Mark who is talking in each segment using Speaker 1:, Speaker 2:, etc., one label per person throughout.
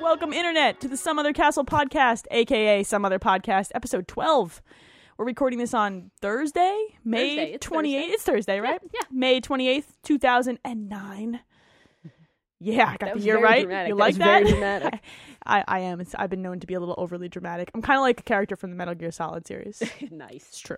Speaker 1: Welcome, Internet, to the Some Other Castle podcast, aka Some Other Podcast, episode 12. We're recording this on Thursday,
Speaker 2: Thursday,
Speaker 1: May
Speaker 2: it's
Speaker 1: 28th.
Speaker 2: Thursday.
Speaker 1: It's Thursday, right?
Speaker 2: yeah.
Speaker 1: May 28th, 2009. Yeah, I got
Speaker 2: That
Speaker 1: the
Speaker 2: was
Speaker 1: year
Speaker 2: very
Speaker 1: right.
Speaker 2: dramatic.
Speaker 1: You
Speaker 2: That
Speaker 1: like
Speaker 2: was
Speaker 1: that?
Speaker 2: very dramatic.
Speaker 1: I, I am. It's, I've been known to be a little overly dramatic. I'm kind of like a character from the Metal Gear Solid series. It's
Speaker 2: nice.
Speaker 1: true.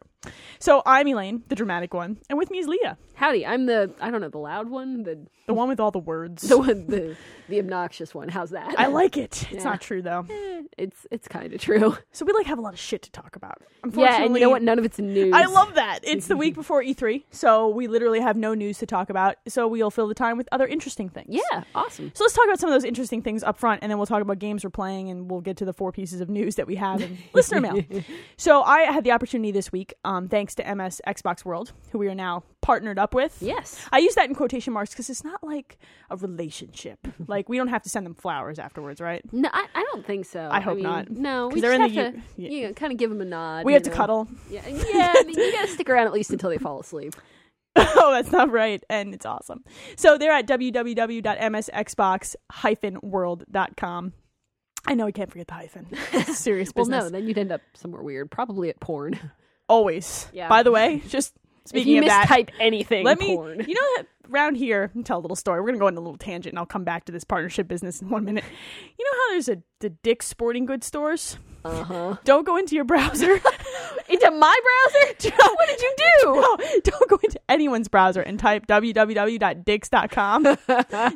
Speaker 1: So I'm Elaine, the dramatic one, and with me is Leah,
Speaker 2: Howdy, I'm the I don't know the loud one, the
Speaker 1: the one with all the words.
Speaker 2: the one the the obnoxious one. How's that?
Speaker 1: I like it. It's
Speaker 2: Yeah.
Speaker 1: not true though.
Speaker 2: Eh, it's it's kind of true.
Speaker 1: So we like have a lot of shit to talk about. Unfortunately,
Speaker 2: Yeah, and you know what? None of it's news.
Speaker 1: I love that. It's the week before E3, so we literally have no news to talk about. So we'll fill the time with other interesting things.
Speaker 2: Yeah, awesome.
Speaker 1: So let's talk about some of those interesting things up front, and then we'll talk about games we're playing, and we'll get to the four pieces of news that we have in listener mail. So I had the opportunity this week, um, thanks to MS Xbox World, who we are now partnered up with.
Speaker 2: Yes.
Speaker 1: I use that in quotation marks because it's not like a relationship. like we don't have to send them flowers afterwards, right?
Speaker 2: No, I, I don't think so.
Speaker 1: I hope
Speaker 2: mean,
Speaker 1: not,
Speaker 2: No,
Speaker 1: 'cause
Speaker 2: we
Speaker 1: they're
Speaker 2: just
Speaker 1: in
Speaker 2: have
Speaker 1: the
Speaker 2: to
Speaker 1: U-
Speaker 2: you know, kind of give them a nod.
Speaker 1: We
Speaker 2: you
Speaker 1: have to
Speaker 2: know.
Speaker 1: cuddle.
Speaker 2: Yeah, yeah. I mean, you gotta stick around at least until they fall asleep.
Speaker 1: oh, that's not right. And it's awesome. So they're at www.msxbox-world.com. I know I can't forget the hyphen. It's serious
Speaker 2: Well,
Speaker 1: business.
Speaker 2: no, then you'd end up somewhere weird, probably at porn.
Speaker 1: Always.
Speaker 2: Yeah.
Speaker 1: By the way, just speaking
Speaker 2: if
Speaker 1: of
Speaker 2: you
Speaker 1: that,
Speaker 2: mistype anything,
Speaker 1: let me.
Speaker 2: porn.
Speaker 1: You know that round here, I'll tell a little story. We're gonna go into a little tangent, and I'll come back to this partnership business in one minute. You know how there's a the Dick's Sporting Goods stores.
Speaker 2: Uh huh.
Speaker 1: Don't go into your browser.
Speaker 2: Into my browser? what did you do?
Speaker 1: No, don't go into anyone's browser and type www.dicks.com.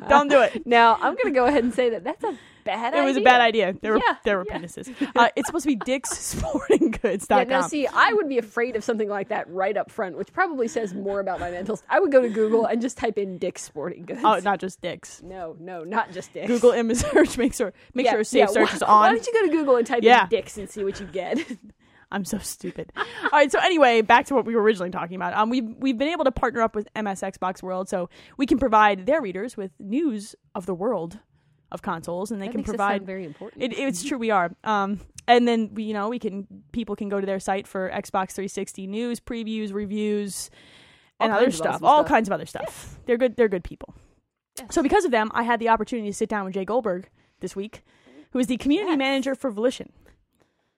Speaker 1: don't do it.
Speaker 2: Now I'm gonna go ahead and say that that's a bad.
Speaker 1: It was a bad idea. There were
Speaker 2: Yeah,
Speaker 1: there were
Speaker 2: yeah.
Speaker 1: penises. Uh, it's supposed to be Dick's Sporting Goods.
Speaker 2: Yeah, no, see, I would be afraid of something like that right up front, which probably says more about my mental. St- I would go to Google and just type in Dick's Sporting Goods.
Speaker 1: oh, not just Dick's.
Speaker 2: no, no, not just Dick's.
Speaker 1: Google image search. Make sure make
Speaker 2: Yeah,
Speaker 1: sure safe
Speaker 2: yeah,
Speaker 1: search
Speaker 2: why,
Speaker 1: is on.
Speaker 2: Why don't you go to Google and type
Speaker 1: Yeah.
Speaker 2: in Dick's and see what you get?
Speaker 1: I'm so stupid. All right, so anyway, back to what we were originally talking about. Um, we've we've been able to partner up with MS Xbox World, so we can provide their readers with news of the world of consoles, and they can provide
Speaker 2: very important.
Speaker 1: It, it's true, we are. Um, and then we, you know, we can people can go to their site for Xbox 360 news, previews, reviews, and
Speaker 2: All
Speaker 1: other
Speaker 2: kinds of
Speaker 1: stuff,
Speaker 2: awesome
Speaker 1: all
Speaker 2: stuff.
Speaker 1: kinds of other stuff. They're good. They're good people. So because of them, I had the opportunity to sit down with Jay Goldberg this week, who is the community
Speaker 2: Yes.
Speaker 1: manager for Volition.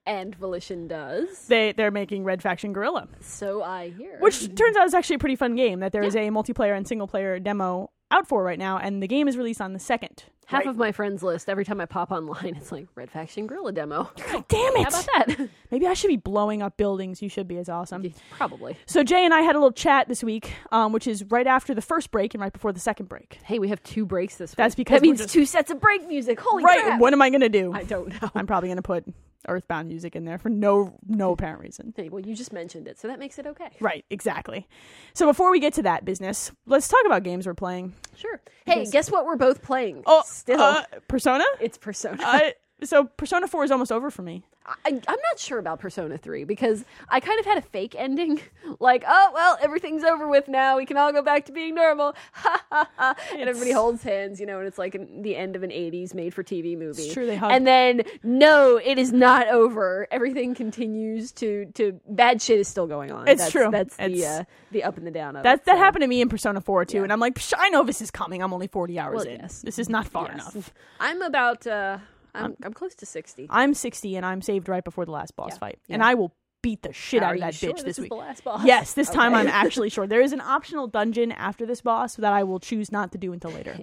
Speaker 2: and Volition does,
Speaker 1: They they're making Red Faction Gorilla,
Speaker 2: so I hear.
Speaker 1: which turns out is actually a pretty fun game. That there is a multiplayer and single player demo out for right now, and the game is released on the second.
Speaker 2: half
Speaker 1: Right.
Speaker 2: of my friends list every time I pop online, it's like Red Faction Gorilla demo.
Speaker 1: God damn
Speaker 2: How about
Speaker 1: it!
Speaker 2: that?
Speaker 1: Maybe I should be blowing up buildings. You should be as awesome.
Speaker 2: Probably.
Speaker 1: So Jay and I had a little chat this week, um, which is right after the first break and right before the second break.
Speaker 2: Hey, we have two breaks this week.
Speaker 1: That's because
Speaker 2: that
Speaker 1: we're
Speaker 2: means
Speaker 1: just-
Speaker 2: two sets of break music. Holy
Speaker 1: right.
Speaker 2: crap!
Speaker 1: What am I gonna do?
Speaker 2: I don't know.
Speaker 1: I'm probably gonna put Earthbound music in there for no no apparent reason.
Speaker 2: Hey, well, you just mentioned it, so that makes it okay.
Speaker 1: Right. Exactly. So before we get to that business, let's talk about games we're playing.
Speaker 2: Sure. Hey, guess what? We're both playing.
Speaker 1: Oh,
Speaker 2: still,
Speaker 1: uh, Persona.
Speaker 2: it's Persona.
Speaker 1: I, so Persona Four is almost over for me.
Speaker 2: I, I'm not sure about Persona Three because I kind of had a fake ending, like, oh well, everything's over with now. We can all go back to being normal. Ha ha ha! And everybody holds hands, you know, and it's like an, the end of an '80s made-for-TV movie.
Speaker 1: true, they hug.
Speaker 2: And then, no, it is not over. Everything continues to to bad shit is still going on.
Speaker 1: It's
Speaker 2: that's,
Speaker 1: true.
Speaker 2: That's the
Speaker 1: It's-
Speaker 2: uh, the up and the down of
Speaker 1: That
Speaker 2: it,
Speaker 1: that
Speaker 2: so.
Speaker 1: happened to me in Persona Four too,
Speaker 2: Yeah.
Speaker 1: and I'm like, Psh, I know this is coming. I'm only 40 hours
Speaker 2: Well,
Speaker 1: in.
Speaker 2: yes.
Speaker 1: This is not far
Speaker 2: Yes.
Speaker 1: enough.
Speaker 2: I'm about. Uh, I'm, I'm close to sixty.
Speaker 1: I'm 60 and I'm saved right before the last boss
Speaker 2: Yeah.
Speaker 1: fight,
Speaker 2: Yeah.
Speaker 1: and I will beat the shit out
Speaker 2: Are
Speaker 1: of
Speaker 2: you
Speaker 1: that
Speaker 2: sure
Speaker 1: bitch this
Speaker 2: is
Speaker 1: week.
Speaker 2: the last boss?
Speaker 1: Yes, this time
Speaker 2: Okay.
Speaker 1: I'm actually sure. There is an optional dungeon after this boss that I will choose not to do until later.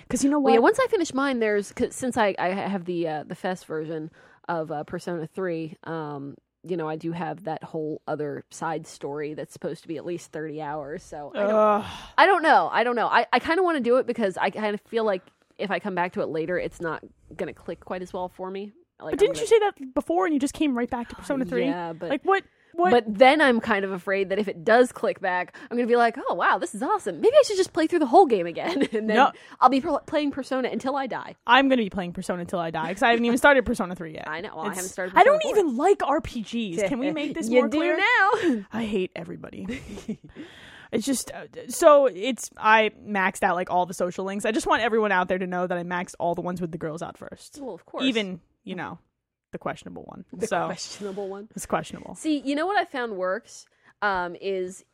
Speaker 1: Because you know what?
Speaker 2: Well, yeah, once I finish mine, there's 'cause since I, I have the uh, the fest version of uh, Persona Three. Um, you know, I do have that whole other side story that's supposed to be at least thirty hours. So I don't,
Speaker 1: Ugh.
Speaker 2: I don't know. I don't know. I, I kind of want to do it because I kind of feel like if I come back to it later, it's not going to click quite as well for me. Like,
Speaker 1: but didn't you say that before and you just came right back to Persona 3?
Speaker 2: Yeah, but
Speaker 1: Like, what? What?
Speaker 2: But then I'm kind of afraid that if it does click back, I'm going to be like, oh, wow, this is awesome. Maybe I should just play through the whole game again. And then
Speaker 1: No.
Speaker 2: I'll be pro- playing Persona until I die.
Speaker 1: I'm going to be playing Persona until I die because I haven't even started Persona 3 yet.
Speaker 2: I know. Well, I
Speaker 1: It's-
Speaker 2: haven't started
Speaker 1: I don't
Speaker 2: Persona 4.
Speaker 1: even like RPGs. Can we make this
Speaker 2: you
Speaker 1: more
Speaker 2: do
Speaker 1: clear?
Speaker 2: now.
Speaker 1: I hate everybody. it's just uh, so it's I maxed out like all the social links. I just want everyone out there to know that I maxed all the ones with the girls out first.
Speaker 2: well, of course.
Speaker 1: Even, you know, the questionable one.
Speaker 2: the
Speaker 1: so
Speaker 2: questionable one.
Speaker 1: it's questionable.
Speaker 2: See, you know what I found works um, is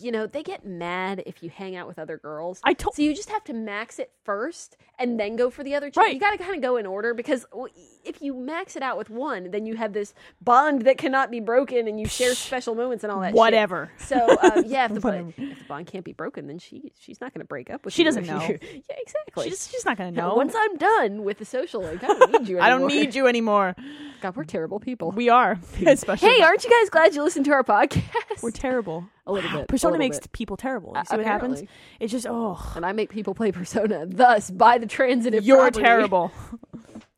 Speaker 2: you know, they get mad if you hang out with other girls.
Speaker 1: I told
Speaker 2: So you just have to max it first and then go for the other chick.
Speaker 1: Right.
Speaker 2: You got to kind of go in order because w- if you max it out with one, then you have this bond that cannot be broken and you share special moments and all that shit.
Speaker 1: whatever.
Speaker 2: So um, yeah, if the,
Speaker 1: Whatever.
Speaker 2: bond, if the bond can't be broken, then she she's not going to break up with
Speaker 1: She
Speaker 2: you
Speaker 1: doesn't
Speaker 2: if
Speaker 1: know.
Speaker 2: you- yeah, exactly.
Speaker 1: She's, she's not gonna
Speaker 2: Now,
Speaker 1: know.
Speaker 2: Once I'm done with the social, like, I don't need you. Anymore.
Speaker 1: I don't need you anymore.
Speaker 2: God, we're terrible people.
Speaker 1: We are, especially
Speaker 2: hey, aren't you guys glad you listened to our podcast?
Speaker 1: we're terrible.
Speaker 2: a little bit. a
Speaker 1: Persona
Speaker 2: little
Speaker 1: makes
Speaker 2: bit.
Speaker 1: people terrible. You
Speaker 2: Uh,
Speaker 1: see what happens?
Speaker 2: apparently.
Speaker 1: It's just oh,
Speaker 2: and I make people play Persona. Thus, by the transitive,
Speaker 1: you're
Speaker 2: property.
Speaker 1: terrible.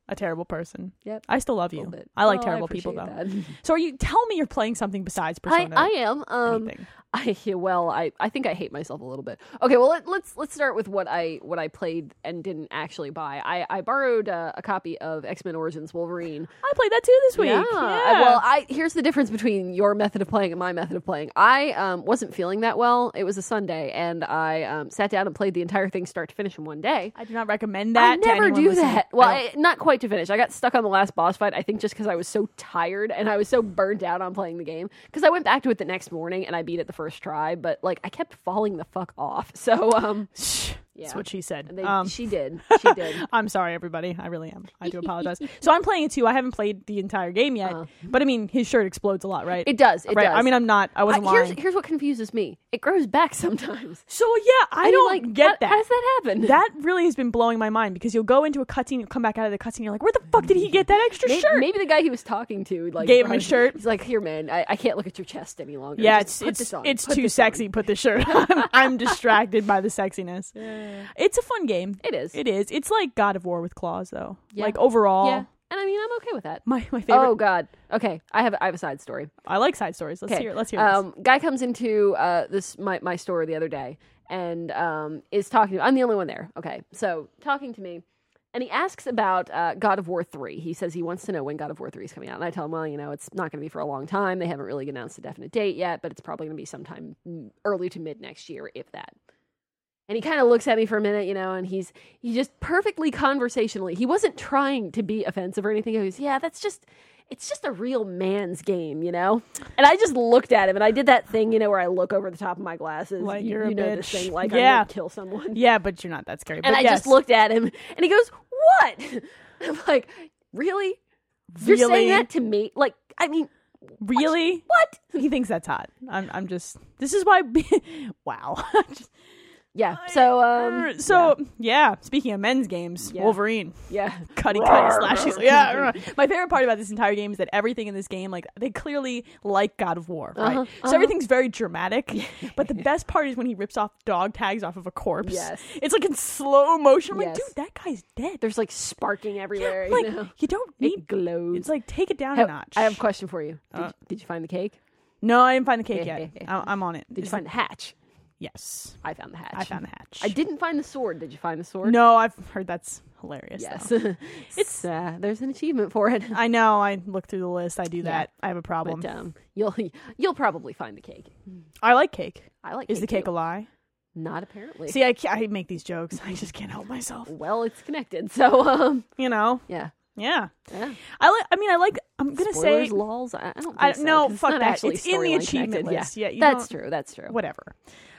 Speaker 1: A terrible person.
Speaker 2: Yep.
Speaker 1: I still love
Speaker 2: A little
Speaker 1: you.
Speaker 2: bit.
Speaker 1: I like
Speaker 2: Oh,
Speaker 1: terrible people though.
Speaker 2: appreciate that.
Speaker 1: So are you tell me you're playing something besides
Speaker 2: I,
Speaker 1: Persona?
Speaker 2: I am. Um,
Speaker 1: anything.
Speaker 2: I yeah, well, I, I think I hate myself a little bit. Okay, well let, let's let's start with what I what I played and didn't actually buy. I I borrowed uh, a copy of X Men Origins Wolverine.
Speaker 1: I played that too this week.
Speaker 2: Yeah.
Speaker 1: Yeah.
Speaker 2: Uh, Well, I here's the difference between your method of playing and my method of playing. I um, wasn't feeling that well. It was a Sunday, and I um, sat down and played the entire thing start to finish in one day.
Speaker 1: I do not recommend that. Oh.
Speaker 2: I
Speaker 1: to
Speaker 2: never
Speaker 1: anyone
Speaker 2: do
Speaker 1: listening.
Speaker 2: that. Well,
Speaker 1: I don't-
Speaker 2: I, not quite to finish. I got stuck on the last boss fight. I think just because I was so tired and I was so burnt out on playing the game. Because I went back to it the next morning and I beat it the first try, but like I kept falling the fuck off. So um,
Speaker 1: Shh. That's
Speaker 2: Yeah.
Speaker 1: what she said.
Speaker 2: they,
Speaker 1: um,
Speaker 2: she did. She did.
Speaker 1: I'm sorry, everybody. I really am. I do apologize. so I'm playing it too. I haven't played the entire game yet, but I mean, his shirt explodes a lot, right?
Speaker 2: Uh. It does. It
Speaker 1: right.
Speaker 2: does.
Speaker 1: I mean, I'm not. I
Speaker 2: I-
Speaker 1: wasn't
Speaker 2: here's
Speaker 1: lying.
Speaker 2: here's what confuses me. It grows back sometimes.
Speaker 1: So yeah, I,
Speaker 2: mean,
Speaker 1: don't
Speaker 2: like,
Speaker 1: get
Speaker 2: how,
Speaker 1: that.
Speaker 2: How does that happen?
Speaker 1: that really has been blowing my mind because you'll go into a cutscene, you'll come back out of the cutscene, you're like, where the fuck did he get that extra
Speaker 2: May-
Speaker 1: shirt?
Speaker 2: Maybe the guy he was talking to like
Speaker 1: Gave him a
Speaker 2: was-
Speaker 1: shirt.
Speaker 2: He's like, "Here, man, I, I can't look at your chest any longer.
Speaker 1: yeah,
Speaker 2: Just
Speaker 1: it's
Speaker 2: put
Speaker 1: it's,
Speaker 2: this on.
Speaker 1: it's
Speaker 2: Put
Speaker 1: too
Speaker 2: this on."
Speaker 1: sexy. Put the shirt on. I'm distracted by the sexiness. It's a fun game.
Speaker 2: It is.
Speaker 1: It is. It's like God of War with claws, though.
Speaker 2: Yeah.
Speaker 1: Like overall,
Speaker 2: Yeah, and I mean, I'm okay with that.
Speaker 1: my my favorite.
Speaker 2: Oh God. Okay, I have I have a side story.
Speaker 1: I like side stories. Let's
Speaker 2: Okay.
Speaker 1: hear. Let's hear. this.
Speaker 2: Um, guy comes into uh, this my my store the other day and um, is talking. I'm the only one there. Okay, so talking to me. And he asks about uh, God of War 3. He says he wants to know when God of War 3 is coming out. And I tell him, well, you know, it's not going to be for a long time. They haven't really announced a definite date yet, but it's probably going to be sometime mm, early to mid next year, if that. And he kind of looks at me for a minute, you know, and he's he just perfectly conversationally. He wasn't trying to be offensive or anything. He goes, "Yeah, that's just it's just a real man's game, you know." And I just looked at him, and I did that thing, you know, where I look over the top of my glasses.
Speaker 1: Like,
Speaker 2: you,
Speaker 1: you're a
Speaker 2: you know this
Speaker 1: bitch.
Speaker 2: thing, like I
Speaker 1: Yeah.
Speaker 2: would kill someone.
Speaker 1: Yeah, but you're not that scary.
Speaker 2: And
Speaker 1: but
Speaker 2: I
Speaker 1: yes.
Speaker 2: just looked at him, and he goes, "What?" I'm like, "Really? You're
Speaker 1: Really?
Speaker 2: saying that to me? Like, I mean,
Speaker 1: Really?
Speaker 2: what?"
Speaker 1: He thinks that's hot. I'm. I'm just. This is why. wow.
Speaker 2: Yeah. So, um,
Speaker 1: so yeah. Speaking of men's games,
Speaker 2: Yeah.
Speaker 1: Wolverine.
Speaker 2: yeah.
Speaker 1: cutty cutty slashes. Yeah, my favorite part about this entire game is that everything in this game, like they clearly like God of War, right?
Speaker 2: Uh-huh,
Speaker 1: So everything's very dramatic. but the best part is when he rips off dog tags off of a corpse.
Speaker 2: Yes.
Speaker 1: it's like in slow motion. I'm like,
Speaker 2: Yes.
Speaker 1: dude, that guy's dead.
Speaker 2: There's like sparking everywhere.
Speaker 1: like
Speaker 2: you know?
Speaker 1: you don't
Speaker 2: it
Speaker 1: need.
Speaker 2: glows.
Speaker 1: It's like take it down
Speaker 2: Hey,
Speaker 1: a notch.
Speaker 2: I have a question for you. Did,
Speaker 1: Uh.
Speaker 2: you. did you find the cake?
Speaker 1: no, I didn't find the cake yet. I- I'm on it.
Speaker 2: Did you find the hatch?
Speaker 1: Yes,
Speaker 2: I found the hatch.
Speaker 1: I found the hatch.
Speaker 2: I didn't find the sword. Did you find the sword?
Speaker 1: No, I've heard that's hilarious.
Speaker 2: Yes.
Speaker 1: though.
Speaker 2: it's uh, there's an achievement for it.
Speaker 1: I know. I look through the list. I do that. I have a problem.
Speaker 2: But um, you'll you'll probably find the cake.
Speaker 1: I like cake.
Speaker 2: I like.
Speaker 1: Is the cake
Speaker 2: too.
Speaker 1: a lie?
Speaker 2: Not apparently.
Speaker 1: See, I, ca- I make these jokes. I just can't help myself.
Speaker 2: well, it's connected. So um,
Speaker 1: You know?
Speaker 2: yeah.
Speaker 1: Yeah.
Speaker 2: Yeah.
Speaker 1: I like. I mean, I like. I'm gonna
Speaker 2: Spoilers,
Speaker 1: say
Speaker 2: lols. I, I don't. Think
Speaker 1: I-
Speaker 2: so,
Speaker 1: no,
Speaker 2: 'cause
Speaker 1: fuck
Speaker 2: it's not
Speaker 1: that.
Speaker 2: Actually
Speaker 1: It's in the
Speaker 2: storyline
Speaker 1: achievement
Speaker 2: connected.
Speaker 1: list.
Speaker 2: Yeah.
Speaker 1: Yeah, you
Speaker 2: that's
Speaker 1: don't-
Speaker 2: true. That's true.
Speaker 1: whatever.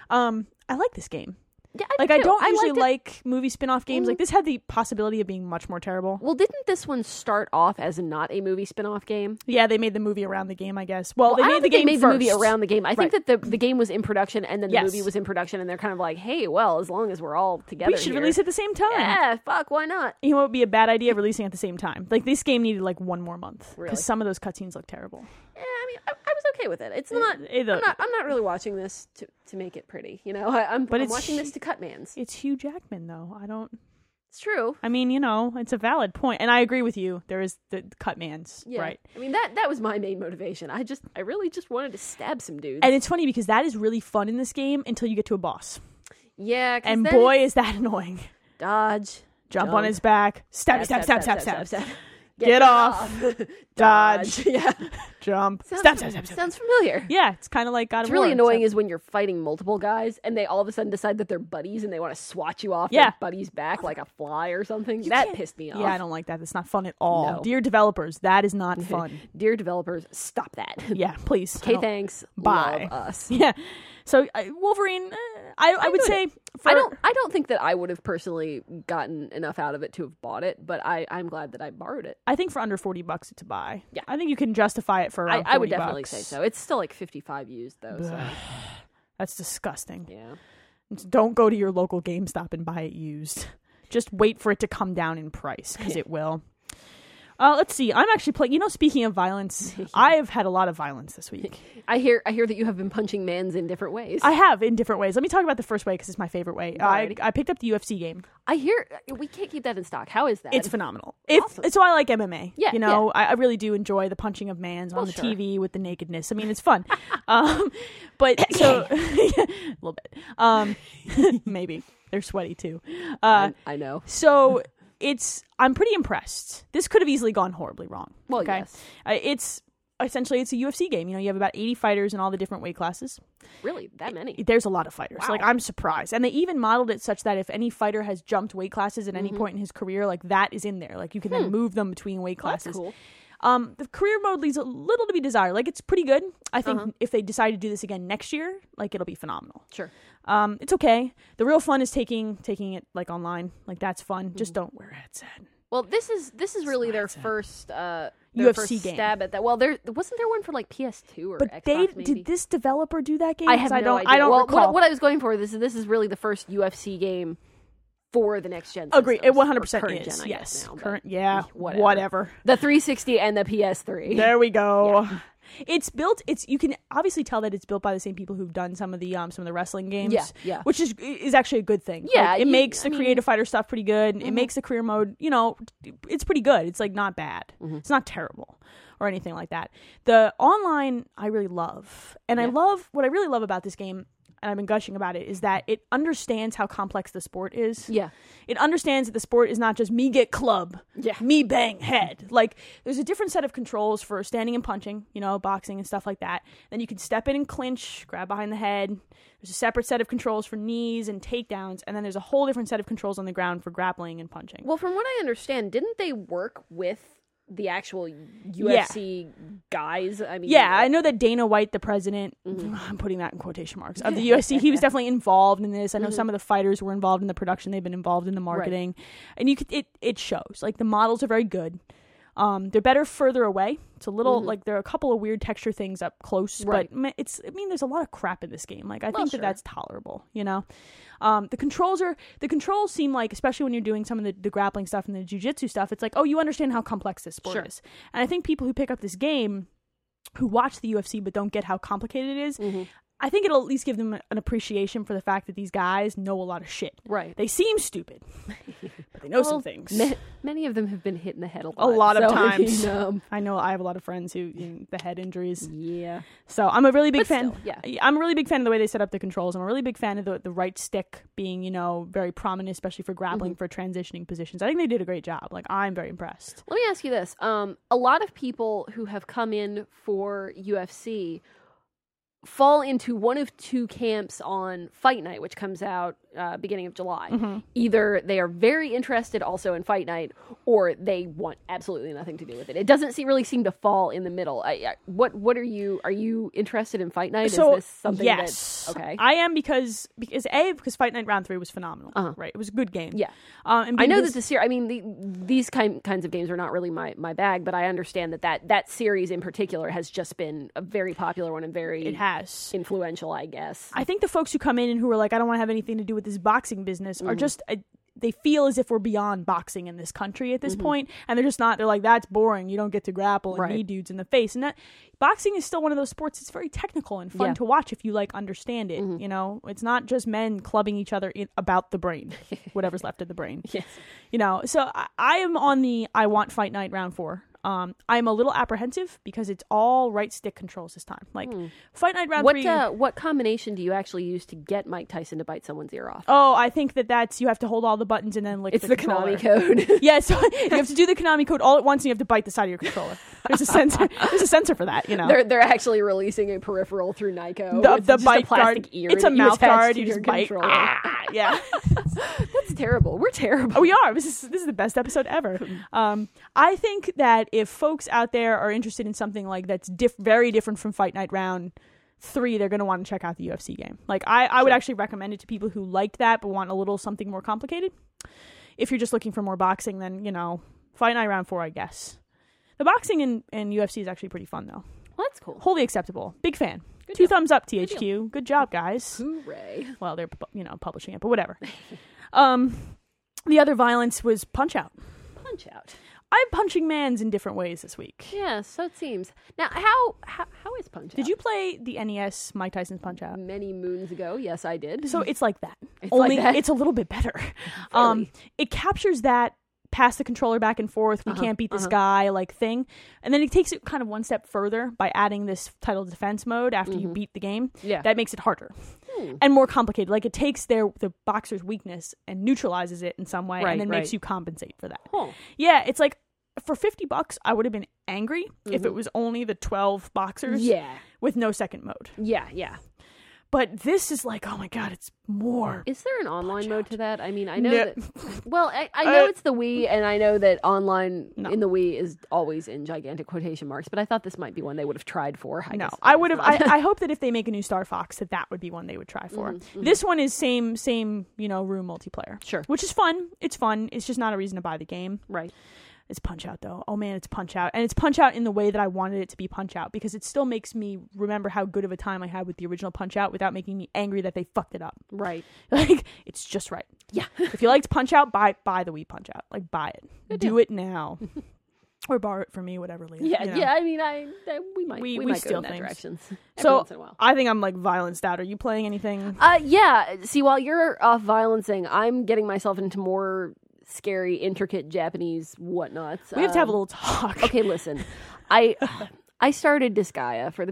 Speaker 1: Um, I like this game.
Speaker 2: Yeah,
Speaker 1: Like, I
Speaker 2: do too.
Speaker 1: don't usually
Speaker 2: liked it. Mm-hmm.
Speaker 1: like movie spin-off games. Like this had the possibility of being much more terrible.
Speaker 2: Well, didn't this one start off as not a movie spin-off game?
Speaker 1: Yeah, they made the movie around the game. I guess. Well,
Speaker 2: Well,
Speaker 1: they
Speaker 2: I
Speaker 1: made
Speaker 2: don't
Speaker 1: the
Speaker 2: think they
Speaker 1: game
Speaker 2: made the movie
Speaker 1: first.
Speaker 2: around the game. I think that the, the game was in production and then the
Speaker 1: Yes.
Speaker 2: movie was in production, and they're kind of like, hey, well, as long as we're all together,
Speaker 1: We should
Speaker 2: here,
Speaker 1: release at the same time.
Speaker 2: Yeah, fuck, why not?
Speaker 1: You know, it would be a bad idea releasing at the same time. Like this game needed like one more month because
Speaker 2: Really?
Speaker 1: some of those cutscenes look terrible.
Speaker 2: Yeah, I mean, I, I was okay with it. It's not.
Speaker 1: it-
Speaker 2: I'm not. I'm not really watching this to, to make it pretty. You know, I, I'm,
Speaker 1: But
Speaker 2: I'm
Speaker 1: it's
Speaker 2: watching this
Speaker 1: hu-
Speaker 2: to cut man's.
Speaker 1: It's Hugh Jackman though. I don't.
Speaker 2: It's true.
Speaker 1: I mean, you know, it's a valid point, and I agree with you. There is the cut man's
Speaker 2: Yeah.
Speaker 1: right,
Speaker 2: I mean, that that was my main motivation. I just, I really just wanted to stab some dudes.
Speaker 1: and it's funny because that is really fun in this game until you get to a boss,
Speaker 2: yeah, 'cause
Speaker 1: and
Speaker 2: then
Speaker 1: boy is that annoying.
Speaker 2: it's dodge.
Speaker 1: Jump
Speaker 2: Jump.
Speaker 1: on his back, stab, stab, stab, stab, stab,
Speaker 2: stab, stab.
Speaker 1: Get, off. Dodge.
Speaker 2: Yeah.
Speaker 1: Jump.
Speaker 2: Sounds,
Speaker 1: Step, step, step, step.
Speaker 2: sounds familiar.
Speaker 1: Yeah, it's kind of like God
Speaker 2: What's
Speaker 1: of
Speaker 2: really
Speaker 1: War,
Speaker 2: annoying
Speaker 1: except-
Speaker 2: is when you're fighting multiple guys and they all of a sudden decide that they're buddies and they want to swat you off
Speaker 1: Yeah.
Speaker 2: their buddy's back like a fly or something. That
Speaker 1: can't-
Speaker 2: pissed me off.
Speaker 1: yeah, I don't like that. That's not fun at all.
Speaker 2: No.
Speaker 1: Dear developers, that is not fun.
Speaker 2: Dear developers, stop that.
Speaker 1: yeah, please. I
Speaker 2: Okay,
Speaker 1: don't-
Speaker 2: thanks.
Speaker 1: Bye.
Speaker 2: Love us.
Speaker 1: Yeah. So uh, Wolverine, uh, I, I, would
Speaker 2: enjoyed
Speaker 1: say for,
Speaker 2: I don't. I don't think that I would have personally gotten enough out of it to have bought it, but I, I'm glad that I borrowed it.
Speaker 1: I think for under forty bucks it's a buy.
Speaker 2: Yeah.
Speaker 1: I think you can justify it for.
Speaker 2: I,
Speaker 1: Around
Speaker 2: I
Speaker 1: 40
Speaker 2: would definitely
Speaker 1: bucks.
Speaker 2: say so. It's still like 55 used though. So
Speaker 1: That's disgusting.
Speaker 2: yeah,
Speaker 1: Don't go to your local GameStop and buy it used. Just wait for it to come down in price because it will. Uh, let's see. I'm actually playing. You know, speaking of violence, I have had a lot of violence this week.
Speaker 2: I hear. I hear that you have been punching mans in different ways.
Speaker 1: I have in different ways. Let me talk about the first way because it's my favorite way. I,
Speaker 2: Alrighty.
Speaker 1: I picked up the UFC game.
Speaker 2: I hear we can't keep that in stock. How is that?
Speaker 1: It's phenomenal. If so, I like MMA.
Speaker 2: Yeah,
Speaker 1: you know, I, I really do enjoy the punching of man's on the
Speaker 2: sure.
Speaker 1: TV with the nakedness. I mean, it's fun. um, but so a little bit. Um, maybe they're sweaty too. Uh,
Speaker 2: I, I know.
Speaker 1: so it's I'm pretty impressed. This could have easily gone horribly wrong.
Speaker 2: Well,
Speaker 1: okay?
Speaker 2: yes.
Speaker 1: Uh, it's essentially it's a UFC game. You know, you have about 80 fighters in all the different weight classes
Speaker 2: Really, that many?
Speaker 1: there's a lot of fighters.
Speaker 2: Wow.
Speaker 1: Like I'm surprised, and they even modeled it such that if any fighter has jumped weight classes at any
Speaker 2: Mm-hmm.
Speaker 1: point in his career, like that is in there. Like you can then move them between weight
Speaker 2: Hmm. That's
Speaker 1: classes.
Speaker 2: cool.
Speaker 1: Um, the career mode leaves a little to be desired. Like it's pretty good. I think
Speaker 2: Uh-huh.
Speaker 1: if they decide to do this again next year, like it'll be phenomenal.
Speaker 2: Sure.
Speaker 1: Um, it's okay. The real fun is taking taking it like online. Like that's fun.
Speaker 2: Mm-hmm.
Speaker 1: Just don't wear a headset.
Speaker 2: Well, this is this is really their first uh, their
Speaker 1: UFC
Speaker 2: first
Speaker 1: game.
Speaker 2: stab at that. Well, there wasn't there one for like PS2 or
Speaker 1: But
Speaker 2: Xbox.
Speaker 1: they
Speaker 2: maybe?
Speaker 1: did this developer do that game?
Speaker 2: I
Speaker 1: 'Cause
Speaker 2: have no
Speaker 1: don't.
Speaker 2: idea.
Speaker 1: I don't
Speaker 2: well,
Speaker 1: recall.
Speaker 2: What, what I was going for this is this is really the first UFC game for the next gen.
Speaker 1: Agree. It
Speaker 2: systems, or
Speaker 1: 100%
Speaker 2: current
Speaker 1: is.
Speaker 2: gen, I guess,
Speaker 1: yes.
Speaker 2: now, but
Speaker 1: Current. Yeah.
Speaker 2: whatever.
Speaker 1: whatever.
Speaker 2: The 360 and the PS3.
Speaker 1: There we go. It's built. It's you can obviously tell that it's built by the same people who've done some of the um some of the wrestling games.
Speaker 2: Yeah, yeah.
Speaker 1: Which is is actually a good thing.
Speaker 2: Yeah,
Speaker 1: Like, it
Speaker 2: you-
Speaker 1: makes
Speaker 2: I
Speaker 1: the
Speaker 2: mean- Mm-hmm.
Speaker 1: creative fighter stuff pretty good. It makes the career mode. You know, it's pretty good. It's like not bad.
Speaker 2: Mm-hmm.
Speaker 1: It's not terrible or anything like that. The online I really love, and I love what I really love about this game. And I've been gushing about it is that it understands how complex the sport is.
Speaker 2: Yeah.
Speaker 1: It understands that the sport is not just me get club,
Speaker 2: Yeah.
Speaker 1: me bang head. Like there's a different set of controls for standing and punching, you know, boxing and stuff like that. Then you can step in and clinch, grab behind the head. There's a separate set of controls for knees and takedowns, and then there's a whole different set of controls on the ground for grappling and punching.
Speaker 2: Well, from what I understand, didn't they work with the actual UFC guys? I mean,
Speaker 1: yeah, I know that Dana White, the president,
Speaker 2: Mm-hmm.
Speaker 1: I'm putting that in quotation marks of the USC, he was definitely involved in this. I
Speaker 2: Mm-hmm.
Speaker 1: know some of the fighters were involved in the production; they've been involved in the marketing, and you could, it it shows. Like the models are very good. Um, they're better further away. It's a little like there are a couple of weird texture things up close,
Speaker 2: Mm-hmm. Right.
Speaker 1: but ma- it's. I mean, there's a lot of crap in this game. Like I
Speaker 2: Well,
Speaker 1: think
Speaker 2: sure.
Speaker 1: that that's tolerable. You know, um, the controls are the controls seem like, especially when you're doing some of the, the grappling stuff and the jujitsu stuff. It's like, oh, you understand how complex this sport
Speaker 2: Sure.
Speaker 1: is, and I think people who pick up this game, who watch the UFC but don't get how complicated it is,
Speaker 2: Mm-hmm.
Speaker 1: I think it'll at least give them an appreciation for the fact that these guys know a lot of shit.
Speaker 2: Right.
Speaker 1: They seem stupid, but they know
Speaker 2: Well,
Speaker 1: some things.
Speaker 2: ma- many of them have been hit in the head a lot.
Speaker 1: a lot of
Speaker 2: so, I mean,
Speaker 1: times.
Speaker 2: um,
Speaker 1: I know I have a lot of friends who you know, the head injuries.
Speaker 2: yeah.
Speaker 1: So I'm a really big
Speaker 2: But
Speaker 1: fan.
Speaker 2: still, yeah.
Speaker 1: I'm a really big fan of the way they set up the controls. I'm a really big fan of the the right stick being, you know, very prominent, especially for
Speaker 2: Mm-hmm.
Speaker 1: grappling for transitioning positions. I think they did a great job. Like I'm very impressed.
Speaker 2: Let me ask you this. Um, a lot of people who have come in for UFC fall into one of two camps on Fight Night, which comes out uh, beginning of July.
Speaker 1: Mm-hmm.
Speaker 2: Either they are very interested also in Fight Night, or they want absolutely nothing to do with it. It doesn't se- really seem to fall in the middle. I, I, what What are you? Are you interested in Fight Night?
Speaker 1: so
Speaker 2: Is this something
Speaker 1: yes,
Speaker 2: That, okay. I,
Speaker 1: I am because because a because Fight Night Round Three was phenomenal. Right, it was a good game.
Speaker 2: Uh-huh. Yeah.
Speaker 1: um, and
Speaker 2: know
Speaker 1: because-
Speaker 2: that the series. I mean, the, these kind kinds of games are not really my, my bag, but I understand that, that that series in particular has just been a very popular one and very
Speaker 1: it has.
Speaker 2: influential, I guess.
Speaker 1: I think the folks who come in and who are like, I don't want to have anything to do with this boxing business
Speaker 2: Mm-hmm.
Speaker 1: are just. I, they feel as if we're beyond boxing in this country at this point, and they're just not. They're like, that's boring. You don't get to grapple and
Speaker 2: Mm-hmm. Right.
Speaker 1: knee dudes in the face, and that boxing is still one of those sports. It's very technical and fun
Speaker 2: Yeah. Mm-hmm.
Speaker 1: to watch if you like understand it. You know, it's not just men clubbing each other in, about the brain, whatever's left of the brain.
Speaker 2: Yes.
Speaker 1: You know, so I, I am on the I want fight night round four. Um, I'm a little apprehensive because it's all right stick controls this time. Like Fight Night round
Speaker 2: Hmm. What
Speaker 1: three.
Speaker 2: uh, what combination do you actually use to get Mike Tyson to bite someone's ear off?
Speaker 1: oh, I think that that's you have to hold all the buttons and then lick
Speaker 2: it's the,
Speaker 1: controller.
Speaker 2: Konami code.
Speaker 1: Yeah, so you have to do the Konami code all at once, and you have to bite the side of your controller. There's a sensor. There's a sensor for that. You know,
Speaker 2: they're they're actually releasing a peripheral through Nyko.
Speaker 1: the,
Speaker 2: it's
Speaker 1: the
Speaker 2: just
Speaker 1: bite
Speaker 2: a plastic
Speaker 1: guard.
Speaker 2: ear.
Speaker 1: it's a
Speaker 2: that you
Speaker 1: mouth
Speaker 2: attach
Speaker 1: guard.
Speaker 2: to
Speaker 1: You
Speaker 2: your
Speaker 1: just bite.
Speaker 2: controller.
Speaker 1: Ah, yeah. Oh,
Speaker 2: That's terrible. We're terrible.
Speaker 1: we are. This is this is the best episode ever. Um, I think that if folks out there are interested in something like that's diff- very different from Fight Night Round Three, they're going to want to check out the UFC game. Like I, I would actually recommend it to people who liked that but want a little something more complicated. If you're just looking for more boxing, then you know Fight Night Round Four, I guess. The boxing in, in UFC is actually pretty fun though.
Speaker 2: Well, that's cool.
Speaker 1: Wholly acceptable. Big fan.
Speaker 2: Good
Speaker 1: Two
Speaker 2: deal.
Speaker 1: thumbs up, THQ. Good, job, guys
Speaker 2: Hooray!
Speaker 1: well they're pu- you know publishing it but whatever um the other violence was punch out
Speaker 2: Punch out.
Speaker 1: i'm punching mans in different ways this week
Speaker 2: Yeah, so it seems. Now, how how, how is Punch
Speaker 1: did you play the nes mike tyson's punch out
Speaker 2: uh, many moons ago? Yes, I did.
Speaker 1: so it's like that
Speaker 2: It's like
Speaker 1: only
Speaker 2: Mm. that.
Speaker 1: it's a little bit better um
Speaker 2: Really?
Speaker 1: it captures that pass the controller back and forth we
Speaker 2: Uh-huh,
Speaker 1: can't beat this
Speaker 2: uh-huh.
Speaker 1: guy like thing and then it takes it kind of one step further by adding this title defense mode after you beat the game
Speaker 2: Mm-hmm. Yeah.
Speaker 1: that makes it harder
Speaker 2: Hmm.
Speaker 1: and more complicated like it takes their the boxer's weakness and neutralizes it in some way
Speaker 2: Right,
Speaker 1: and then makes
Speaker 2: right.
Speaker 1: you compensate for that
Speaker 2: Huh.
Speaker 1: Yeah, it's like for 50 bucks, I would have been angry if it was only the 12 boxers
Speaker 2: Mm-hmm. Yeah,
Speaker 1: with no second mode.
Speaker 2: yeah, yeah.
Speaker 1: But this is like, oh my God, it's more.
Speaker 2: Is there an online mode
Speaker 1: out.
Speaker 2: to that? I mean, I know
Speaker 1: No.
Speaker 2: that. Well, I, I know
Speaker 1: Uh,
Speaker 2: it's the Wii, and I know that online
Speaker 1: No.
Speaker 2: in the Wii is always in gigantic quotation marks. But I thought this might be one they would have tried for. I
Speaker 1: no,
Speaker 2: guess-
Speaker 1: I
Speaker 2: guess
Speaker 1: would have. I,
Speaker 2: not.
Speaker 1: I hope that if they make a new Star Fox, that that would be one they would try for.
Speaker 2: Mm-hmm,
Speaker 1: This one is same, same, you know, room multiplayer.
Speaker 2: Sure.
Speaker 1: Which is fun. It's fun. It's just not a reason to buy the game.
Speaker 2: right.
Speaker 1: It's Punch Out though. Oh man, it's Punch Out, and it's Punch Out in the way that I wanted it to be Punch Out because it still makes me remember how good of a time I had with the original Punch Out without making me angry that they fucked it up.
Speaker 2: Right.
Speaker 1: Like it's just right.
Speaker 2: Yeah.
Speaker 1: if you liked Punch Out, buy buy the Wii Punch Out. Like buy it. Do
Speaker 2: deal.
Speaker 1: it now. or borrow it from me, whatever Leah.
Speaker 2: Yeah.
Speaker 1: you know.
Speaker 2: Yeah. I mean, I, I we might
Speaker 1: We-
Speaker 2: we,
Speaker 1: we
Speaker 2: might
Speaker 1: steal
Speaker 2: go in that
Speaker 1: things.
Speaker 2: directions every
Speaker 1: So
Speaker 2: once in a while.
Speaker 1: I think I'm like violenced out. Are you playing anything?
Speaker 2: Uh, yeah. See, while you're off violencing, I'm getting myself into more scary, intricate Japanese whatnots.
Speaker 1: We have to have a
Speaker 2: Um,
Speaker 1: little talk.
Speaker 2: Okay, listen. I I started Disgaea for the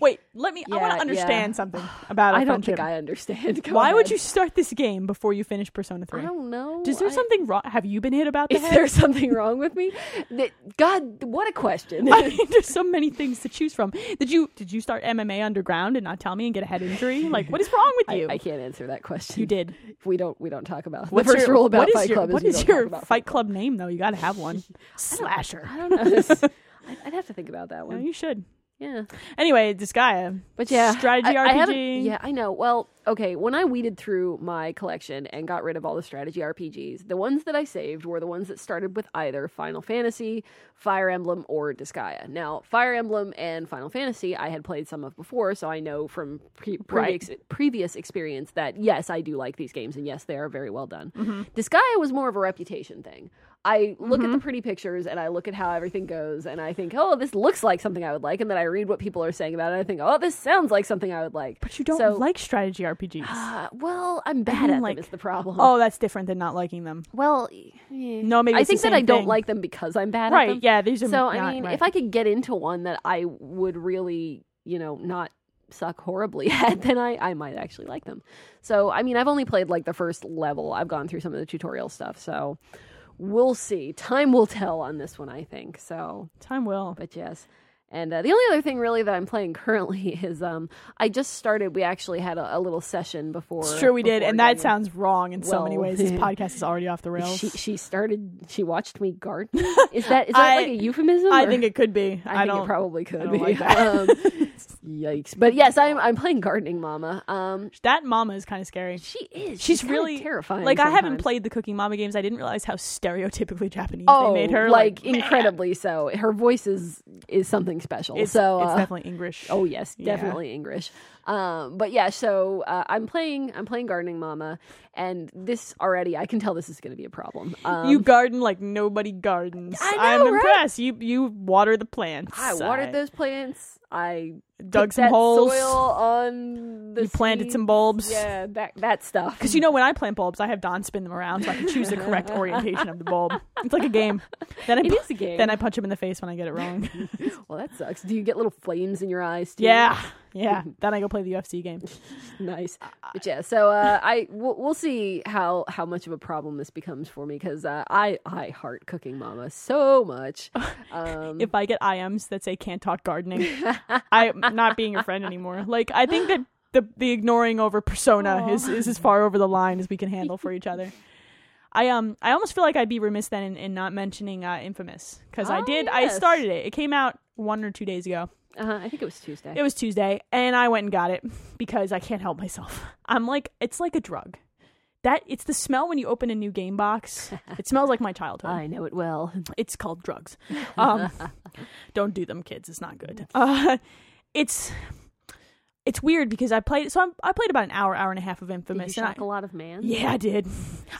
Speaker 1: Wait, let me I
Speaker 2: Yeah,
Speaker 1: want
Speaker 2: yeah.
Speaker 1: to understand something about our
Speaker 2: I don't
Speaker 1: friendship.
Speaker 2: think I understand. Go
Speaker 1: Why would
Speaker 2: ahead.
Speaker 1: you start this game before you finish Persona 3?
Speaker 2: I don't know.
Speaker 1: Is there
Speaker 2: I-
Speaker 1: something wrong? Have you been hit about the
Speaker 2: Is
Speaker 1: head?
Speaker 2: there something wrong with me? That, God, what a question.
Speaker 1: I mean, there's so many things to choose from. Did you did you start MMA underground and not tell me and get a head injury? Like, what is wrong with
Speaker 2: I,
Speaker 1: you?
Speaker 2: I can't answer that question.
Speaker 1: you did.
Speaker 2: We don't. We don't talk about the first
Speaker 1: your-
Speaker 2: rule about
Speaker 1: what is
Speaker 2: Fight
Speaker 1: your-
Speaker 2: Club.
Speaker 1: What
Speaker 2: is, we
Speaker 1: is
Speaker 2: don't
Speaker 1: your
Speaker 2: talk about
Speaker 1: Fight Club name though? You got to have one. Slasher.
Speaker 2: I don't know. This- I- I'd have to think about that
Speaker 1: No,
Speaker 2: one.
Speaker 1: you should.
Speaker 2: Yeah.
Speaker 1: Anyway, this guy.
Speaker 2: But yeah,
Speaker 1: strategy
Speaker 2: I, I
Speaker 1: RPG.
Speaker 2: haven't- yeah, I know. Well, okay. When I weeded through my collection and got rid of all the strategy RPGs, the ones that I saved were the ones that started with either Final Fantasy, Fire Emblem, or Disgaea. Now, Fire Emblem and Final Fantasy, I had played some of before, so I know from pre- previous, previous experience that yes, I do like these games, and yes, they are very well done.
Speaker 1: Mm-hmm.
Speaker 2: Disgaea was more of a reputation thing. I look at the pretty pictures and I look at how everything goes and I think, oh, this looks like something I would like. And then I read what people are saying about it and I think, oh, this sounds like something I would like.
Speaker 1: But you don't
Speaker 2: So-
Speaker 1: like strategy RPGs.
Speaker 2: Uh, well, I'm bad
Speaker 1: mean,
Speaker 2: at
Speaker 1: like-
Speaker 2: them is the problem.
Speaker 1: oh, that's different than not liking them.
Speaker 2: well,
Speaker 1: No, maybe
Speaker 2: I
Speaker 1: it's the
Speaker 2: think that
Speaker 1: same
Speaker 2: I don't
Speaker 1: thing.
Speaker 2: like them because I'm bad
Speaker 1: Right?
Speaker 2: at them.
Speaker 1: Yeah, these are.
Speaker 2: So,
Speaker 1: not
Speaker 2: I mean,
Speaker 1: right.
Speaker 2: if I could get into one that I would really, you know, not suck horribly at, then I, I might actually like them. So, I mean, I've only played like the first level. I've gone through some of the tutorial stuff. So, we'll see. Time will tell on this one, I think. So,
Speaker 1: time will.
Speaker 2: but yes. And uh, the only other thing really that I'm playing currently is um I just started. We actually had a, a little session before.
Speaker 1: It's true, we did,
Speaker 2: before
Speaker 1: and that
Speaker 2: you-
Speaker 1: sounds wrong in so many
Speaker 2: Well,
Speaker 1: ways. This podcast is already off the rails.
Speaker 2: She she started. She watched me garden. Is that is that
Speaker 1: I-
Speaker 2: like a euphemism?
Speaker 1: I
Speaker 2: or-
Speaker 1: think it could be.
Speaker 2: I,
Speaker 1: I,
Speaker 2: think
Speaker 1: don't.
Speaker 2: it probably could
Speaker 1: don't
Speaker 2: be.
Speaker 1: like that.
Speaker 2: Um, yikes! But yes, I'm I'm playing gardening, Mama. Um,
Speaker 1: that mama is kind of scary.
Speaker 2: she is.
Speaker 1: She's
Speaker 2: kinda
Speaker 1: really-
Speaker 2: terrifying.
Speaker 1: Like I haven't
Speaker 2: sometimes.
Speaker 1: played the Cooking Mama games. I didn't realize how stereotypically Japanese
Speaker 2: Oh,
Speaker 1: they made her.
Speaker 2: like,
Speaker 1: man,
Speaker 2: incredibly so. Her voice is is something special.
Speaker 1: It's,
Speaker 2: so
Speaker 1: it's
Speaker 2: uh,
Speaker 1: definitely English.
Speaker 2: oh yes,
Speaker 1: Yeah.
Speaker 2: definitely English. Um, but yeah, so uh, I'm playing. I'm playing Gardening Mama, and this already I can tell this is going to be a problem. Um,
Speaker 1: you garden like nobody gardens.
Speaker 2: I know,
Speaker 1: am
Speaker 2: right?
Speaker 1: impressed. You you water the plants.
Speaker 2: I watered those plants. I
Speaker 1: Dug
Speaker 2: put
Speaker 1: some
Speaker 2: that
Speaker 1: holes.
Speaker 2: Soil on the
Speaker 1: You planted
Speaker 2: seeds.
Speaker 1: some bulbs.
Speaker 2: Yeah, that that stuff.
Speaker 1: Because you know, when I plant bulbs, I have Don spin them around so I can choose the correct orientation of the bulb. It's like a game. Then I
Speaker 2: It
Speaker 1: pu-
Speaker 2: is a game.
Speaker 1: Then I punch him in the face when I get it wrong.
Speaker 2: well, that sucks. Do you get little flames in your eyes? Too?
Speaker 1: yeah, yeah. Then I go play the UFC game.
Speaker 2: Mm-hmm. nice. But yeah, so uh, I we'll, we'll see how how much of a problem this becomes for me because uh, I I heart cooking mama so much. Um,
Speaker 1: If I get IMs that say can't talk gardening, I'm not being your friend anymore. Like I think that the the ignoring over persona
Speaker 2: Aw.
Speaker 1: is, is as far over the line as we can handle for each other. I um I almost feel like I'd be remiss then in, in not mentioning uh, Infamous because I
Speaker 2: Oh,
Speaker 1: did I
Speaker 2: yes.
Speaker 1: started it. It came out one or two days ago.
Speaker 2: uh, I think it was Tuesday.
Speaker 1: It was Tuesday, and I went and got it because I can't help myself. I'm like, it's like a drug. That it's the smell when you open a new game box. It smells like my childhood.
Speaker 2: I know it well.
Speaker 1: It's called drugs. Um, don't do them, kids. It's not good. Uh, it's it's weird because I played. So I'm, I played about an hour, hour and a half of
Speaker 2: Did you
Speaker 1: Infamous. and
Speaker 2: shock
Speaker 1: I,
Speaker 2: a lot of man.
Speaker 1: yeah, I did.
Speaker 2: I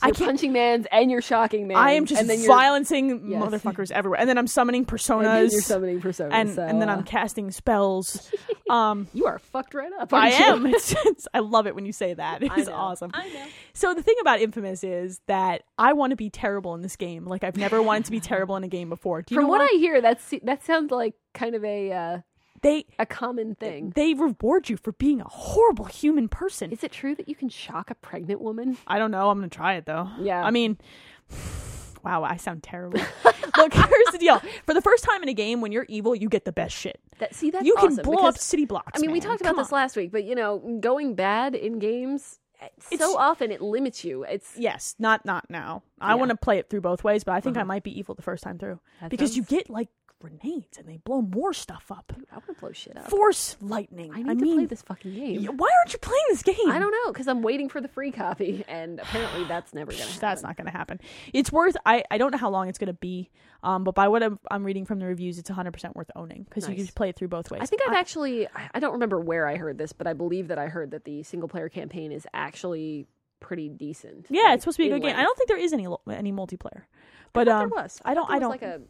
Speaker 1: I
Speaker 2: you're
Speaker 1: can't.
Speaker 2: punching mans and you're shocking mans.
Speaker 1: I am just
Speaker 2: and then you're,
Speaker 1: violencing
Speaker 2: Yes.
Speaker 1: motherfuckers everywhere, and then I'm summoning
Speaker 2: and
Speaker 1: personas,
Speaker 2: then you're summoning personas.
Speaker 1: and,
Speaker 2: so,
Speaker 1: and then
Speaker 2: uh,
Speaker 1: I'm casting spells. um,
Speaker 2: you are fucked right up.
Speaker 1: I
Speaker 2: aren't you?
Speaker 1: am. It's, it's, I love it when you say that.
Speaker 2: I
Speaker 1: It's
Speaker 2: know.
Speaker 1: awesome.
Speaker 2: I know.
Speaker 1: So the thing about Infamous is that I want to be terrible in this game. Like I've never wanted to be terrible in a game before. Do you
Speaker 2: From
Speaker 1: know
Speaker 2: what
Speaker 1: why?
Speaker 2: I hear, that's that sounds like kind of a uh,
Speaker 1: they
Speaker 2: a common thing.
Speaker 1: they reward you for being a horrible human person.
Speaker 2: Is it true that you can shock a pregnant woman?
Speaker 1: I don't know. I'm gonna try it though.
Speaker 2: Yeah.
Speaker 1: I mean, wow, I sound terrible. Look, here's the deal. For the first time in a game, when you're evil, you get the best shit.
Speaker 2: That see that's
Speaker 1: you can
Speaker 2: awesome
Speaker 1: blow
Speaker 2: because-
Speaker 1: up city blocks.
Speaker 2: I mean, we
Speaker 1: man.
Speaker 2: talked about
Speaker 1: Come
Speaker 2: this
Speaker 1: on.
Speaker 2: last week, but you know, going bad in games eh,
Speaker 1: It's-
Speaker 2: so often it limits you. It's
Speaker 1: Yes, not not now. I
Speaker 2: Yeah. Uh-huh.
Speaker 1: want to play it through both ways, but I think I might be evil the first time through
Speaker 2: That
Speaker 1: because you
Speaker 2: sounds-
Speaker 1: get like grenades and they blow more stuff up.
Speaker 2: I want to blow shit up.
Speaker 1: Force lightning.
Speaker 2: I need to
Speaker 1: mean,
Speaker 2: play this fucking game.
Speaker 1: y- Why aren't you playing this game?
Speaker 2: I don't know because I'm waiting for the free copy, and apparently that's never gonna happen.
Speaker 1: That's not going to happen. It's worth. I I don't know how long it's going to be. Um, but by what I'm, I'm reading from the reviews, it's 100 percent worth owning because you can
Speaker 2: Nice.
Speaker 1: just play it through both ways.
Speaker 2: I think I've actually I I don't remember where I heard this, but I believe that I heard that the single player campaign is actually pretty decent.
Speaker 1: yeah,
Speaker 2: Like,
Speaker 1: it's supposed to be a
Speaker 2: in
Speaker 1: good game. I
Speaker 2: length.
Speaker 1: don't think there is any lo- any multiplayer.
Speaker 2: I
Speaker 1: But
Speaker 2: thought
Speaker 1: um,
Speaker 2: there was.
Speaker 1: I don't.
Speaker 2: thought
Speaker 1: I
Speaker 2: there
Speaker 1: don't.
Speaker 2: was like a.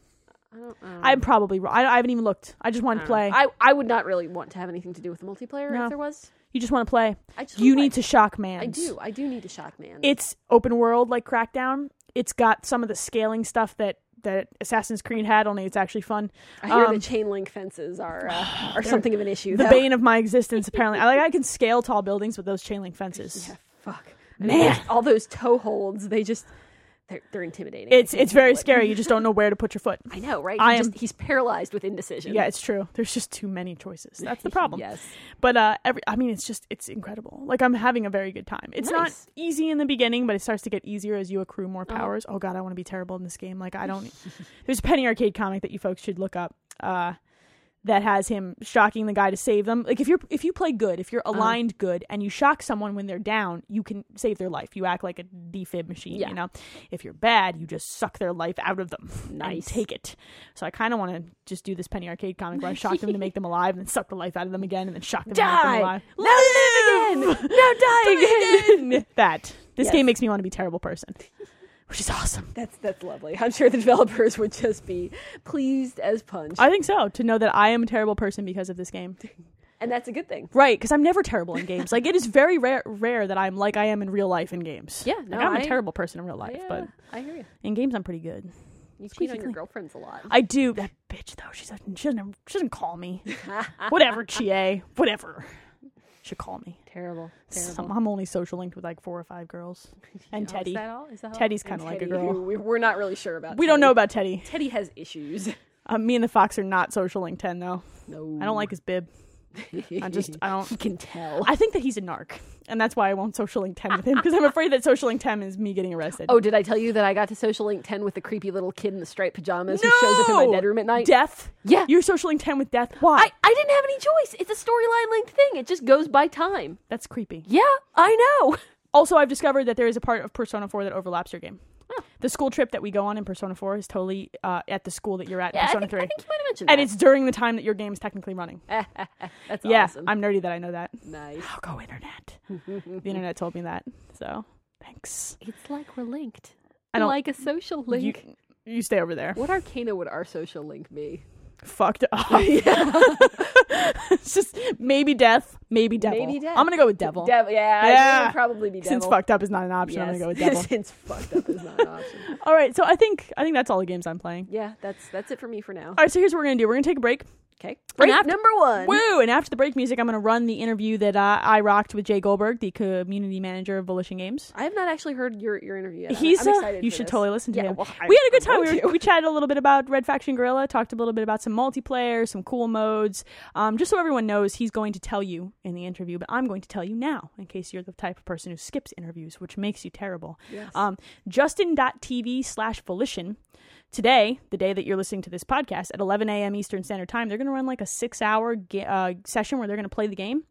Speaker 2: I don't. Um,
Speaker 1: I'm probably wrong. I, I haven't even looked. I just want to play.
Speaker 2: I I would not really want to have anything to do with the multiplayer
Speaker 1: No.
Speaker 2: if there was.
Speaker 1: you just want to play.
Speaker 2: I just
Speaker 1: You
Speaker 2: wanna
Speaker 1: need to shock man.
Speaker 2: play. I do. I do need to shock man.
Speaker 1: it's open world like Crackdown. It's got some of the scaling stuff that that Assassin's Creed had, only it's actually fun.
Speaker 2: I hear
Speaker 1: Um,
Speaker 2: the chain link fences are uh, are something of an issue.
Speaker 1: The
Speaker 2: though.
Speaker 1: bane of my existence, apparently. I like I can scale tall buildings with those chain link fences.
Speaker 2: Yeah, fuck.
Speaker 1: Man.
Speaker 2: Man, all those toe holds, they just they're, they're intimidating. I
Speaker 1: It's
Speaker 2: can't
Speaker 1: it's very
Speaker 2: handle it.
Speaker 1: scary. You just don't know where to put your foot.
Speaker 2: I know, right?
Speaker 1: I
Speaker 2: I
Speaker 1: am-
Speaker 2: just, he's paralyzed with indecision.
Speaker 1: Yeah, it's true. There's just too many choices. That's the problem.
Speaker 2: yes.
Speaker 1: But uh, every I mean, it's just it's incredible. Like I'm having a very good time. It's
Speaker 2: Nice. Uh-huh.
Speaker 1: not easy in the beginning, but it starts to get easier as you accrue more powers. Oh God, I want to be terrible in this game. Like I don't. There's a Penny Arcade comic that you folks should look up. Uh, that has him shocking the guy to save them. Like if you're if you play good, if you're
Speaker 2: Uh-huh.
Speaker 1: aligned good, and you shock someone when they're down, you can save their life. You act like a defib machine.
Speaker 2: Yeah.
Speaker 1: You know, if you're bad, you just suck their life out of them and
Speaker 2: Nice.
Speaker 1: take it. So I kind of want to just do this Penny Arcade comic where I shock them to make them alive, and then suck the life out of them again, and then shock them
Speaker 2: Die!
Speaker 1: to make them alive.
Speaker 2: Now die
Speaker 1: Live! that this
Speaker 2: Yes.
Speaker 1: game makes me want to be a terrible person, which is awesome.
Speaker 2: That's that's lovely. I'm sure the developers would just be pleased as punch,
Speaker 1: I think so. To know that I am a terrible person because of this game.
Speaker 2: and that's a good thing.
Speaker 1: Right, because I'm never terrible in games. Like it is very rare, rare that I'm like I am in real life in games.
Speaker 2: Yeah,
Speaker 1: Like,
Speaker 2: no,
Speaker 1: I'm a
Speaker 2: I-
Speaker 1: terrible person in real life,
Speaker 2: yeah,
Speaker 1: but
Speaker 2: I hear you.
Speaker 1: in games I'm pretty good.
Speaker 2: You cheat
Speaker 1: Squeaky
Speaker 2: on your
Speaker 1: clean.
Speaker 2: girlfriends a lot.
Speaker 1: I do that bitch though. She's like, she doesn't she doesn't call me. whatever, Chie, whatever. Should call me.
Speaker 2: Terrible, terrible.
Speaker 1: Some, I'm only social linked with like four or five girls, and
Speaker 2: Oh,
Speaker 1: Teddy.
Speaker 2: Is that all? Is that all?
Speaker 1: Teddy's
Speaker 2: And
Speaker 1: kinda like a
Speaker 2: Teddy,
Speaker 1: girl.
Speaker 2: who we- We're not really sure about.
Speaker 1: We don't
Speaker 2: Teddy.
Speaker 1: know about Teddy.
Speaker 2: Teddy has issues.
Speaker 1: Um, me and the fox are not social linked ten though.
Speaker 2: No,
Speaker 1: I don't like his bib. I just I don't.
Speaker 2: You can tell.
Speaker 1: I think that he's a narc, and that's why I won't social link ten with him because I'm afraid that social link ten is me getting arrested.
Speaker 2: Oh, did I tell you that I got to Social Link 10 with the creepy little kid in the striped pajamas who shows up in my
Speaker 1: No!
Speaker 2: bedroom at night?
Speaker 1: death.
Speaker 2: Yeah.
Speaker 1: you're social link ten with death. Why?
Speaker 2: I, I didn't have any choice. It's a storyline linked thing. It just goes by time.
Speaker 1: That's creepy.
Speaker 2: Yeah, I know.
Speaker 1: Also, I've discovered that there is a part of Persona 4 that overlaps your game. the school trip that we go on in Persona 4 is totally uh, at the school that you're at in
Speaker 2: Yeah, I
Speaker 1: Persona
Speaker 2: think,
Speaker 1: 3.
Speaker 2: I think you might have mentioned
Speaker 1: and
Speaker 2: that.
Speaker 1: it's during the time that your game's technically running.
Speaker 2: That's
Speaker 1: yeah,
Speaker 2: awesome.
Speaker 1: I'm nerdy that I know that.
Speaker 2: nice.
Speaker 1: I'll go internet. the internet told me that. So, thanks.
Speaker 2: It's like we're linked.
Speaker 1: I don't-
Speaker 2: like a social link.
Speaker 1: You, you stay over there.
Speaker 2: What arcana would our social link be?
Speaker 1: Fucked up. it's just maybe death, maybe devil.
Speaker 2: Maybe death.
Speaker 1: I'm going to go with devil.
Speaker 2: Devil. Yeah, I think it
Speaker 1: Yeah.
Speaker 2: would probably be devil.
Speaker 1: Since fucked up is not an option, I'm
Speaker 2: Yes.
Speaker 1: going to go with devil.
Speaker 2: Since fucked up is not an option.
Speaker 1: All right, so I think I think that's all the games I'm playing.
Speaker 2: Yeah, that's that's it for me for now.
Speaker 1: All right, so here's what we're going to do. We're going to take a break.
Speaker 2: Okay.
Speaker 1: Break
Speaker 2: Break number one.
Speaker 1: Woo! And after the break music, I'm going to run the interview that uh, I rocked with Jay Goldberg, the community manager of Volition Games.
Speaker 2: I have not actually heard your, your interview yet.
Speaker 1: He's
Speaker 2: I'm
Speaker 1: uh,
Speaker 2: excited
Speaker 1: you
Speaker 2: for
Speaker 1: should
Speaker 2: this.
Speaker 1: totally listen to
Speaker 2: Yeah,
Speaker 1: him.
Speaker 2: well, I-
Speaker 1: we had a good
Speaker 2: I
Speaker 1: time.
Speaker 2: want
Speaker 1: We, were, we chatted a little bit about Red Faction Gorilla, talked a little bit about some multiplayer, some cool modes. Um, just so everyone knows, he's going to tell you in the interview, but I'm going to tell you now in case you're the type of person who skips interviews, which makes you terrible.
Speaker 2: Yes.
Speaker 1: Um, Justin.tv slash Volition. Today, the day that you're listening to this podcast, at 11 a.m. Eastern Standard Time, they're going to run like a six hour ga- uh, session where they're going to play the game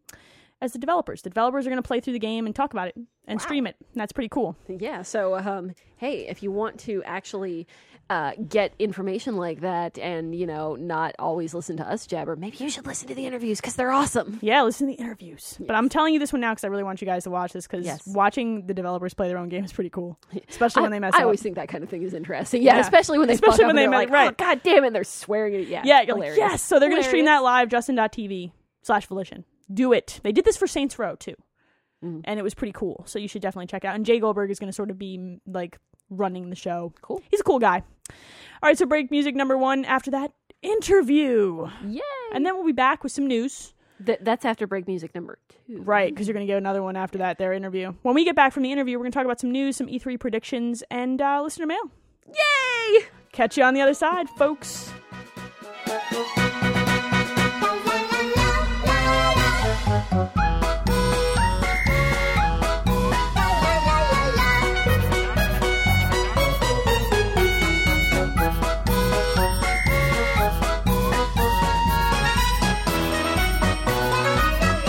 Speaker 1: as the developers. The developers are going to play through the game and talk about it and stream it. And that's pretty cool.
Speaker 2: Yeah. So, um, hey, if you want to actually uh, get information like that, and you know, not always listen to us jabber, maybe you should listen to the interviews because they're awesome.
Speaker 1: Yeah, listen to the interviews. But I'm telling you this one now because I really want you guys to watch this because
Speaker 2: Yes.
Speaker 1: watching the developers play their own game is pretty cool, especially
Speaker 2: I,
Speaker 1: when they mess
Speaker 2: I
Speaker 1: up.
Speaker 2: always think that kind of thing is interesting. Yeah,
Speaker 1: Yeah.
Speaker 2: especially when they
Speaker 1: Especially
Speaker 2: fuck
Speaker 1: when
Speaker 2: up and
Speaker 1: they
Speaker 2: they're like,
Speaker 1: make- right.
Speaker 2: oh god damn it, they're swearing at it. Yeah,
Speaker 1: yeah, you're like,
Speaker 2: hilarious.
Speaker 1: yes. So they're going to stream
Speaker 2: Hilarious.
Speaker 1: that live, justin.tv slash volition. Do it. They did this for Saints Row too.
Speaker 2: Mm.
Speaker 1: And it was pretty cool. So you should definitely check it out. And Jay Goldberg is going to sort of be mm, like running the show.
Speaker 2: Cool.
Speaker 1: He's a cool guy. All right, so break music number one. After that, interview.
Speaker 2: Yay!
Speaker 1: And then we'll be back with some news.
Speaker 2: Th- that's after break music number two.
Speaker 1: Right, because you're going to get another one after that, their interview. When we get back from the interview, we're going to talk about some news, some E3 predictions, and uh, listener mail.
Speaker 2: Yay!
Speaker 1: Catch you on the other side, folks.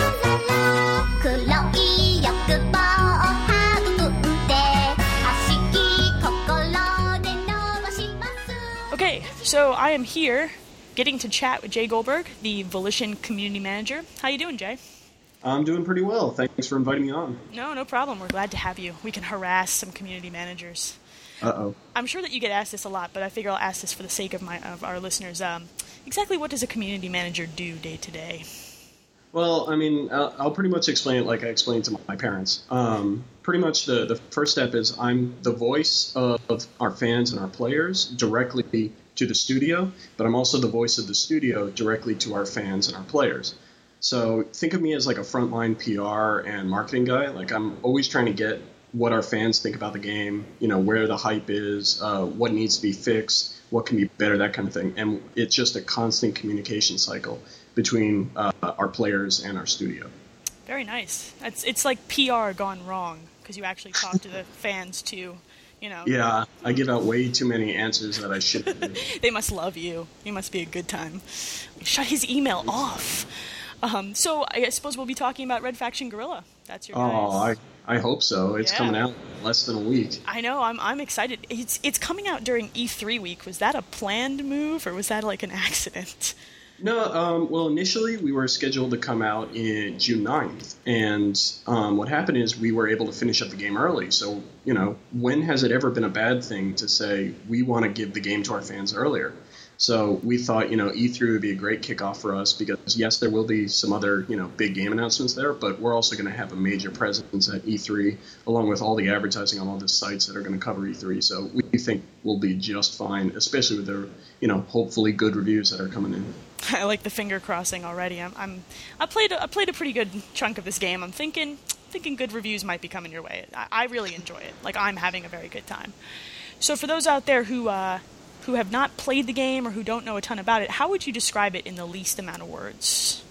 Speaker 3: 黒い欲望を育んで悪しき心で伸ばします」
Speaker 1: Okay, so I am here getting to chat with Jay Goldberg, the Volition community manager. How you doing, Jay?
Speaker 4: I'm doing pretty well. Thanks for inviting me on.
Speaker 1: No, no problem. We're glad to have you. We can harass some community managers.
Speaker 4: Uh oh.
Speaker 1: I'm sure that you get asked this a lot, but I figure I'll ask this for the sake of my of our listeners. Um, exactly what does a community manager do day to day?
Speaker 4: Well, I mean, I'll, I'll pretty much explain it like I explained to my parents. Um, pretty much the, the first step is I'm the voice of, of our fans and our players directly to the studio, but I'm also the voice of the studio directly to our fans and our players. So think of me as like a frontline PR and marketing guy. Like I'm always trying to get what our fans think about the game, you know, where the hype is, uh, what needs to be fixed, what can be better, that kind of thing. And it's just a constant communication cycle between uh, our players and our studio.
Speaker 1: Very nice. It's it's like PR gone wrong because you actually talk to the fans too. You know,
Speaker 4: Yeah, I give out way too many answers that I shouldn't. do.
Speaker 1: they must love you. You must be a good time. Shut his email off. Um, so I suppose we'll be talking about Red Faction Gorilla. That's your.
Speaker 4: oh, I,
Speaker 1: guys.
Speaker 4: I hope so. It's
Speaker 1: Yeah.
Speaker 4: coming out in less than a week.
Speaker 1: I know. I'm I'm excited. It's it's coming out during E3 week. Was that a planned move or was that like an accident?
Speaker 4: No, um, well, initially we were scheduled to come out in June 9th, and um, what happened is we were able to finish up the game early. So, you know, when has it ever been a bad thing to say we want to give the game to our fans earlier? So we thought, you know, E3 would be a great kickoff for us because yes, there will be some other, you know, big game announcements there, but we're also going to have a major presence at E3 along with all the advertising on all the sites that are going to cover E3. So we think we'll be just fine, especially with the, you know, hopefully good reviews that are coming in.
Speaker 1: I like the finger crossing already. I'm, I'm I played a, I played a pretty good chunk of this game. I'm thinking thinking good reviews might be coming your way. I, I really enjoy it. Like I'm having a very good time. So for those out there who uh, who have not played the game or who don't know a ton about it, how would you describe it in the least amount of words?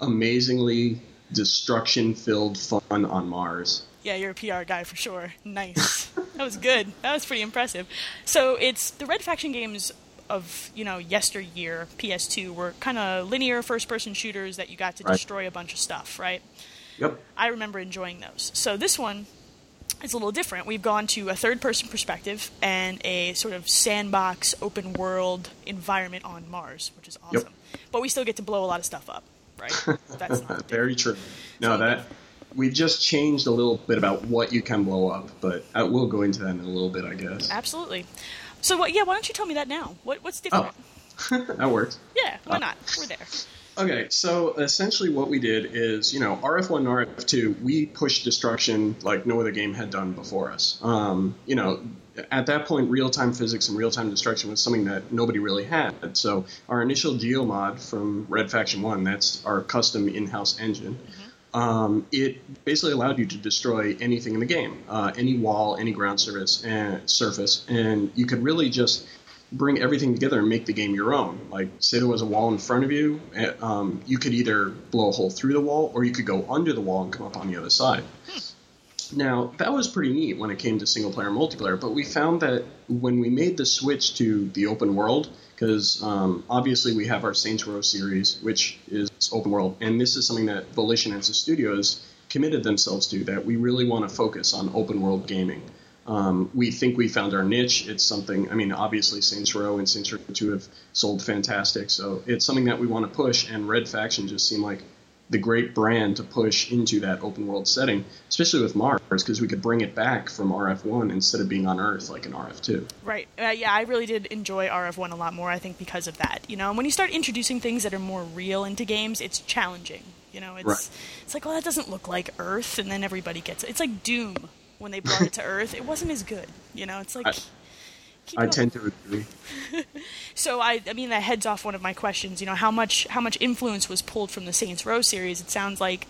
Speaker 4: amazingly destruction filled fun on Mars.
Speaker 1: Yeah, you're a PR guy for sure. Nice. that was good. That was pretty impressive. So it's the Red Faction games of you know yesteryear PS2 were kind of linear first-person shooters that you got to
Speaker 4: Right.
Speaker 1: destroy a bunch of stuff, right?
Speaker 4: Yep.
Speaker 1: I remember enjoying those. So this one It's a little different. We've gone to a third person perspective and a sort of sandbox open world environment on Mars, which is awesome. But we still get to blow a lot of stuff up, right? That's not
Speaker 4: Very true. No, that we've just changed a little bit about what you can blow up, but I, we'll go into that in a little bit, I guess.
Speaker 1: Absolutely. So what yeah, why don't you tell me that now? What what's different?
Speaker 4: Oh, that works.
Speaker 1: Yeah, why not? We're there.
Speaker 4: Okay, so essentially what we did is, you know, RF1 and RF2, we pushed destruction like no other game had done before us. Um, you know, at that point, real time physics and real time destruction was something that nobody really had. So our initial geomod from Red Faction 1, that's our custom in house engine. Um, it basically allowed you to destroy anything in the game, uh, any wall, any ground surface, and surface, and you could really just bring everything together and make the game your own. Like, say there was a wall in front of you, eh, um, you could either blow a hole through the wall or you could go under the wall and come up on the other side. Now, that was pretty neat when it came to single player and multiplayer, but we found that when we made the switch to the open world, because um, obviously we have our Saints Row series, which is open world, and this is something that Volition as a studio has committed themselves to, that we really want to focus on open world gaming. Um, we think we found our niche. It's something, I mean, obviously Saints Row and Saints Row 2 have sold fantastic, so it's something that we want to push, and Red Faction just seemed like the great brand to push into that open world setting, especially with Mars, because we could bring it back from RF1 instead of being on Earth like an RF2.
Speaker 1: Right. Uh, yeah, I really did enjoy RF1 a lot more, I think, because of that. You know, and when you start introducing things that are more real into games, it's challenging. You know, it's
Speaker 4: Right.
Speaker 1: it's like, well, that doesn't look like Earth, and then everybody gets it. It's like Doom when they brought it to Earth. It wasn't as good. You know, it's like.
Speaker 4: I-
Speaker 1: keep
Speaker 4: I
Speaker 1: it
Speaker 4: tend to agree.
Speaker 1: So I, I mean, that heads off one of my questions. You know, how much how much influence was pulled from the Saints Row series? It sounds like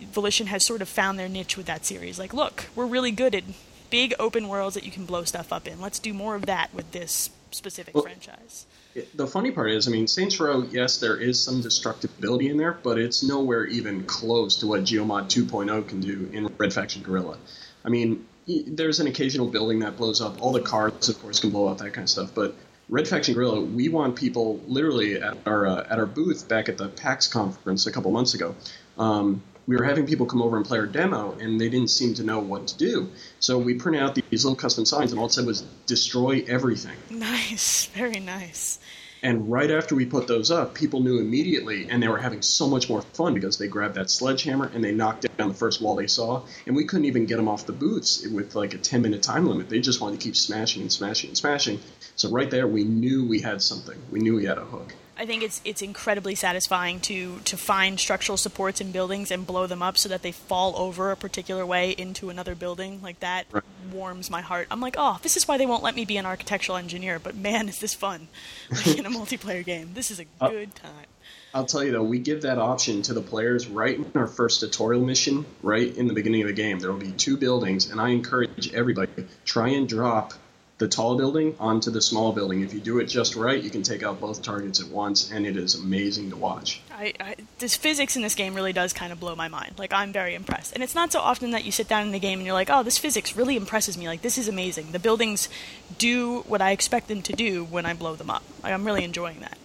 Speaker 1: Volition has sort of found their niche with that series. Like, look, we're really good at big open worlds that you can blow stuff up in. Let's do more of that with this specific franchise.
Speaker 4: It- the funny part is, I mean, Saints Row, yes, there is some destructibility in there, but it's nowhere even close to what Geomod 2.0 can do in Red Faction Gorilla. I mean, y- there's an occasional building that blows up. All the cars, of course, can blow up that kind of stuff. But Red Faction Gorilla, we want people literally at our uh, at our booth back at the PAX conference a couple months ago. Um, we were having people come over and play our demo, and they didn't seem to know what to do. So we printed out these little custom signs, and all it said was "destroy everything."
Speaker 1: Nice, very nice.
Speaker 4: And right after we put those up, people knew immediately, and they were having so much more fun because they grabbed that sledgehammer and they knocked down the first wall they saw. And we couldn't even get them off the booths with like a 10 minute time limit. They just wanted to keep smashing and smashing and smashing. So right there, we knew we had something. We knew we had a hook.
Speaker 1: I think it's it's incredibly satisfying to to find structural supports in buildings and blow them up so that they fall over a particular way into another building. Like that
Speaker 4: Right.
Speaker 1: warms my heart. I'm like, oh, this is why they won't let me be an architectural engineer. But man, is this fun! Like in a multiplayer game, this is a good time.
Speaker 4: I'll tell you though, we give that option to the players right in our first tutorial mission, right in the beginning of the game. There will be two buildings, and I encourage everybody try and drop the tall building onto the small building. If you do it just right, you can take out both targets at once, and it is amazing to watch.
Speaker 1: I, I, this physics in this game really does kind of blow my mind. Like I'm very impressed, and it's not so often that you sit down in the game and you're like, "Oh, this physics really impresses me. Like this is amazing. The buildings do what I expect them to do when I blow them up. Like I'm really enjoying that."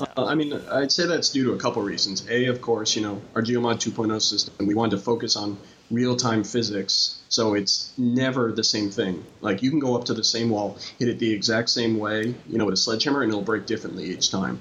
Speaker 4: Uh, I mean, I'd say that's due to a couple reasons. A, of course, you know, our Geomod 2.0 system, we wanted to focus on real time physics, so it's never the same thing. Like, you can go up to the same wall, hit it the exact same way, you know, with a sledgehammer, and it'll break differently each time.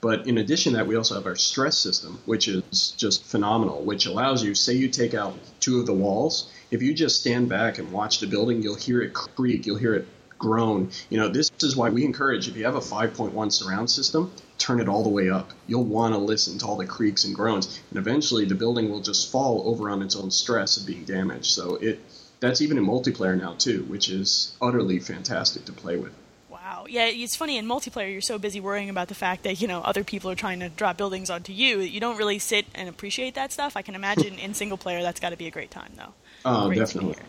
Speaker 4: But in addition to that, we also have our stress system, which is just phenomenal, which allows you, say you take out two of the walls, if you just stand back and watch the building, you'll hear it creak, you'll hear it grown. You know, this is why we encourage if you have a 5.1 surround system, turn it all the way up. You'll want to listen to all the creaks and groans, and eventually the building will just fall over on its own stress of being damaged. So it that's even in multiplayer now too, which is utterly fantastic to play with.
Speaker 1: Wow. Yeah, it's funny in multiplayer you're so busy worrying about the fact that, you know, other people are trying to drop buildings onto you that you don't really sit and appreciate that stuff. I can imagine in single player that's got to be a great time though.
Speaker 4: Oh,
Speaker 1: Great to
Speaker 4: definitely.
Speaker 1: hear.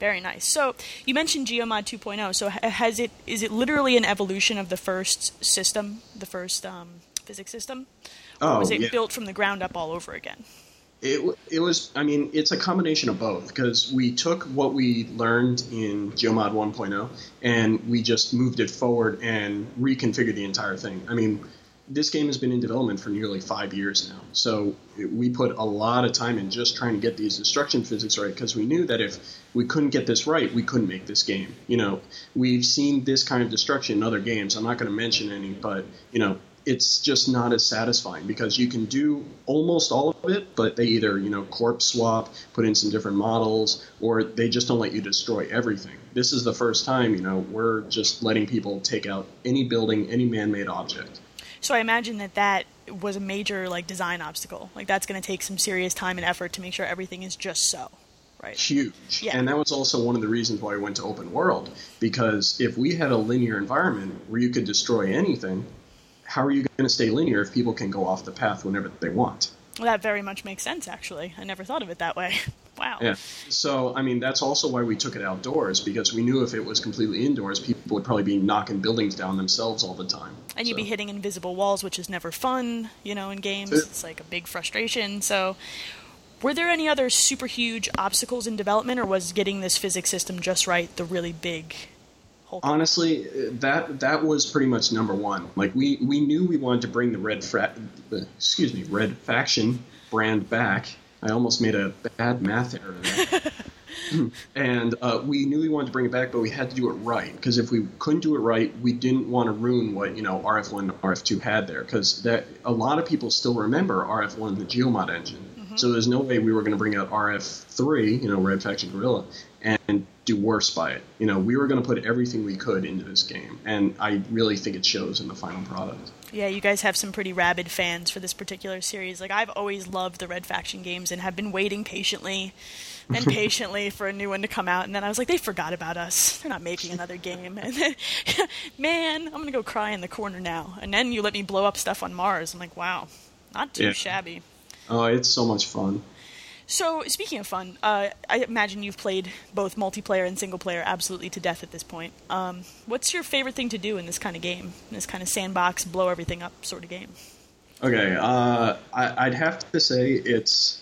Speaker 1: Very nice. So, you mentioned Geomod 2.0. So, ha- has it is it literally an evolution of the first system, the first um, physics system? Or
Speaker 4: Oh,
Speaker 1: was it
Speaker 4: yeah.
Speaker 1: built from the ground up all over again?
Speaker 4: It, w- it was, I mean, it's a combination of both because we took what we learned in Geomod 1.0 and we just moved it forward and reconfigured the entire thing. I mean, this game has been in development for nearly five years now. So it- we put a lot of time in just trying to get these instruction physics right because we knew that if we couldn't get this right, we couldn't make this game. You know, we've seen this kind of destruction in other games. I'm not going to mention any, but you know, it's just not as satisfying because you can do almost all of it, but they either you know corpse swap, put in some different models, or they just don't let you destroy everything. This is the first time you know we're just letting people take out any building, any man-made object.
Speaker 1: So I imagine that that was a major like design obstacle. Like that's going to take some serious time and effort to make sure everything is just so, right?
Speaker 4: huge.
Speaker 1: Yeah.
Speaker 4: And that was also one of the reasons why we went to open world because if we had a linear environment where you could destroy anything, how are you going to stay linear if people can go off the path whenever they want?
Speaker 1: Well, that very much makes sense actually. I never thought of it that way. wow.
Speaker 4: Yeah. So, I mean, that's also why we took it outdoors because we knew if it was completely indoors, people would probably be knocking buildings down themselves all the time.
Speaker 1: And you'd be
Speaker 4: So-
Speaker 1: hitting invisible walls, which is never fun, you know, in games.
Speaker 4: Yeah.
Speaker 1: It's like a big frustration. So, were there any other super huge obstacles in development, or was getting this physics system just right the really big? whole thing?
Speaker 4: honestly that that was pretty much number one like we we knew we wanted to bring the red fra- uh, excuse me red faction brand back i almost made a bad math error there and uh, we knew we wanted to bring it back but we had to do it right because if we couldn't do it right we didn't want to ruin what you know rf1 and rf2 had there because that a lot of people still remember rf1 the geomod engine so there's no way we were going to bring out rf3 you know red faction gorilla and do worse by it. You know, we were going to put everything we could into this game, and I really think it shows in the final product.
Speaker 1: Yeah, you guys have some pretty rabid fans for this particular series. Like I've always loved the Red Faction games and have been waiting patiently and patiently for a new one to come out. And then I was like, they forgot about us. They're not making another game. And then, man, I'm gonna go cry in the corner now. And then you let me blow up stuff on Mars. I'm like, wow, not too
Speaker 4: Yeah.
Speaker 1: shabby.
Speaker 4: Oh, it's so much fun.
Speaker 1: So speaking of fun, uh, I imagine you've played both multiplayer and single player absolutely to death at this point. Um, what's your favorite thing to do in this kind of game? This kind of sandbox, blow everything up sort of game.
Speaker 4: Okay, uh, I, I'd have to say it's.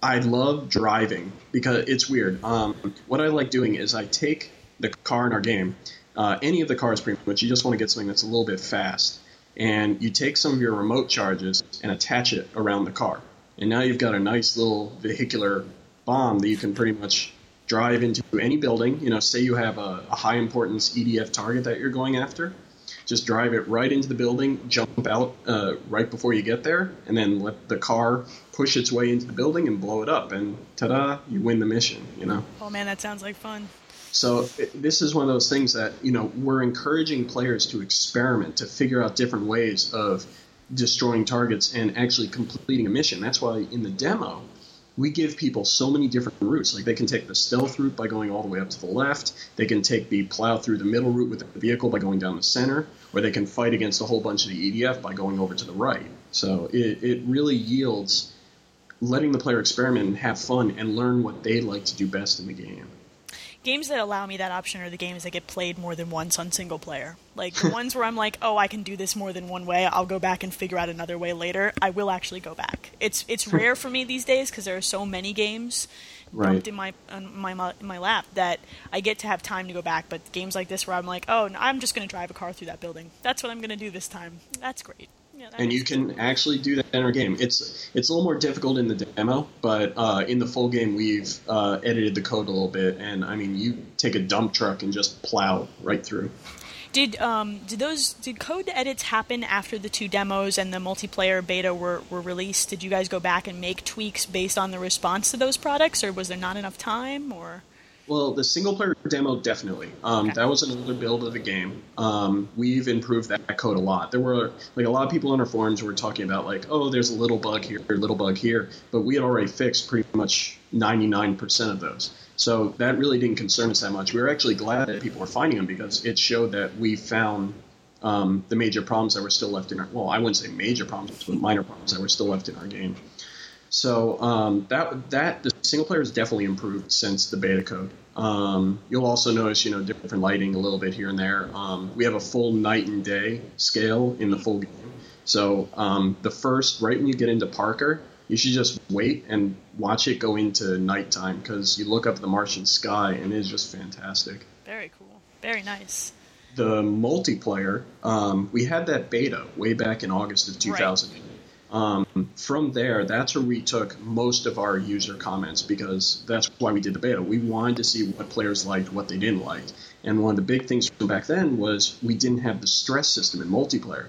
Speaker 4: I love driving because it's weird. Um, what I like doing is I take the car in our game, uh, any of the cars pretty much. You just want to get something that's a little bit fast, and you take some of your remote charges and attach it around the car, and now you've got a nice little vehicular bomb that you can pretty much drive into any building. You know, say you have a, a high importance EDF target that you're going after just drive it right into the building, jump out uh, right before you get there, and then let the car push its way into the building and blow it up. And ta-da, you win the mission. You know.
Speaker 1: Oh man, that sounds like fun.
Speaker 4: So it, this is one of those things that you know we're encouraging players to experiment to figure out different ways of destroying targets and actually completing a mission. That's why in the demo we give people so many different routes. Like they can take the stealth route by going all the way up to the left. They can take the plow through the middle route with the vehicle by going down the center, or they can fight against a whole bunch of the EDF by going over to the right. So it, it really yields letting the player experiment and have fun and learn what they like to do best in the game.
Speaker 1: Games that allow me that option are the games that get played more than once on single player. Like the ones where I'm like, oh, I can do this more than one way. I'll go back and figure out another way later. I will actually go back. It's it's
Speaker 4: Hmm.
Speaker 1: rare for me these days because there are so many games
Speaker 4: Right.
Speaker 1: dumped in my on my mu- my lap that I get to have time to go back. But games like this where I'm like, oh, no, I'm just going to drive a car through that building. That's what I'm going to do this time. That's great. Yeah, that
Speaker 4: and
Speaker 1: makes
Speaker 4: you can actually do that in our game. It's it's a little more difficult in the demo, but uh, in the full game we've uh, edited the code a little bit, and I mean you take a dump truck and just plow right through.
Speaker 1: Did um did those did code edits happen after the two demos and the multiplayer beta were, were released? Did you guys go back and make tweaks based on the response to those products, or was there not enough time? Or
Speaker 4: Well, the single player demo definitely. Um, That was another build of the game. Um, we've improved that code a lot. There were like a lot of people on our forums were talking about like, oh, there's a little bug here, a little bug here, but we had already fixed pretty much 99% of those. So that really didn't concern us that much. We were actually glad that people were finding them because it showed that we found um, the major problems that were still left in our well, I wouldn't say major problems, but minor problems that were still left in our game. So um, that that the single player has definitely improved since the beta code. Um, you'll also notice, you know, different lighting a little bit here and there. Um, we have a full night and day scale in the full game. So um, the first, right when you get into Parker, you should just wait and watch it go into nighttime because you look up at the Martian sky and it's just fantastic.
Speaker 1: very cool, very nice.
Speaker 4: the multiplayer, um, we had that beta way back in August of 2000. Um, from there, that's where we took most of our user comments because that's why we did the beta. We wanted to see what players liked, what they didn't like. And one of the big things from back then was we didn't have the stress system in multiplayer.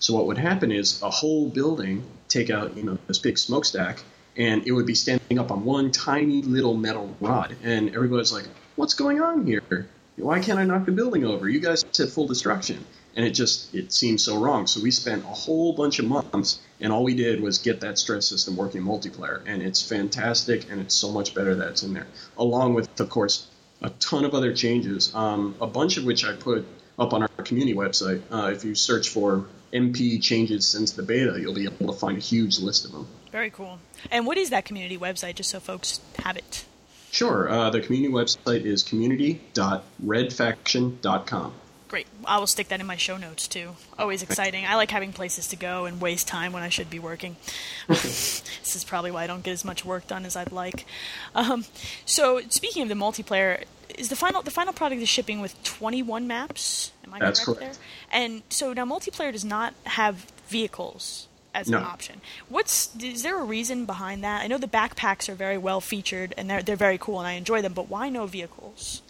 Speaker 4: So what would happen is a whole building take out, you know, this big smokestack, and it would be standing up on one tiny little metal rod, and everybody's like, "What's going on here? Why can't I knock the building over? You guys said full destruction." And it just it seemed so wrong. So we spent a whole bunch of months, and all we did was get that stress system working in multiplayer, and it's fantastic, and it's so much better that it's in there, along with of course a ton of other changes, um, a bunch of which I put up on our community website. Uh, if you search for MP changes since the beta, you'll be able to find a huge list of them.
Speaker 1: Very cool. And what is that community website, just so folks have it?
Speaker 4: Sure, uh, the community website is community.redfaction.com.
Speaker 1: Great. I will stick that in my show notes too. Always exciting. I like having places to go and waste time when I should be working. this is probably why I don't get as much work done as I'd like. Um, so, speaking of the multiplayer, is the final the final product is shipping with 21 maps? Am I
Speaker 4: That's
Speaker 1: correct,
Speaker 4: correct.
Speaker 1: there? And so now multiplayer does not have vehicles as
Speaker 4: No.
Speaker 1: an option. What's is there a reason behind that? I know the backpacks are very well featured and they're they're very cool and I enjoy them, but why no vehicles?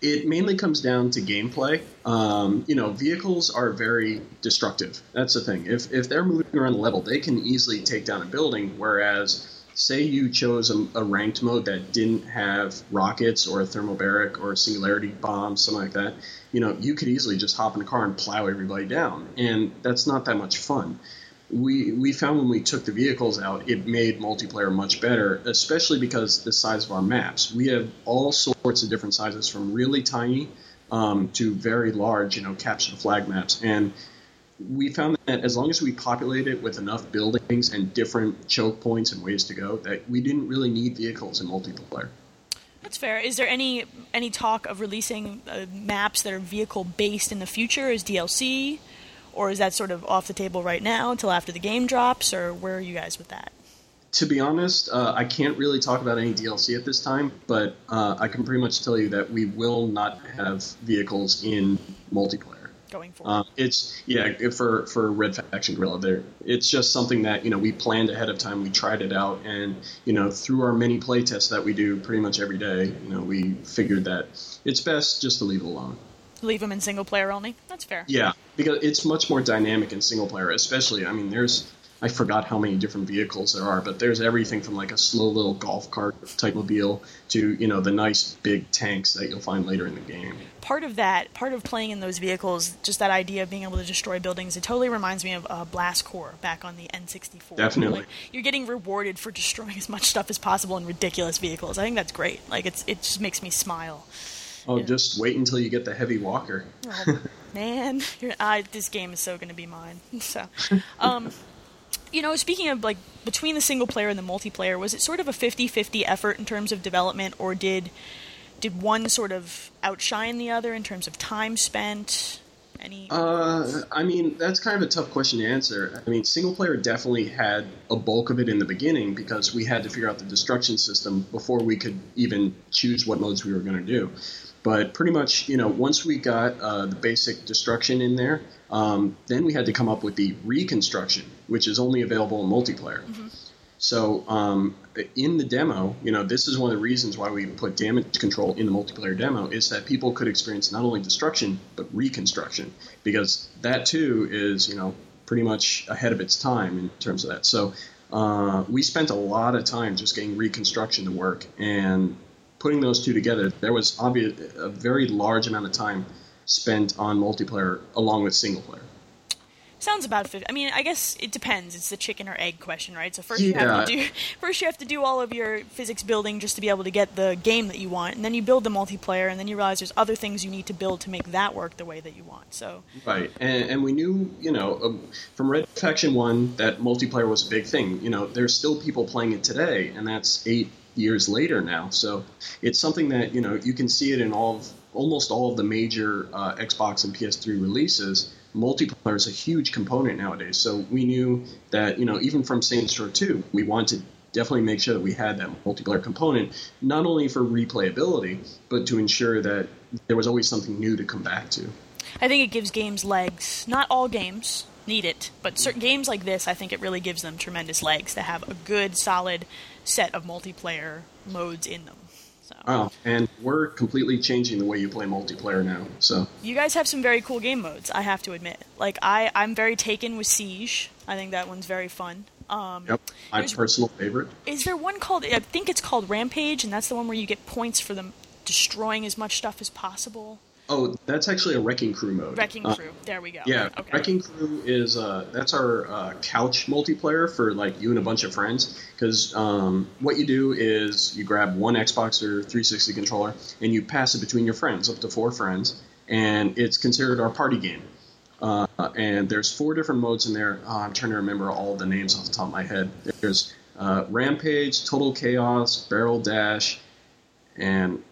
Speaker 4: It mainly comes down to gameplay. Um, you know, vehicles are very destructive. That's the thing. If, if they're moving around the level, they can easily take down a building, whereas, say, you chose a, a ranked mode that didn't have rockets or a thermobaric or a singularity bomb, something like that, you know, you could easily just hop in a car and plow everybody down. And that's not that much fun. we we found when we took the vehicles out, it made multiplayer much better, especially because the size of our maps. We have all sorts of different sizes, from really tiny um, to very large, you know, capture the flag maps. And we found that as long as we populate it with enough buildings and different choke points and ways to go, that we didn't really need vehicles in multiplayer.
Speaker 1: That's fair. Is there any any talk of releasing uh, maps that are vehicle based in the future as DLC, or is that sort of off the table right now until after the game drops, or where are you guys with that?
Speaker 4: to be honest, uh, I can't really talk about any DLC at this time, but uh, I can pretty much tell you that we will not have vehicles in multiplayer.
Speaker 1: Going forward,
Speaker 4: Uh, it's yeah for for Red Faction Gorilla. There, it's just something that you know we planned ahead of time. We tried it out, and you know through our many playtests that we do pretty much every day, you know we figured that it's best just to leave it alone.
Speaker 1: leave them in single player only. That's fair.
Speaker 4: Yeah, because it's much more dynamic in single player, especially. I mean, there's I forgot how many different vehicles there are, but there's everything from like a slow little golf cart type mobile to you know the nice big tanks that you'll find later in the game.
Speaker 1: Part of that, part of playing in those vehicles, just that idea of being able to destroy buildings, it totally reminds me of uh, Blast Corps back on the N64.
Speaker 4: Definitely.
Speaker 1: Like, you're getting rewarded for destroying as much stuff as possible in ridiculous vehicles. I think that's great. Like it's it just makes me smile.
Speaker 4: Oh, just wait until you get the heavy walker.
Speaker 1: Oh, man, You're, I, this game is so going to be mine. So, um, you know, speaking of like between the single player and the multiplayer, was it sort of a 50-50 effort in terms of development, or did did one sort of outshine the other in terms of time spent? Any?
Speaker 4: Uh, I mean, that's kind of a tough question to answer. I mean, single player definitely had a bulk of it in the beginning because we had to figure out the destruction system before we could even choose what modes we were going to do. But pretty much, you know, once we got uh, the basic destruction in there, um, then we had to come up with the reconstruction, which is only available in multiplayer. So um, in the demo, you know, this is one of the reasons why we put damage control in the multiplayer demo is that people could experience not only destruction but reconstruction because that too is you know pretty much ahead of its time in terms of that. So uh, we spent a lot of time just getting reconstruction to work and putting those two together. There was obvious a very large amount of time spent on multiplayer along with single player.
Speaker 1: Sounds about 50. I mean, I guess it depends. It's the chicken or egg question, right? So first you
Speaker 4: Yeah.
Speaker 1: have to do first you have to do all of your physics building just to be able to get the game that you want, and then you build the multiplayer, and then you realize there's other things you need to build to make that work the way that you want. So
Speaker 4: Right, and, and we knew, you know, um, from Red Faction One that multiplayer was a big thing. You know, there's still people playing it today, and that's eight years later now. So it's something that you know you can see it in all of, almost all of the major uh, Xbox and PS3 releases. Multiplayer is a huge component nowadays. So we knew that you know even from Saints Row Two, we wanted to definitely make sure that we had that multiplayer component, not only for replayability, but to ensure that there was always something new to come back to.
Speaker 1: I think it gives games legs. Not all games need it, but certain games like this, I think it really gives them tremendous legs to have a good, solid set of multiplayer modes in them. So
Speaker 4: Oh, and we're completely changing the way you play multiplayer now. So
Speaker 1: you guys have some very cool game modes. I have to admit, like I, I'm very taken with Siege. I think that one's very fun. Um,
Speaker 4: yep, my
Speaker 1: There's-
Speaker 4: personal favorite.
Speaker 1: Is there one called? I think it's called Rampage, and that's the one where you get points for them destroying as much stuff as possible.
Speaker 4: Oh, that's actually a wrecking crew mode.
Speaker 1: Wrecking
Speaker 4: Uh,
Speaker 1: Crew. There we go.
Speaker 4: Yeah,
Speaker 1: Okay.
Speaker 4: Wrecking Crew is uh, that's our uh, couch multiplayer for like you and a bunch of friends. Because um, what you do is you grab one Xbox or 360 controller and you pass it between your friends, up to four friends, and it's considered our party game. Uh, and there's four different modes in there. Oh, I'm trying to remember all the names off the top of my head. There's uh, Rampage, Total Chaos, Barrel Dash, and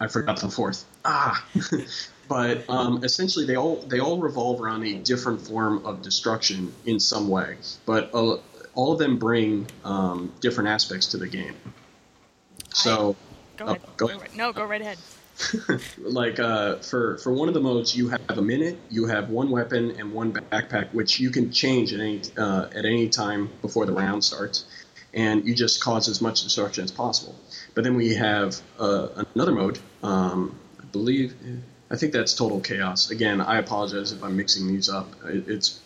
Speaker 4: I forgot the fourth. Ah, but um, essentially they all they all revolve around a different form of destruction in some way. But uh, all of them bring um, different aspects to the game. So.
Speaker 1: Go
Speaker 4: Oh,
Speaker 1: ahead.
Speaker 4: go
Speaker 1: go
Speaker 4: ahead.
Speaker 1: right- No, go right ahead.
Speaker 4: like uh, for for one of the modes, you have a minute, you have one weapon and one backpack, which you can change at any uh, at any time before the round starts, and you just cause as much destruction as possible. But then we have uh, another mode. Um, I believe I think that's total chaos. Again, I apologize if I'm mixing these up. It, it's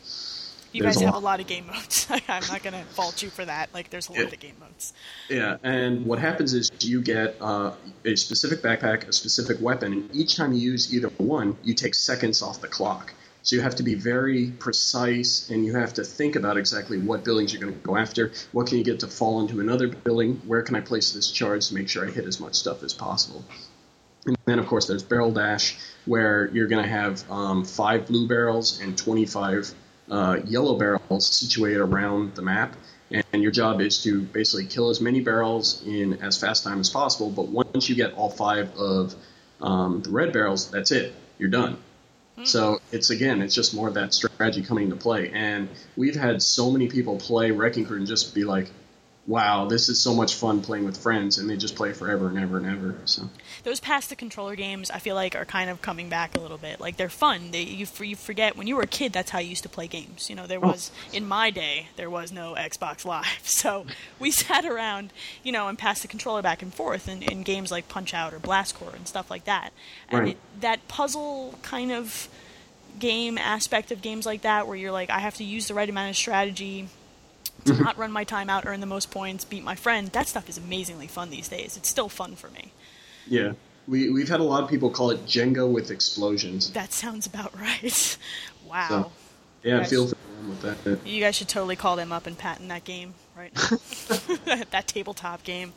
Speaker 1: You
Speaker 4: There's
Speaker 1: guys
Speaker 4: a
Speaker 1: have
Speaker 4: lot.
Speaker 1: a lot of game modes. I'm not gonna fault you for that. Like, there's a lot of game modes.
Speaker 4: Yeah, and what happens is you get uh, a specific backpack, a specific weapon, and each time you use either one, you take seconds off the clock. So you have to be very precise, and you have to think about exactly what buildings you're going to go after. What can you get to fall into another building? Where can I place this charge to make sure I hit as much stuff as possible? And then, of course, there's Barrel Dash, where you're going to have um, five blue barrels and 25 uh, yellow barrels situated around the map. And your job is to basically kill as many barrels in as fast time as possible. But once you get all five of um, the red barrels, that's it. You're done. So it's again, it's just more of that strategy coming into play. And we've had so many people play Wrecking Crew and just be like, "Wow, this is so much fun playing with friends," and they just play forever and ever and ever. So.
Speaker 1: Those past the controller games, I feel like, are kind of coming back a little bit. Like, they're fun. They, you, f- you forget when you were a kid, that's how you used to play games. You know, there was in my day, there was no Xbox Live, so we sat around, you know, and passed the controller back and forth in, in games like Punch Out or Blastcore and stuff like that. And
Speaker 4: Right.
Speaker 1: it, that puzzle kind of game aspect of games like that, where you're like, I have to use the right amount of strategy to not run my time out, earn the most points, beat my friend. That stuff is amazingly fun these days. It's still fun for me.
Speaker 4: Yeah. We, we've had a lot of people call it Jenga with explosions.
Speaker 1: That sounds about right. Wow.
Speaker 4: So, yeah,
Speaker 1: Yes.
Speaker 4: feel free to run with that.
Speaker 1: You guys should totally call them up and patent that game right now. that tabletop game.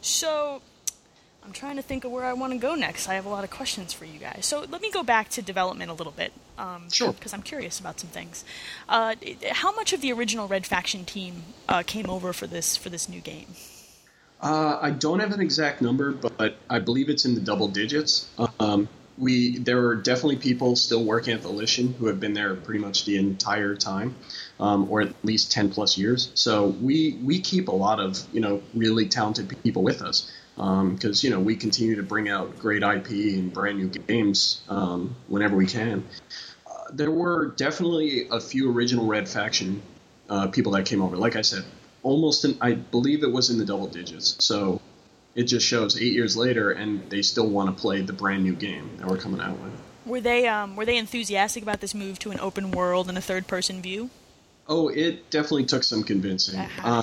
Speaker 1: So, I'm trying to think of where I want to go next. I have a lot of questions for you guys. So, let me go back to development a little bit. Um,
Speaker 4: Sure.
Speaker 1: Because I'm curious about some things. Uh, it- how much of the original Red Faction team uh, came over for this for this new game?
Speaker 4: Uh, I don't have an exact number, but I believe it's in the double digits. Um, we there are definitely people still working at Volition who have been there pretty much the entire time, um, or at least ten plus years. So we we keep a lot of you know really talented people with us because you know we continue to bring out great IP and brand new games um, whenever we can. Uh, there were definitely a few original Red Faction uh, people that came over. Like I said, almost in, I believe it was in the double digits. So it just shows eight years later, and they still want to play the brand new game that we're coming out with.
Speaker 1: Were they um, were they enthusiastic about this move to an open world and a third person view?
Speaker 4: Oh, it definitely took some convincing. Uh,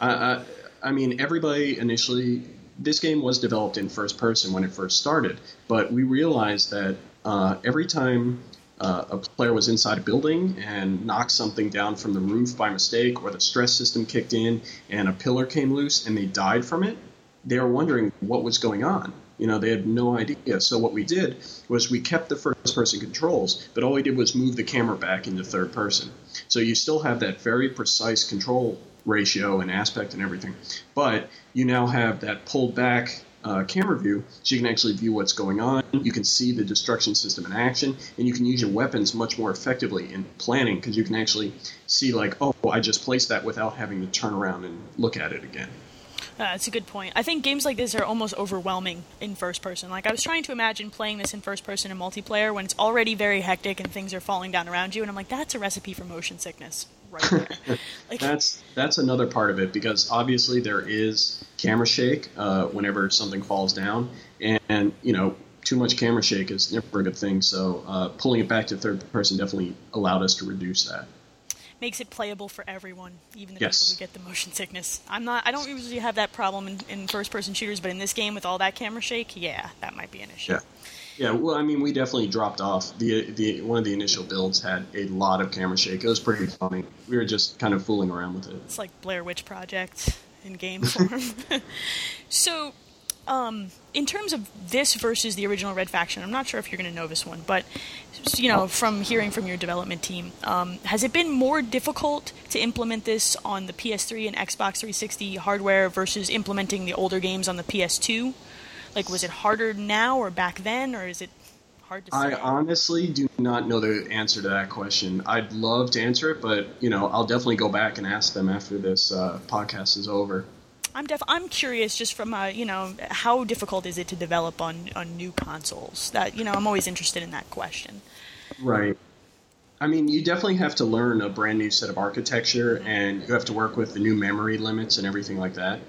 Speaker 4: I, I, I mean, everybody initially, this game was developed in first person when it first started, but we realized that uh, every time uh, a player was inside a building and knocked something down from the roof by mistake, or the stress system kicked in and a pillar came loose and they died from it, they were wondering what was going on. You know, they had no idea. So what we did was we kept the first person controls, but all we did was move the camera back into third person. So you still have that very precise control ratio and aspect and everything, but you now have that pulled back uh, camera view, so you can actually view what's going on. You can see the destruction system in action, and you can use your weapons much more effectively in planning because you can actually see like, oh, I just placed that without having to turn around and look at it again.
Speaker 1: Uh, it's a good point. I think games like this are almost overwhelming in first person. Like I was trying to imagine playing this in first person in multiplayer when it's already very hectic and things are falling down around you, and I'm like, that's a recipe for motion sickness right there. like,
Speaker 4: That's that's another part of it because obviously there is camera shake uh, whenever something falls down, and, and, you know too much camera shake is never a good thing. So uh, pulling it back to third person definitely allowed us to reduce that.
Speaker 1: makes it playable for everyone, even the
Speaker 4: Yes.
Speaker 1: people who get the motion sickness. I'm not. I don't usually have that problem in, in first-person shooters, but in this game with all that camera shake, yeah, that might be an issue.
Speaker 4: Yeah. Yeah, well, I mean, we definitely dropped off. the the One of the initial builds had a lot of camera shake. It was pretty funny. We were just kind of fooling around with it.
Speaker 1: It's like Blair Witch Project in game form. so, um, in terms of this versus the original Red Faction, I'm not sure if you're going to know this one, but you know, from hearing from your development team, um, has it been more difficult to implement this on the PS3 and Xbox 360 hardware versus implementing the older games on the PS2? Like, was it harder now or back then, or is it hard to say?
Speaker 4: I honestly do not know the answer to that question. I'd love to answer it, but you know, I'll definitely go back and ask them after this uh, podcast is over.
Speaker 1: I'm def- I'm curious just from uh, you know how difficult is it to develop on on new consoles? That you know I'm always interested in that question.
Speaker 4: Right. I mean, you definitely have to learn a brand new set of architecture, and you have to work with the new memory limits and everything like that.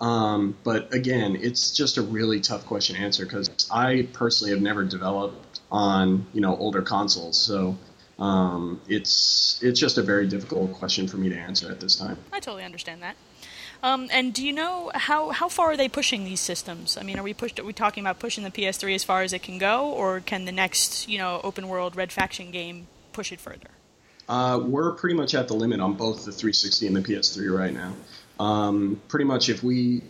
Speaker 4: Um, but again, it's just a really tough question to answer because I personally have never developed on you know older consoles, so um, it's it's just a very difficult question for me to answer at this time.
Speaker 1: I totally understand that. Um, and do you know how how far are they pushing these systems? I mean, are we pushed? Are we talking about pushing the PS3 as far as it can go, or can the next you know open world Red Faction game push it further?
Speaker 4: Uh, we're pretty much at the limit on both the 360 and the PS3 right now. Um, pretty much, if we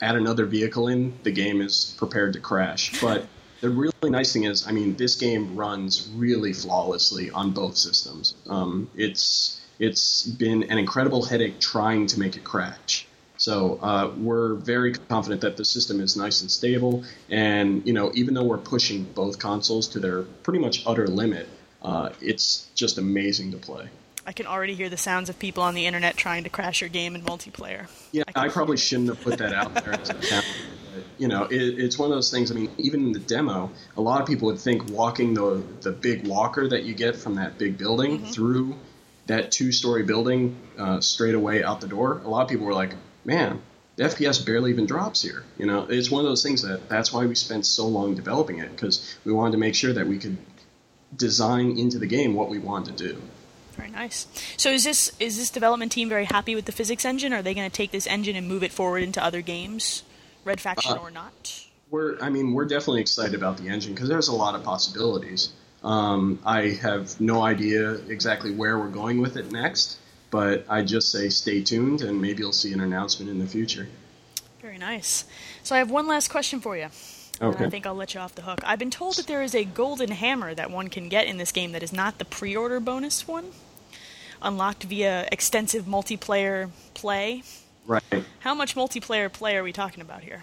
Speaker 4: add another vehicle in, the game is prepared to crash. But the really nice thing is, I mean, this game runs really flawlessly on both systems. Um, it's it's been an incredible headache trying to make it crash. So uh, we're very confident that the system is nice and stable, and you know, even though we're pushing both consoles to their pretty much utter limit, uh, it's just amazing to play.
Speaker 1: I can already hear the sounds of people on the internet trying to crash your game in multiplayer.
Speaker 4: Yeah,
Speaker 1: can
Speaker 4: I, probably shouldn't have put that out there. As a town, but, you know, it, it's one of those things. I mean, even in the demo, a lot of people would think walking the the big walker that you get from that big building through that two story building uh, straight away out the door. A lot of people were like, "Man, the FPS barely even drops here." You know, it's one of those things that that's why we spent so long developing it because we wanted to make sure that we could design into the game what we wanted to do.
Speaker 1: Very nice. So is this is this development team very happy with the physics engine? Are they going to take this engine and move it forward into other games, Red Faction or not?
Speaker 4: we're I mean we're definitely excited about the engine because there's a lot of possibilities. Um, I have no idea exactly where we're going with it next, but I just say stay tuned and maybe you'll see an announcement in the future.
Speaker 1: Very nice. So I have one last question for you. And I
Speaker 4: Okay.
Speaker 1: think I'll let you off the hook. I've been told that there is a golden hammer that one can get in this game that is not the pre-order bonus one, unlocked via extensive multiplayer play.
Speaker 4: Right.
Speaker 1: How much multiplayer play are we talking about here?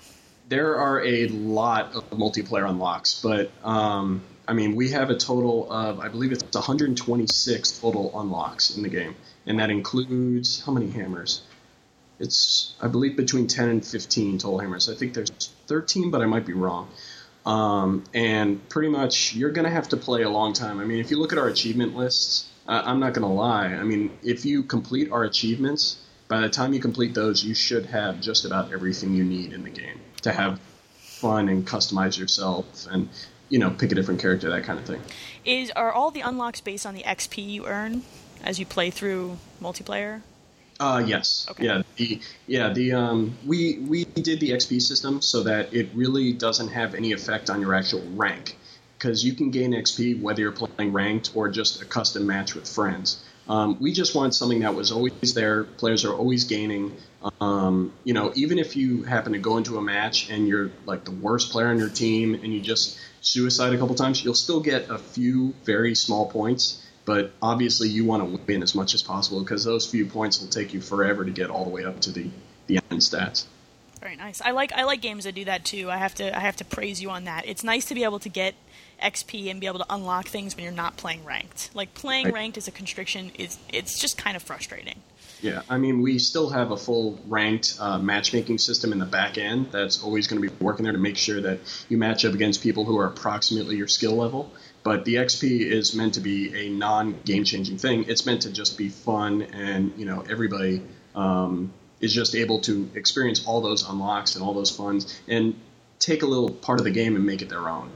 Speaker 4: There are a lot of multiplayer unlocks, but um, I mean we have a total of I believe it's 126 total unlocks in the game, and that includes how many hammers? It's I believe between 10 and 15 total hammers. I think there's 13, but I might be wrong. Um, and pretty much, you're going to have to play a long time. I mean, if you look at our achievement lists, uh, I'm not going to lie. I mean, if you complete our achievements, by the time you complete those, you should have just about everything you need in the game to have fun and customize yourself and, you know, pick a different character, that kind of thing.
Speaker 1: Is are all the unlocks based on the XP you earn as you play through multiplayer?
Speaker 4: Uh, yes.
Speaker 1: Okay.
Speaker 4: Yeah. The yeah the um we we did the XP system so that it really doesn't have any effect on your actual rank because you can gain XP whether you're playing ranked or just a custom match with friends. Um, we just wanted something that was always there. Players are always gaining. Um, you know, even if you happen to go into a match and you're like the worst player on your team and you just suicide a couple times, you'll still get a few very small points but obviously you want to win as much as possible because those few points will take you forever to get all the way up to the, the end stats.
Speaker 1: Very nice. I like I like games that do that too. I have to I have to praise you on that. It's nice to be able to get XP and be able to unlock things when you're not playing ranked. Like playing
Speaker 4: Right.
Speaker 1: ranked as a constriction is it's just kind of frustrating.
Speaker 4: Yeah, I mean, we still have a full ranked uh, matchmaking system in the back end that's always going to be working there to make sure that you match up against people who are approximately your skill level. But the XP is meant to be a non game changing thing. It's meant to just be fun, and you know, everybody um, is just able to experience all those unlocks and all those funds, and take a little part of the game and make it their own.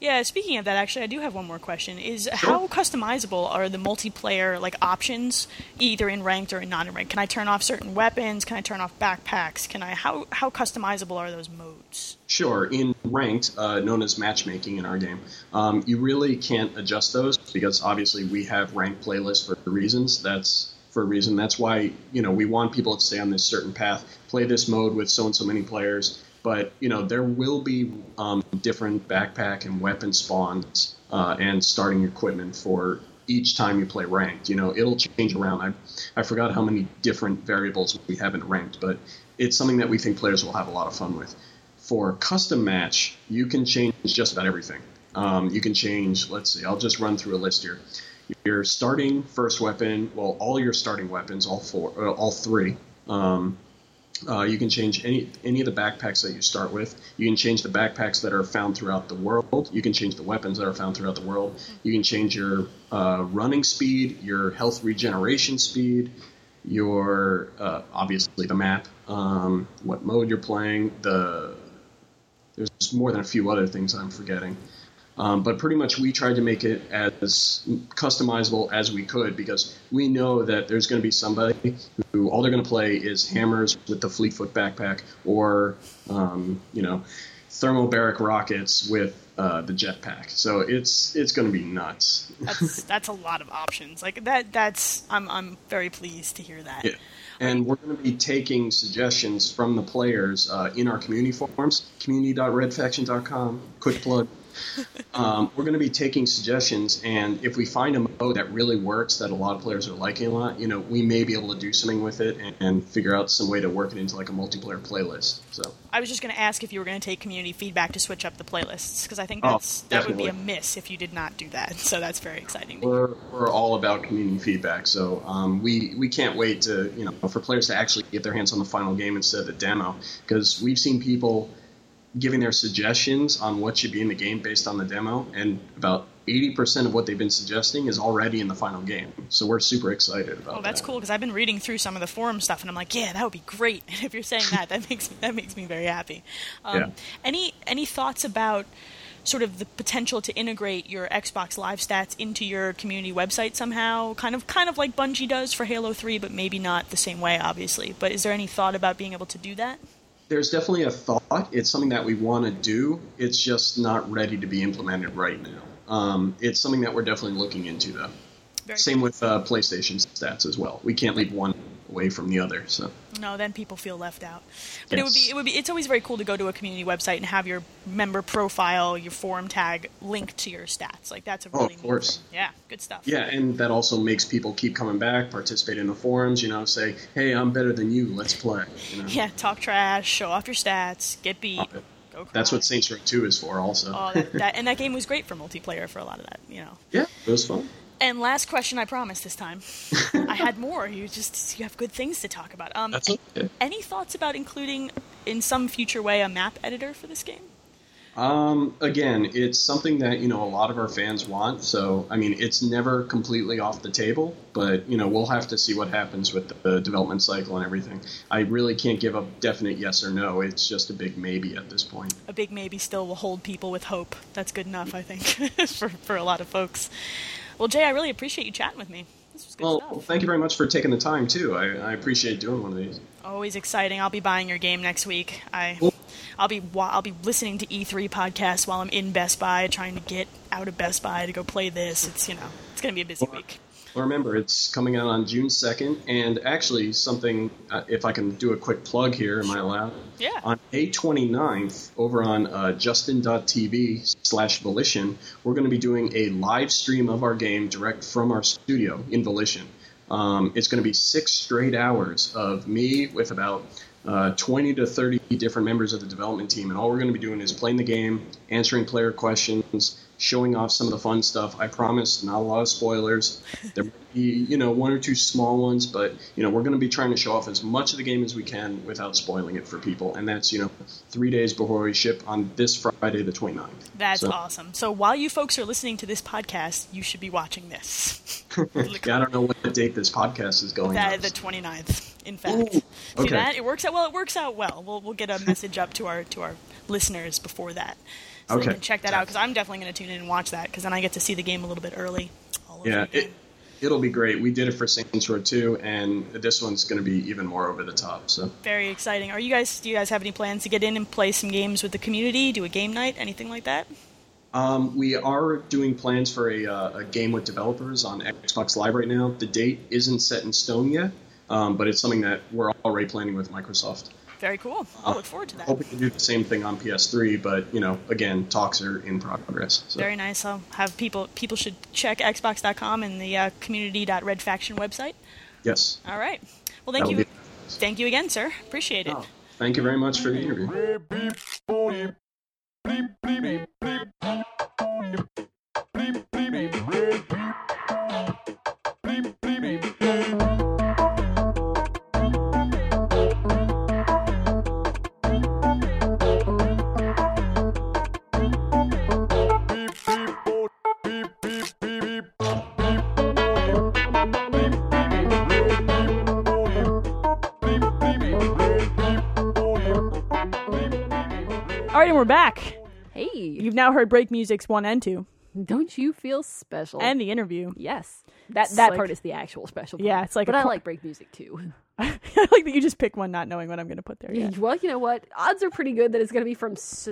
Speaker 1: Yeah, speaking of that, actually, I do have one more question. Is how customizable are the multiplayer like options, either in ranked or in non-ranked? Can I turn off certain weapons? Can I turn off backpacks? Can I how how customizable are those modes?
Speaker 4: Sure. In ranked, uh, known as matchmaking in our game, um, you really can't adjust those because obviously we have ranked playlists for reasons. That's for a reason. That's why you know we want people to stay on this certain path, play this mode with so and so many players. But you know there will be um, different backpack and weapon spawns uh, and starting equipment for each time you play ranked. You know, it'll change around. I, I forgot how many different variables we have in ranked, but it's something that we think players will have a lot of fun with. For custom match, you can change just about everything. Um, you can change, let's see, I'll just run through a list here. Your starting first weapon, well, all your starting weapons, all four, uh, all three. Um, uh, you can change any any of the backpacks that you start with. You can change the backpacks that are found throughout the world. You can change the weapons that are found throughout the world. You can change your uh, running speed, your health regeneration speed, your uh, obviously the map, um, what mode you're playing. The there's more than a few other things I'm forgetting. Um, but pretty much, we tried to make it as customizable as we could because we know that there's going to be somebody who all they're going to play is hammers with the Fleetfoot backpack or, um, you know, thermobaric rockets with uh, the jetpack. So it's it's going to be nuts.
Speaker 1: That's that's a lot of options. Like that that's I'm I'm very pleased to hear that.
Speaker 4: Yeah. And we're going to be taking suggestions from the players uh, in our community forums, community.redfaction.com, quick plug. um, we're going to be taking suggestions, and if we find a mode that really works, that a lot of players are liking a lot, you know, we may be able to do something with it and, and figure out some way to work it into like a multiplayer playlist. So,
Speaker 1: I was just going to ask if you were going to take community feedback to switch up the playlists because I think
Speaker 4: Oh,
Speaker 1: that's that would be a
Speaker 4: definitely.
Speaker 1: miss if you did not do that. So that's very exciting. to hear.
Speaker 4: we're, we're all about community feedback. So um, we we can't wait to you know for players to actually get their hands on the final game instead of the demo because we've seen people giving their suggestions on what should be in the game based on the demo, and about eighty percent of what they've been suggesting is already in the final game. So we're super excited about.
Speaker 1: Oh, that's
Speaker 4: that.
Speaker 1: cool because I've been reading through some of the forum stuff, and I'm like, yeah, that would be great. And if you're saying that, that makes me, that makes me very happy. Um,
Speaker 4: Yeah.
Speaker 1: Any any thoughts about sort of the potential to integrate your Xbox Live stats into your community website somehow? Kind of kind of like Bungie does for Halo Three, but maybe not the same way, obviously. But is there any thought about being able to do that?
Speaker 4: There's definitely a thought. It's something that we want to do. It's just not ready to be implemented right now. Um, it's something that we're definitely looking into, though.
Speaker 1: Very
Speaker 4: Same with uh, PlayStation stats as well. We can't leave one away from the other. So
Speaker 1: No, then people feel left out. But it would
Speaker 4: Yes.
Speaker 1: be it would be it's always very cool to go to a community website and have your member profile, your forum tag linked to your stats. Like that's a
Speaker 4: Oh,
Speaker 1: really
Speaker 4: of course.
Speaker 1: Yeah, good stuff.
Speaker 4: yeah, and that also makes people keep coming back, participate in the forums. You know, say, hey, I'm better than you. Let's play. You know?
Speaker 1: Yeah, talk trash, show off your stats, get beat,
Speaker 4: it.
Speaker 1: go cry.
Speaker 4: That's what Saints Row Two is for, also.
Speaker 1: Oh, that, that, and that game was great for multiplayer for a lot of that, you know.
Speaker 4: yeah, it was fun.
Speaker 1: And last question, I promise this time. I had more. You just you have good things to talk about. Um,
Speaker 4: That's okay.
Speaker 1: Any thoughts about including in some future way a map editor for this game?
Speaker 4: Um, again, it's something that you know a lot of our fans want. So I mean, it's never completely off the table, but you know we'll have to see what happens with the development cycle and everything. I really can't give a definite yes or no. It's just a big maybe at this point.
Speaker 1: a big maybe still will hold people with hope. That's good enough, I think, for, for a lot of folks. Well, Jay, I really appreciate you chatting with me. This was good
Speaker 4: Well,
Speaker 1: stuff.
Speaker 4: thank you very much for taking the time too. I, I appreciate doing one of these.
Speaker 1: Always exciting. I'll be buying your game next week. I,
Speaker 4: Cool.
Speaker 1: I'll be wa- I'll be listening to E3 podcasts while I'm in Best Buy, trying to get out of Best Buy to go play this. It's you know, it's gonna be a busy week.
Speaker 4: Well, remember, it's coming out on June 2nd. And actually, something, uh, if I can do a quick plug here, am I allowed?
Speaker 1: Yeah.
Speaker 4: On May 29th, over on uh, justin.tv slash Volition, we're going to be doing a live stream of our game direct from our studio in Volition. Um, it's going to be six straight hours of me with about uh, 20 to 30 different members of the development team. And all we're going to be doing is playing the game, answering player questions, showing off some of the fun stuff. I promise, not a lot of spoilers. There might be, you know, one or two small ones, but you know, we're going to be trying to show off as much of the game as we can without spoiling it for people. And that's, you know, three days before we ship on this Friday, the 29th.
Speaker 5: That's
Speaker 4: So-
Speaker 5: awesome. So while you folks are listening to this podcast, you should be watching this.
Speaker 4: Yeah, I don't know what date this podcast is going.
Speaker 5: that,
Speaker 4: up.
Speaker 5: the 29th, in fact.
Speaker 4: Ooh,
Speaker 5: See
Speaker 4: okay.
Speaker 5: that? It works out well. It works out well. We'll, we'll get a message up to our to our listeners before that. So they
Speaker 4: Okay.
Speaker 5: can check that out because I'm definitely going to tune in and watch that because then I get to see the game a little bit early. All over
Speaker 4: Yeah,
Speaker 5: again.
Speaker 4: it, it'll be great. We did it for Saints Row 2, and this one's going to be even more over the top. So
Speaker 5: Very exciting. Are you guys? Do you guys have any plans to get in and play some games with the community? Do a game night, anything like that?
Speaker 4: um, we are doing plans for a, uh, a game with developers on Xbox Live right now. The date isn't set in stone yet, um, but it's something that we're already planning with Microsoft.
Speaker 5: Very cool. I'll look forward to that.
Speaker 4: Hoping to do the same thing on PS3, but you know, again, talks are in progress. So.
Speaker 5: Very nice. I'll have people. People should check Xbox.com and the uh, community.redfaction website.
Speaker 4: Yes.
Speaker 5: All right. Well, thank
Speaker 4: That'll
Speaker 5: you.
Speaker 4: be- Oh.
Speaker 5: Thank you again, sir. Appreciate it.
Speaker 4: Thank you very much for the interview.
Speaker 1: All right, and we're back.
Speaker 2: Hey,
Speaker 1: You've now heard break music's one and two,
Speaker 2: don't you feel special?
Speaker 1: and the interview.
Speaker 2: yes, that that
Speaker 1: like-
Speaker 2: part is the actual special. Part.
Speaker 1: Yeah, it's like
Speaker 2: But
Speaker 1: a
Speaker 2: I
Speaker 1: cor-
Speaker 2: like break music too.
Speaker 1: I like that you just pick one, not knowing what I'm going to put there. Yet.
Speaker 2: Well, you know what? Odds are pretty good that it's going to be from s-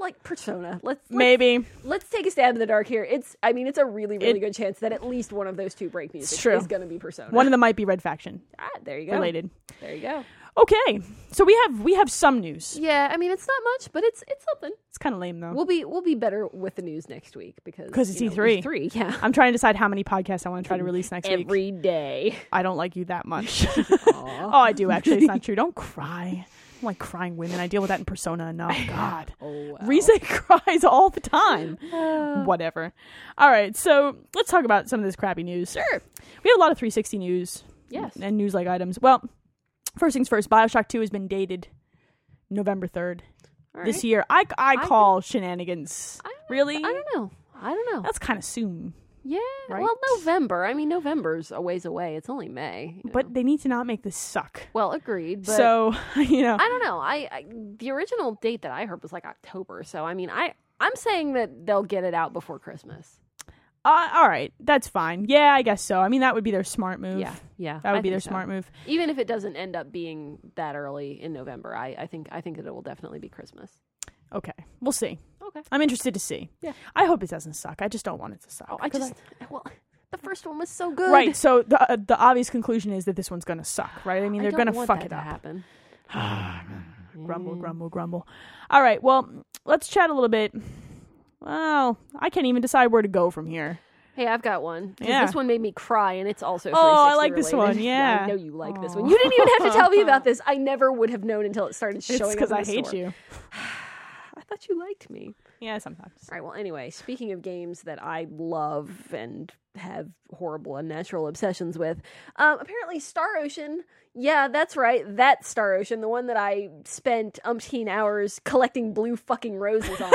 Speaker 2: like Persona. Let's, let's
Speaker 1: Maybe
Speaker 2: let's take a stab in the dark here. It's I mean, it's a really really
Speaker 1: It-
Speaker 2: good chance that at least one of those two break music
Speaker 1: true.
Speaker 2: is going to be Persona.
Speaker 1: one of them might be Red Faction
Speaker 2: ah, there you go.
Speaker 1: related.
Speaker 2: There you go.
Speaker 1: Okay, so we have we have some news.
Speaker 2: Yeah, I mean, it's not much, but it's it's something.
Speaker 1: It's kind of lame though.
Speaker 2: We'll be we'll be better with the news next week because
Speaker 1: 'Cause it's E
Speaker 2: you know,
Speaker 1: E3.
Speaker 2: E3, yeah.
Speaker 1: I'm trying to decide how many podcasts I want to try to release next week.
Speaker 2: Every day.
Speaker 1: I don't like you that much. oh, I do actually. It's not true. Don't cry. I'm like crying women. I deal with that in Persona enough. God.
Speaker 2: Oh, wow. Ah.
Speaker 1: Rize cries all the time. Whatever. All right, so let's talk about some of this crappy news. Sure. We had a lot of 360 news
Speaker 2: Yes.
Speaker 1: and news like items. Well, first things first, Bioshock 2 has been dated November 3rd
Speaker 2: All
Speaker 1: this
Speaker 2: right.
Speaker 1: year. I, I
Speaker 2: I
Speaker 1: call shenanigans.
Speaker 2: I don't-
Speaker 1: Really?
Speaker 2: I don't know. I don't know.
Speaker 1: That's kind of soon.
Speaker 2: Yeah.
Speaker 1: Right.
Speaker 2: Well, November. I mean, November's a ways away. It's only May. you know.
Speaker 1: But they need to not make this suck.
Speaker 2: well, agreed. But
Speaker 1: so, you know.
Speaker 2: I don't know. I, I the original date that I heard was like October. So I mean, I I'm saying that they'll get it out before Christmas.
Speaker 1: Uh, all right, that's fine. Yeah, I guess so. I mean, that would be their smart move.
Speaker 2: Yeah, yeah.
Speaker 1: that would
Speaker 2: I
Speaker 1: be
Speaker 2: think
Speaker 1: their
Speaker 2: so.
Speaker 1: smart move.
Speaker 2: Even if it doesn't end up being that early in November, I, I think I think that it will definitely be Christmas.
Speaker 1: Okay, we'll see.
Speaker 2: Okay.
Speaker 1: I'm interested to see.
Speaker 2: Yeah.
Speaker 1: I hope it doesn't suck. I just don't want it to suck.
Speaker 2: Oh, I
Speaker 1: 'Cause
Speaker 2: just well, the first one was so good.
Speaker 1: right. So the uh, the obvious conclusion is that this one's gonna suck, right? I mean, they're
Speaker 2: I don't
Speaker 1: gonna
Speaker 2: want
Speaker 1: fuck
Speaker 2: that
Speaker 1: it
Speaker 2: to
Speaker 1: up.
Speaker 2: Happen.
Speaker 1: Grumble, grumble, grumble. All right. Well, let's chat a little bit. Well, I can't even decide where to go from here.
Speaker 2: Hey, I've got one. 'Cause
Speaker 1: Yeah.
Speaker 2: This one made me cry, and it's also.
Speaker 1: Oh, I
Speaker 2: 360
Speaker 1: like this
Speaker 2: related.
Speaker 1: one, yeah.
Speaker 2: I know you like this one. You didn't even have to tell me about this. I never would have known until it started
Speaker 1: It's
Speaker 2: showing
Speaker 1: because
Speaker 2: up. in
Speaker 1: I
Speaker 2: the
Speaker 1: hate
Speaker 2: store.
Speaker 1: you.
Speaker 2: I thought you liked me.
Speaker 1: Yeah, sometimes.
Speaker 2: All right. Well, anyway, speaking of games that I love and have horrible unnatural obsessions with, um, apparently Star Ocean. Yeah, that's right. That Star Ocean, the one that I spent umpteen hours collecting blue fucking roses on.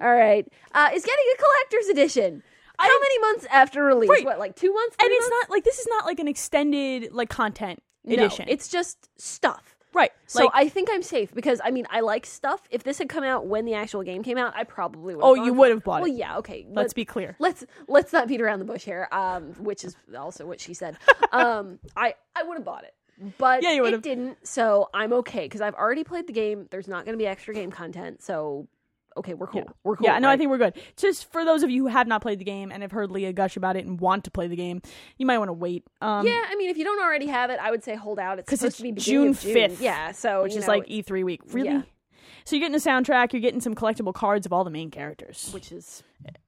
Speaker 2: All right, uh, is getting a collector's edition. How many months after release?
Speaker 1: Right.
Speaker 2: What, like two months?
Speaker 1: And
Speaker 2: three
Speaker 1: it's
Speaker 2: months?
Speaker 1: not like this is not like an extended like content
Speaker 2: No,
Speaker 1: edition.
Speaker 2: it's just stuff.
Speaker 1: right.
Speaker 2: So
Speaker 1: like,
Speaker 2: I think I'm safe because I mean I like stuff. If this had come out when the actual game came out, I probably would.
Speaker 1: Oh, you would have bought
Speaker 2: well,
Speaker 1: it.
Speaker 2: Well, yeah, okay.
Speaker 1: let's be clear.
Speaker 2: let's let's not beat around the bush here. Um, which is also what she said. Um, I I would have bought it, but
Speaker 1: Yeah, you
Speaker 2: it
Speaker 1: would've.
Speaker 2: didn't. So I'm okay because I've already played the game. There's not going to be extra game content, so okay, we're cool. We're cool.
Speaker 1: Yeah, no, I
Speaker 2: right?
Speaker 1: think we're good. Just for those of you who have not played the game and have heard Leah gush about it and want to play the game, you might want to wait. Um,
Speaker 2: Yeah, I mean, if you don't already have it, I would say hold out. It's
Speaker 1: 'Cause
Speaker 2: supposed
Speaker 1: it's
Speaker 2: to be
Speaker 1: June
Speaker 2: beginning of
Speaker 1: 5th,
Speaker 2: Yeah, so
Speaker 1: which
Speaker 2: you
Speaker 1: is
Speaker 2: know,
Speaker 1: like e E3 week. Really?
Speaker 2: yeah.
Speaker 1: So you're getting the soundtrack. You're getting some collectible cards of all the main characters.
Speaker 2: which is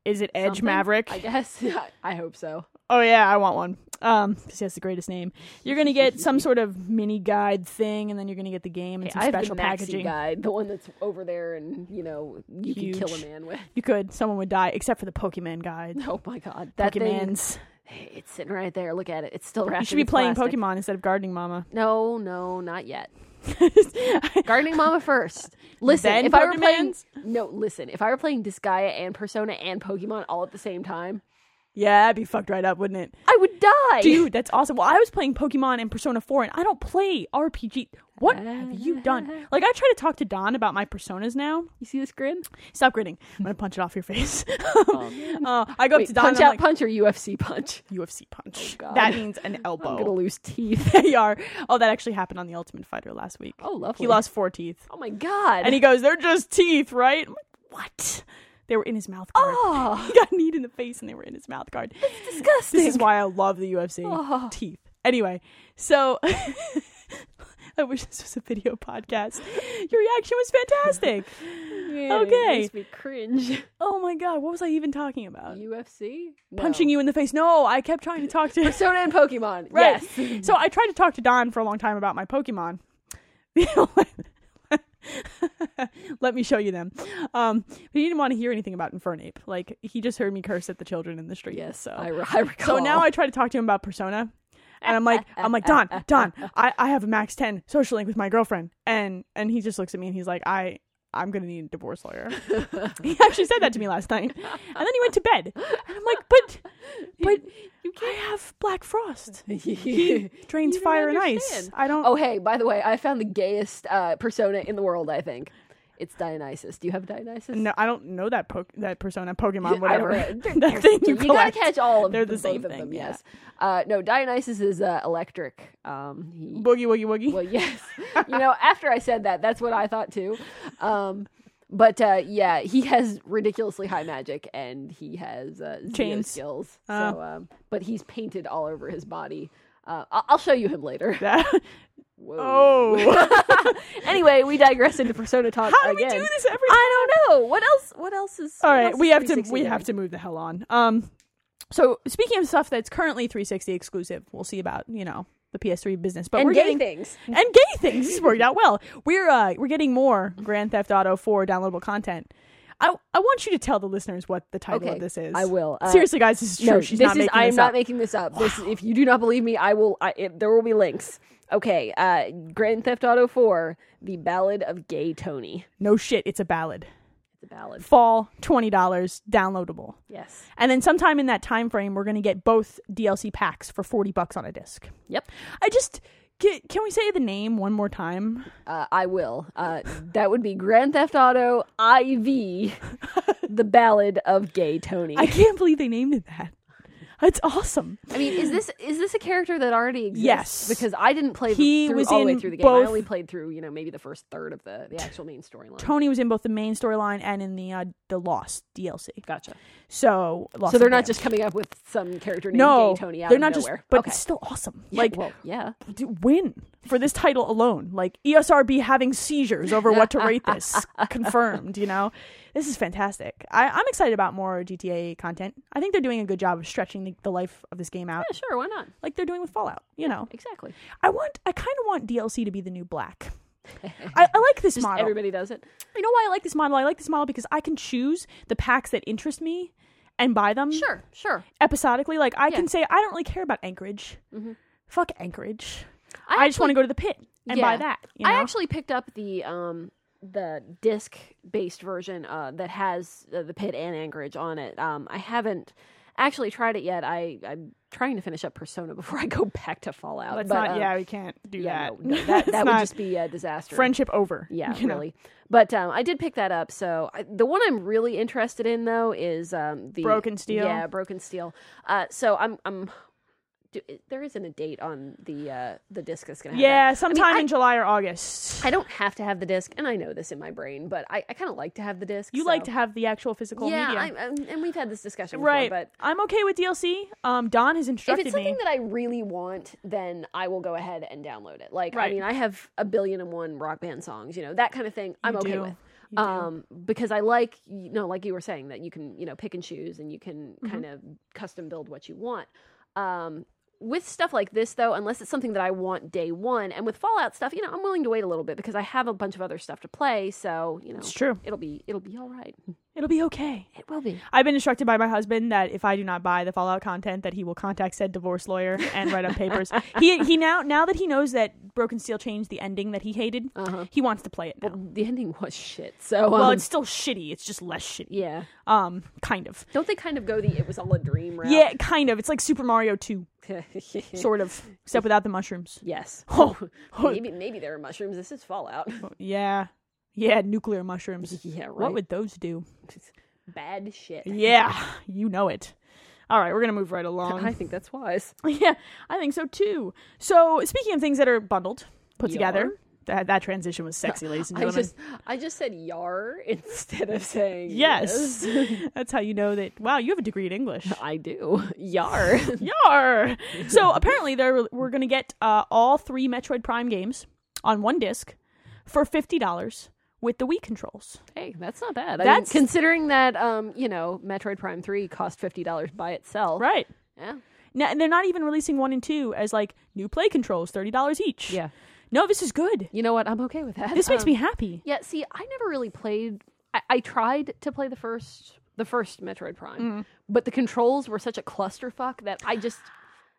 Speaker 1: is it Edge
Speaker 2: something,
Speaker 1: Maverick?
Speaker 2: I guess. I hope so.
Speaker 1: oh yeah, I want one. Um, because he has the greatest name. You're gonna get some sort of mini guide thing, and then you're gonna get the game and some
Speaker 2: I have
Speaker 1: special
Speaker 2: the maxi
Speaker 1: packaging.
Speaker 2: guide, the one that's over there, and you know you can kill a
Speaker 1: Huge.
Speaker 2: man with.
Speaker 1: You could. Someone would die, except for the Pokemon guide.
Speaker 2: Oh my god, that thing!
Speaker 1: Pokemans.
Speaker 2: Hey, It's sitting right there. Look at it. It's still wrapped.
Speaker 1: You should
Speaker 2: in
Speaker 1: be
Speaker 2: its
Speaker 1: playing
Speaker 2: plastic.
Speaker 1: Pokemon instead of gardening, Mama.
Speaker 2: No, no, not yet. Gardening Mama first. Listen,
Speaker 1: Then
Speaker 2: if I were playing,
Speaker 1: Pokemans?
Speaker 2: no, listen, if I were playing Disgaea and Persona and Pokemon all at the same time,
Speaker 1: yeah, that'd be fucked right up, wouldn't it?
Speaker 2: I would die.
Speaker 1: Dude, that's awesome. Well, I was playing Pokemon and Persona 4, and I don't play RPG. What have you done? Like, I try to talk to Don about my personas now.
Speaker 2: you see this grin?
Speaker 1: Stop grinning. I'm going to punch it off your face. uh, I go up
Speaker 2: Um, Wait,
Speaker 1: to Don
Speaker 2: punch
Speaker 1: and I'm
Speaker 2: out
Speaker 1: like,
Speaker 2: punch or UFC punch?
Speaker 1: UFC punch.
Speaker 2: God.
Speaker 1: that means an
Speaker 2: I'm gonna
Speaker 1: elbow.
Speaker 2: lose teeth.
Speaker 1: They are. Oh, that actually happened on The Ultimate Fighter last week.
Speaker 2: Oh, lovely.
Speaker 1: He lost four teeth.
Speaker 2: Oh my god.
Speaker 1: And he goes, they're just teeth, right? I'm like, what? They were in his mouth guard.
Speaker 2: Oh.
Speaker 1: he got kneed in the face and they were in his mouth guard.
Speaker 2: disgusting. Ah.
Speaker 1: This is why I love the UFC.
Speaker 2: Oh,
Speaker 1: Teeth. Anyway, so I wish this was a video podcast. Your reaction was fantastic.
Speaker 2: Yeah,
Speaker 1: okay.
Speaker 2: It makes me cringe.
Speaker 1: oh my god, what was I even talking about?
Speaker 2: UFC? No.
Speaker 1: Uh, Punching you in the face. No, I kept trying to talk to
Speaker 2: Persona and Pokemon.
Speaker 1: Right.
Speaker 2: Yes.
Speaker 1: So I tried to talk to Don for a long time about my Pokemon. Let me show you them. Um, but he didn't want to hear anything about Infernape. Like he just heard me curse at the children in the street.
Speaker 2: Yes. Oh,
Speaker 1: So
Speaker 2: I, re- I recall.
Speaker 1: so now I try to talk to him about Persona, and I'm like, I'm like, Don, Don, I, I have a max ten social link with my girlfriend, and and he just looks at me and he's like, I. I'm gonna need a divorce lawyer. he actually said that to me last night, and then he went to bed. And I'm like, but, but you I have black frost. He drains
Speaker 2: You don't
Speaker 1: fire and ice.
Speaker 2: understand.
Speaker 1: I don't.
Speaker 2: Oh, hey, by the way, I found the gayest uh, persona in the world, I think. It's Dionysus. Do you have Dionysus?
Speaker 1: No, I don't know that po- that persona, Pokemon,
Speaker 2: I don't
Speaker 1: whatever.
Speaker 2: know. They're-
Speaker 1: that thing you,
Speaker 2: You gotta
Speaker 1: collect.
Speaker 2: catch all of
Speaker 1: They're
Speaker 2: them,
Speaker 1: the same
Speaker 2: both of them,
Speaker 1: thing, yeah.
Speaker 2: yes. Uh, no, Dionysus is uh, electric. Um, he-
Speaker 1: Boogie woogie woogie.
Speaker 2: well, yes. you know, after I said that, that's what I thought too. Um, but uh, yeah, he has ridiculously high magic and he has uh, Zeo
Speaker 1: Chains.
Speaker 2: skills.
Speaker 1: Ah.
Speaker 2: So, um, but he's painted all over his body. Uh, I- I'll show you him later.
Speaker 1: That-
Speaker 2: Whoa.
Speaker 1: oh,
Speaker 2: Anyway, we digress into Persona Talk
Speaker 1: how do we
Speaker 2: again.
Speaker 1: do this every time?
Speaker 2: I don't know. What else? What else is?
Speaker 1: All
Speaker 2: what
Speaker 1: right,
Speaker 2: else
Speaker 1: we
Speaker 2: is
Speaker 1: have to
Speaker 2: 360
Speaker 1: we
Speaker 2: doing?
Speaker 1: have to move the hell on. Um, so speaking of stuff that's currently 360 exclusive, we'll see about you know the PS3 business, but
Speaker 2: and
Speaker 1: we're
Speaker 2: gay
Speaker 1: getting
Speaker 2: things.
Speaker 1: and gay things. This worked out well. We're uh, we're getting more Grand Theft Auto 4 downloadable content. I I want you to tell the listeners what the title
Speaker 2: Okay,
Speaker 1: of this is.
Speaker 2: I will. Uh,
Speaker 1: Seriously, guys, this is true.
Speaker 2: No,
Speaker 1: She's
Speaker 2: this
Speaker 1: not
Speaker 2: is.
Speaker 1: making
Speaker 2: I am
Speaker 1: this
Speaker 2: not
Speaker 1: up.
Speaker 2: making this up. This, if you do not believe me, I will. I, it, there will be links. Okay, uh, Grand Theft Auto 4: The Ballad of Gay Tony.
Speaker 1: no shit, it's a ballad.
Speaker 2: The ballad.
Speaker 1: Fall twenty dollars downloadable,
Speaker 2: Yes.
Speaker 1: and then sometime in that time frame, we're gonna get both DLC packs for forty bucks on a disc.
Speaker 2: Yep.
Speaker 1: I just can, can we say the name one more time?
Speaker 2: Uh, I will. Uh, that would be Grand Theft Auto IV: The Ballad of Gay Tony.
Speaker 1: I can't believe they named it that. It's awesome.
Speaker 2: I mean, is this is this a character that already exists?
Speaker 1: Yes.
Speaker 2: because I didn't play the,
Speaker 1: He
Speaker 2: through,
Speaker 1: was
Speaker 2: all the
Speaker 1: in
Speaker 2: way through the game. I
Speaker 1: both-
Speaker 2: only played through you know maybe the first third of the, the actual main storyline.
Speaker 1: Tony was in both the main storyline and in the uh, the Lost DLC.
Speaker 2: Gotcha.
Speaker 1: So, Lost
Speaker 2: So they're
Speaker 1: and
Speaker 2: not
Speaker 1: Damned.
Speaker 2: just coming up with some character named
Speaker 1: no,
Speaker 2: Gay Tony out
Speaker 1: they're
Speaker 2: of
Speaker 1: not
Speaker 2: nowhere.
Speaker 1: just, but
Speaker 2: okay.
Speaker 1: it's still awesome. Like,
Speaker 2: well, yeah.
Speaker 1: d- win for this title alone. Like E ESRB having seizures over what to rate this confirmed. You know, this is fantastic. I, I'm excited about more GTA content. I think they're doing a good job of stretching the, the life of this game out,
Speaker 2: Yeah, sure. Why not?
Speaker 1: like they're doing with Fallout. You know,
Speaker 2: Exactly.
Speaker 1: I want, I kind of want DLC to be the new black. I, I like this
Speaker 2: Just
Speaker 1: model.
Speaker 2: everybody does it.
Speaker 1: You know why I like this model? I like this model because I can choose the packs that interest me and buy them
Speaker 2: Sure. Sure.
Speaker 1: episodically. Like I
Speaker 2: Yeah. Mm-hmm.
Speaker 1: can say I don't really care about Anchorage. Fuck Anchorage. I, just
Speaker 2: actually-
Speaker 1: want to go to the pit and buy
Speaker 2: Yeah.
Speaker 1: that. you know?
Speaker 2: I actually picked up the um the disc based version uh, that has uh, the pit and Anchorage on it. Um, I haven't actually tried it yet. I I'm trying to finish up Persona before I go back to Fallout.
Speaker 1: Let's
Speaker 2: but,
Speaker 1: not.
Speaker 2: um,
Speaker 1: yeah, we can't do
Speaker 2: yeah,
Speaker 1: that.
Speaker 2: no, no, that,
Speaker 1: It's
Speaker 2: that would
Speaker 1: not
Speaker 2: just be a disaster.
Speaker 1: friendship over.
Speaker 2: Yeah,
Speaker 1: you know?
Speaker 2: really. But um, I did pick that up. So I, the one I'm really interested in though is um, the
Speaker 1: Broken Steel.
Speaker 2: Yeah, Broken Steel. Uh, so I'm I'm. Do, there isn't a date on the uh, the disc that's gonna. Have that. I
Speaker 1: Yeah,
Speaker 2: mean,
Speaker 1: sometime
Speaker 2: I-
Speaker 1: in July or August.
Speaker 2: I don't have to have the disc, and I know this in my brain, but I, I kind of like to have the disc.
Speaker 1: you
Speaker 2: so-
Speaker 1: like to have the actual physical
Speaker 2: yeah,
Speaker 1: media,
Speaker 2: I'm, I'm- and we've had this discussion before,
Speaker 1: right?
Speaker 2: But
Speaker 1: I'm okay with DLC. Um, Don has
Speaker 2: if
Speaker 1: instructed
Speaker 2: it's something
Speaker 1: me.
Speaker 2: that I really want, then I will go ahead and download it. Like,
Speaker 1: Right.
Speaker 2: I mean, I have a billion and one rock band songs, you know, that kind of thing. I'm okay
Speaker 1: do.
Speaker 2: with.
Speaker 1: You do.
Speaker 2: Um, because I like, you know, like you were
Speaker 1: Mm-hmm.
Speaker 2: saying that you can, you know, pick and choose and you can kind of custom build what you want. Um, with stuff like this though unless it's something that i want day one and with fallout stuff you know i'm willing to wait a little bit because i have a bunch of other stuff to play so you know
Speaker 1: It's true.
Speaker 2: it'll be it'll be all right
Speaker 1: It'll be okay.
Speaker 2: it will be
Speaker 1: I've been instructed by my husband that if I do not buy the Fallout content, that he will contact said divorce lawyer and write up papers. He he now now that he knows that Broken Steel changed the ending that he hated,
Speaker 2: Uh-huh.
Speaker 1: he wants to play it now.
Speaker 2: the ending was shit so
Speaker 1: Well,
Speaker 2: um,
Speaker 1: it's still shitty. It's just less shitty.
Speaker 2: yeah
Speaker 1: Um, kind of.
Speaker 2: don't they kind of go the it was all a dream route
Speaker 1: Yeah, kind of. It's like Super Mario Two, sort of, except without the mushrooms.
Speaker 2: yes
Speaker 1: Oh, oh,
Speaker 2: maybe maybe there are mushrooms this is fallout
Speaker 1: yeah, yeah, nuclear mushrooms.
Speaker 2: yeah right
Speaker 1: What would those do?
Speaker 2: bad shit
Speaker 1: Yeah, you know it. All right, we're gonna move right along.
Speaker 2: i think that's wise
Speaker 1: Yeah, I think so too. So, speaking of things that are bundled, put
Speaker 2: Yar.
Speaker 1: together, that, that transition was sexy, ladies and
Speaker 2: I
Speaker 1: gentlemen.
Speaker 2: just, I just said yar instead of saying
Speaker 1: yes, that's how you know that. Wow, you have a degree in English.
Speaker 2: I do. Yar.
Speaker 1: Yar! So apparently, there we're going to get uh, all three Metroid Prime games on one disc for fifty dollars with the Wii controls.
Speaker 2: hey, that's not bad. I mean,
Speaker 1: That's-
Speaker 2: considering that um, you know, Metroid Prime 3 cost $50 by itself.
Speaker 1: Right
Speaker 2: Yeah.
Speaker 1: now, and they're not even releasing one and two as like new play controls, thirty dollars each.
Speaker 2: Yeah.
Speaker 1: No, this is good.
Speaker 2: You know what? I'm okay with that.
Speaker 1: This makes
Speaker 2: Um,
Speaker 1: me happy.
Speaker 2: Yeah, see, I never really played I, I tried to play the first the first Metroid Prime,
Speaker 1: Mm-hmm.
Speaker 2: but the controls were such a clusterfuck that I just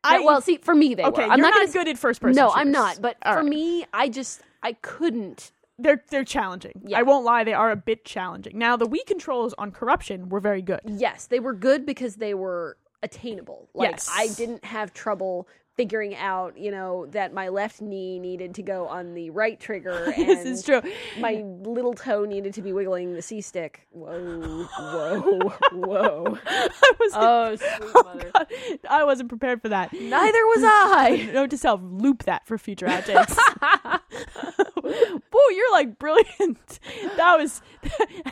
Speaker 1: I-
Speaker 2: I, well, see, for me they
Speaker 1: Okay,
Speaker 2: were. I'm
Speaker 1: you're not,
Speaker 2: gonna s-
Speaker 1: good at first person.
Speaker 2: No, I'm
Speaker 1: shooters.
Speaker 2: not, but
Speaker 1: All
Speaker 2: for
Speaker 1: right.
Speaker 2: me, I just I couldn't
Speaker 1: they're they're challenging.
Speaker 2: Yeah.
Speaker 1: I won't lie, they are a bit challenging. Now the Wii controls on corruption were very good.
Speaker 2: Yes, they were good because they were attainable. Like
Speaker 1: Yes.
Speaker 2: I didn't have trouble figuring out, you know, that my left knee needed to go on the right trigger and
Speaker 1: This is true.
Speaker 2: my little toe needed to be wiggling the C stick. Whoa, whoa, whoa.
Speaker 1: I was
Speaker 2: Oh, sweet mother.
Speaker 1: God, I wasn't prepared for that.
Speaker 2: Neither was I.
Speaker 1: Note to self, loop that for future outtakes. Whoa, you're like brilliant. That was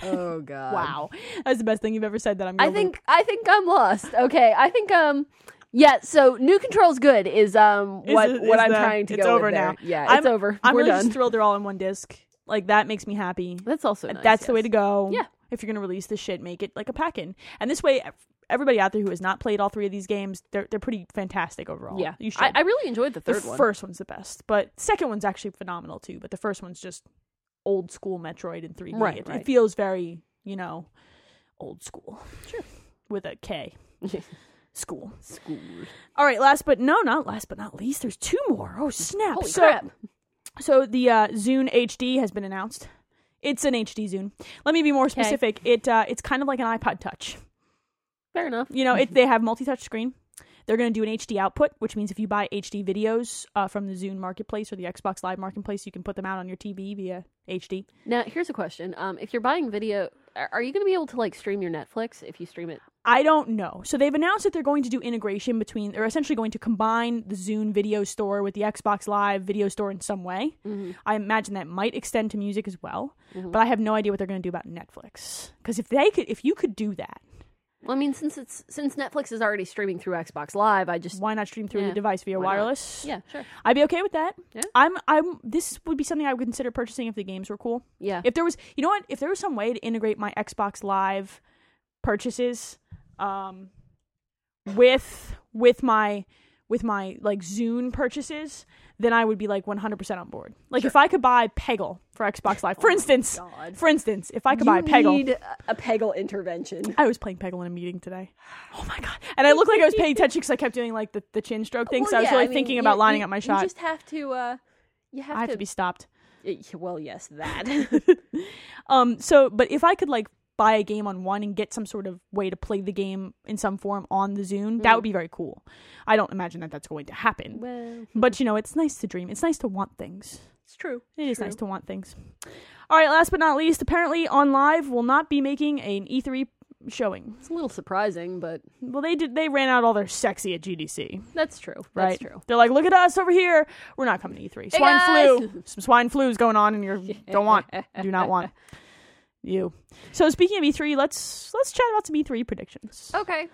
Speaker 2: Oh god.
Speaker 1: wow. That was the best thing you've ever said that I'm
Speaker 2: I
Speaker 1: gonna
Speaker 2: think I think I'm lost. Okay, I think um yeah, so new controls good is um
Speaker 1: loop. Is
Speaker 2: what
Speaker 1: it-
Speaker 2: what
Speaker 1: is
Speaker 2: I'm
Speaker 1: the-
Speaker 2: trying to
Speaker 1: it's
Speaker 2: go
Speaker 1: over
Speaker 2: with there.
Speaker 1: now.
Speaker 2: Yeah,
Speaker 1: I'm,
Speaker 2: it's over.
Speaker 1: I'm
Speaker 2: We're
Speaker 1: really
Speaker 2: done.
Speaker 1: just thrilled they're all on one disc. Like that makes me happy.
Speaker 2: That's also nice,
Speaker 1: That's the
Speaker 2: yes.
Speaker 1: way to go.
Speaker 2: Yeah.
Speaker 1: If you're going to release this shit, make it like a pack in. And this way, ev- everybody out there who has not played all three of these games, they're, they're pretty fantastic overall.
Speaker 2: Yeah,
Speaker 1: You should.
Speaker 2: I, I really enjoyed the
Speaker 1: the
Speaker 2: third one.
Speaker 1: first one's the best, but second one's actually phenomenal too. But the first one's just old school Metroid in 3D.
Speaker 2: Right,
Speaker 1: it, it
Speaker 2: right.
Speaker 1: feels very, you know, old school. Sure. With a K. School.
Speaker 2: School.
Speaker 1: All right, last but no, not last but not least, there's two more. Oh, snap.
Speaker 2: Holy
Speaker 1: so,
Speaker 2: crap!
Speaker 1: So the uh, Zune HD has been announced. It's an HD Zune. Let me be more specific. It uh, it's kind of like an iPod Touch.
Speaker 2: Fair enough.
Speaker 1: You know, it, they have multi-touch screen. They're going to do an HD output, which means if you buy HD videos uh, from the Zune Marketplace or the Xbox Live Marketplace, you can put them out on your TV via HD.
Speaker 2: Now, here's a question: um, If you're buying video, are, are you going to be able to like stream your Netflix if you stream it?
Speaker 1: I don't know. So they've announced that they're going to do integration between. They're essentially going to combine the Zune video store with the Xbox Live video store in some way.
Speaker 2: Mm-hmm.
Speaker 1: I imagine that might extend to music as well, but I have no idea what they're going to do about Netflix. Because if they could, if you could do that,
Speaker 2: Well, I mean, since it's since Netflix is already streaming through Xbox Live, I just
Speaker 1: why not stream through
Speaker 2: Yeah.
Speaker 1: the device via
Speaker 2: Why not?
Speaker 1: wireless?
Speaker 2: yeah, sure,
Speaker 1: I'd be okay with that.
Speaker 2: Yeah.
Speaker 1: I'm. I'm. This would be something I would consider purchasing if the games were cool.
Speaker 2: yeah.
Speaker 1: If there was, you know what? If there was some way to integrate my Xbox Live purchases, um, with with my with my like Zune purchases, then I would be like 100 percent on board. Like if I could buy Peggle for Xbox Live, for instance,
Speaker 2: Oh God.
Speaker 1: for instance, if I could buy
Speaker 2: you
Speaker 1: Peggle,
Speaker 2: need a- a Peggle intervention.
Speaker 1: I was playing Peggle in a meeting today. Oh my god! And I looked like I was paying attention because I kept doing like the, the chin stroke thing.
Speaker 2: Well,
Speaker 1: so I was
Speaker 2: yeah,
Speaker 1: really
Speaker 2: mean,
Speaker 1: thinking
Speaker 2: you-
Speaker 1: about lining
Speaker 2: you-
Speaker 1: up my shot.
Speaker 2: You just have to. Uh, you have,
Speaker 1: I have to be stopped.
Speaker 2: be. Well, yes, that.
Speaker 1: Um, so, but if I could like buy a game on one and get some sort of way to play the game in some form on the Zune, that would be very cool. I don't imagine that that's going to happen,
Speaker 2: well,
Speaker 1: but you know, it's nice to dream. It's nice to want things.
Speaker 2: it's true.
Speaker 1: It is nice to want things. All right, last but not least, apparently on live will not be making an E3 showing.
Speaker 2: It's a little surprising, but
Speaker 1: Well, they did. They ran out all their sexy at GDC.
Speaker 2: that's true.
Speaker 1: Right.
Speaker 2: That's true.
Speaker 1: They're like, look at us over here. We're not coming to E3. Swine
Speaker 2: guys!
Speaker 1: flu. Some swine flu is going on, and you don't want, do not want you. So speaking of E3, let's let's chat about some E3 predictions.
Speaker 2: Okay.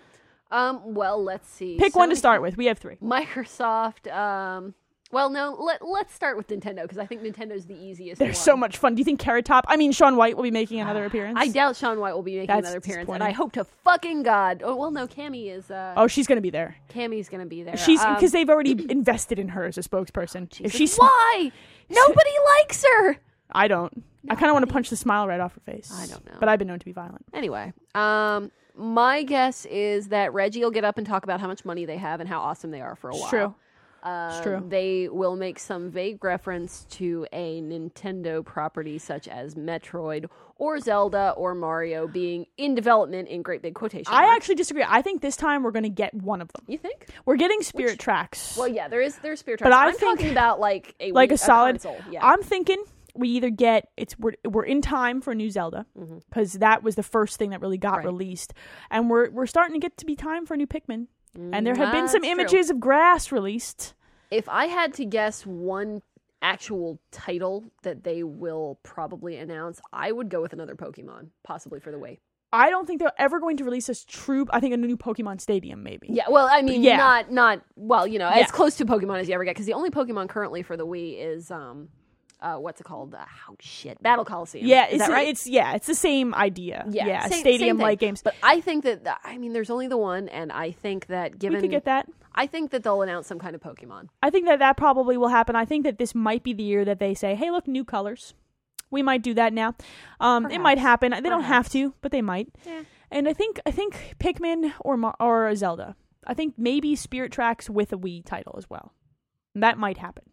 Speaker 2: Um. Well, let's see.
Speaker 1: Pick
Speaker 2: So
Speaker 1: one to
Speaker 2: many-
Speaker 1: start with. We have three.
Speaker 2: Microsoft. Um. Well, no, let, let's start with Nintendo because I think Nintendo's the easiest.
Speaker 1: They're
Speaker 2: one.
Speaker 1: so much fun. Do you think Carrot Top? I mean, Sean White will be making another appearance.
Speaker 2: I doubt Sean White will be making
Speaker 1: That's
Speaker 2: another appearance, and
Speaker 1: disappointing.
Speaker 2: I hope to fucking god. Oh well, no, Cammy is. Uh,
Speaker 1: Oh, she's gonna be there.
Speaker 2: Cammy's gonna be there.
Speaker 1: She's
Speaker 2: Um, Oh,
Speaker 1: because they've already invested in her as a spokesperson. if
Speaker 2: like,
Speaker 1: she's,
Speaker 2: why nobody likes her.
Speaker 1: I don't. I kind of want to punch the smile right off her face. I
Speaker 2: don't know.
Speaker 1: but I've been known to be violent.
Speaker 2: Anyway, um, my guess is that Reggie will get up and talk about how much money they have and how awesome they are for a while.
Speaker 1: It's true.
Speaker 2: Um,
Speaker 1: true.
Speaker 2: They will make some vague reference to a Nintendo property such as Metroid or Zelda or Mario being in development in great big quotation.
Speaker 1: I
Speaker 2: marks.
Speaker 1: actually disagree. I think we're going to get one of them.
Speaker 2: you think?
Speaker 1: We're getting Spirit Tracks.
Speaker 2: Well, yeah, there is there's spirit
Speaker 1: But
Speaker 2: tracks.
Speaker 1: I
Speaker 2: I'm
Speaker 1: think-
Speaker 2: talking about like a
Speaker 1: like
Speaker 2: Wii-
Speaker 1: a solid.
Speaker 2: console. Yeah.
Speaker 1: I'm thinking we either get it's we're we're in time for a new Zelda because that was the first thing that really got
Speaker 2: Mm-hmm. Right.
Speaker 1: released, and we're we're starting to get to be time for a new Pikmin. And there have been
Speaker 2: Mm, that's
Speaker 1: some
Speaker 2: true.
Speaker 1: images of grass released.
Speaker 2: if I had to guess one actual title that they will probably announce, I would go with another Pokemon, possibly for the Wii.
Speaker 1: I don't think they're ever going to release us true. I think a new Pokemon Stadium, maybe.
Speaker 2: Yeah, well, I mean,
Speaker 1: Yeah.
Speaker 2: not not well, you know,
Speaker 1: Yeah.
Speaker 2: as close to Pokemon as you ever get, because the only Pokemon currently for the Wii is um, uh, what's it called? Uh, oh shit, Battle Coliseum.
Speaker 1: yeah.
Speaker 2: is
Speaker 1: It's
Speaker 2: that right?
Speaker 1: it's yeah, it's the same idea. Yeah,
Speaker 2: same- same
Speaker 1: stadium like
Speaker 2: thing.
Speaker 1: games.
Speaker 2: But I think that the- I mean, there's only the one, and I think that
Speaker 1: we
Speaker 2: given
Speaker 1: could get that.
Speaker 2: I think that they'll announce some kind of Pokemon.
Speaker 1: I think that that probably will happen. I think that this might be the year that they say, "Hey, look, new colors." We might do that now. Um, it might
Speaker 2: Perhaps.
Speaker 1: happen. They don't have to, but they might. And I think I think Pikmin or Mar- or Zelda. I think maybe Spirit Tracks with a Wii title as well. That might happen.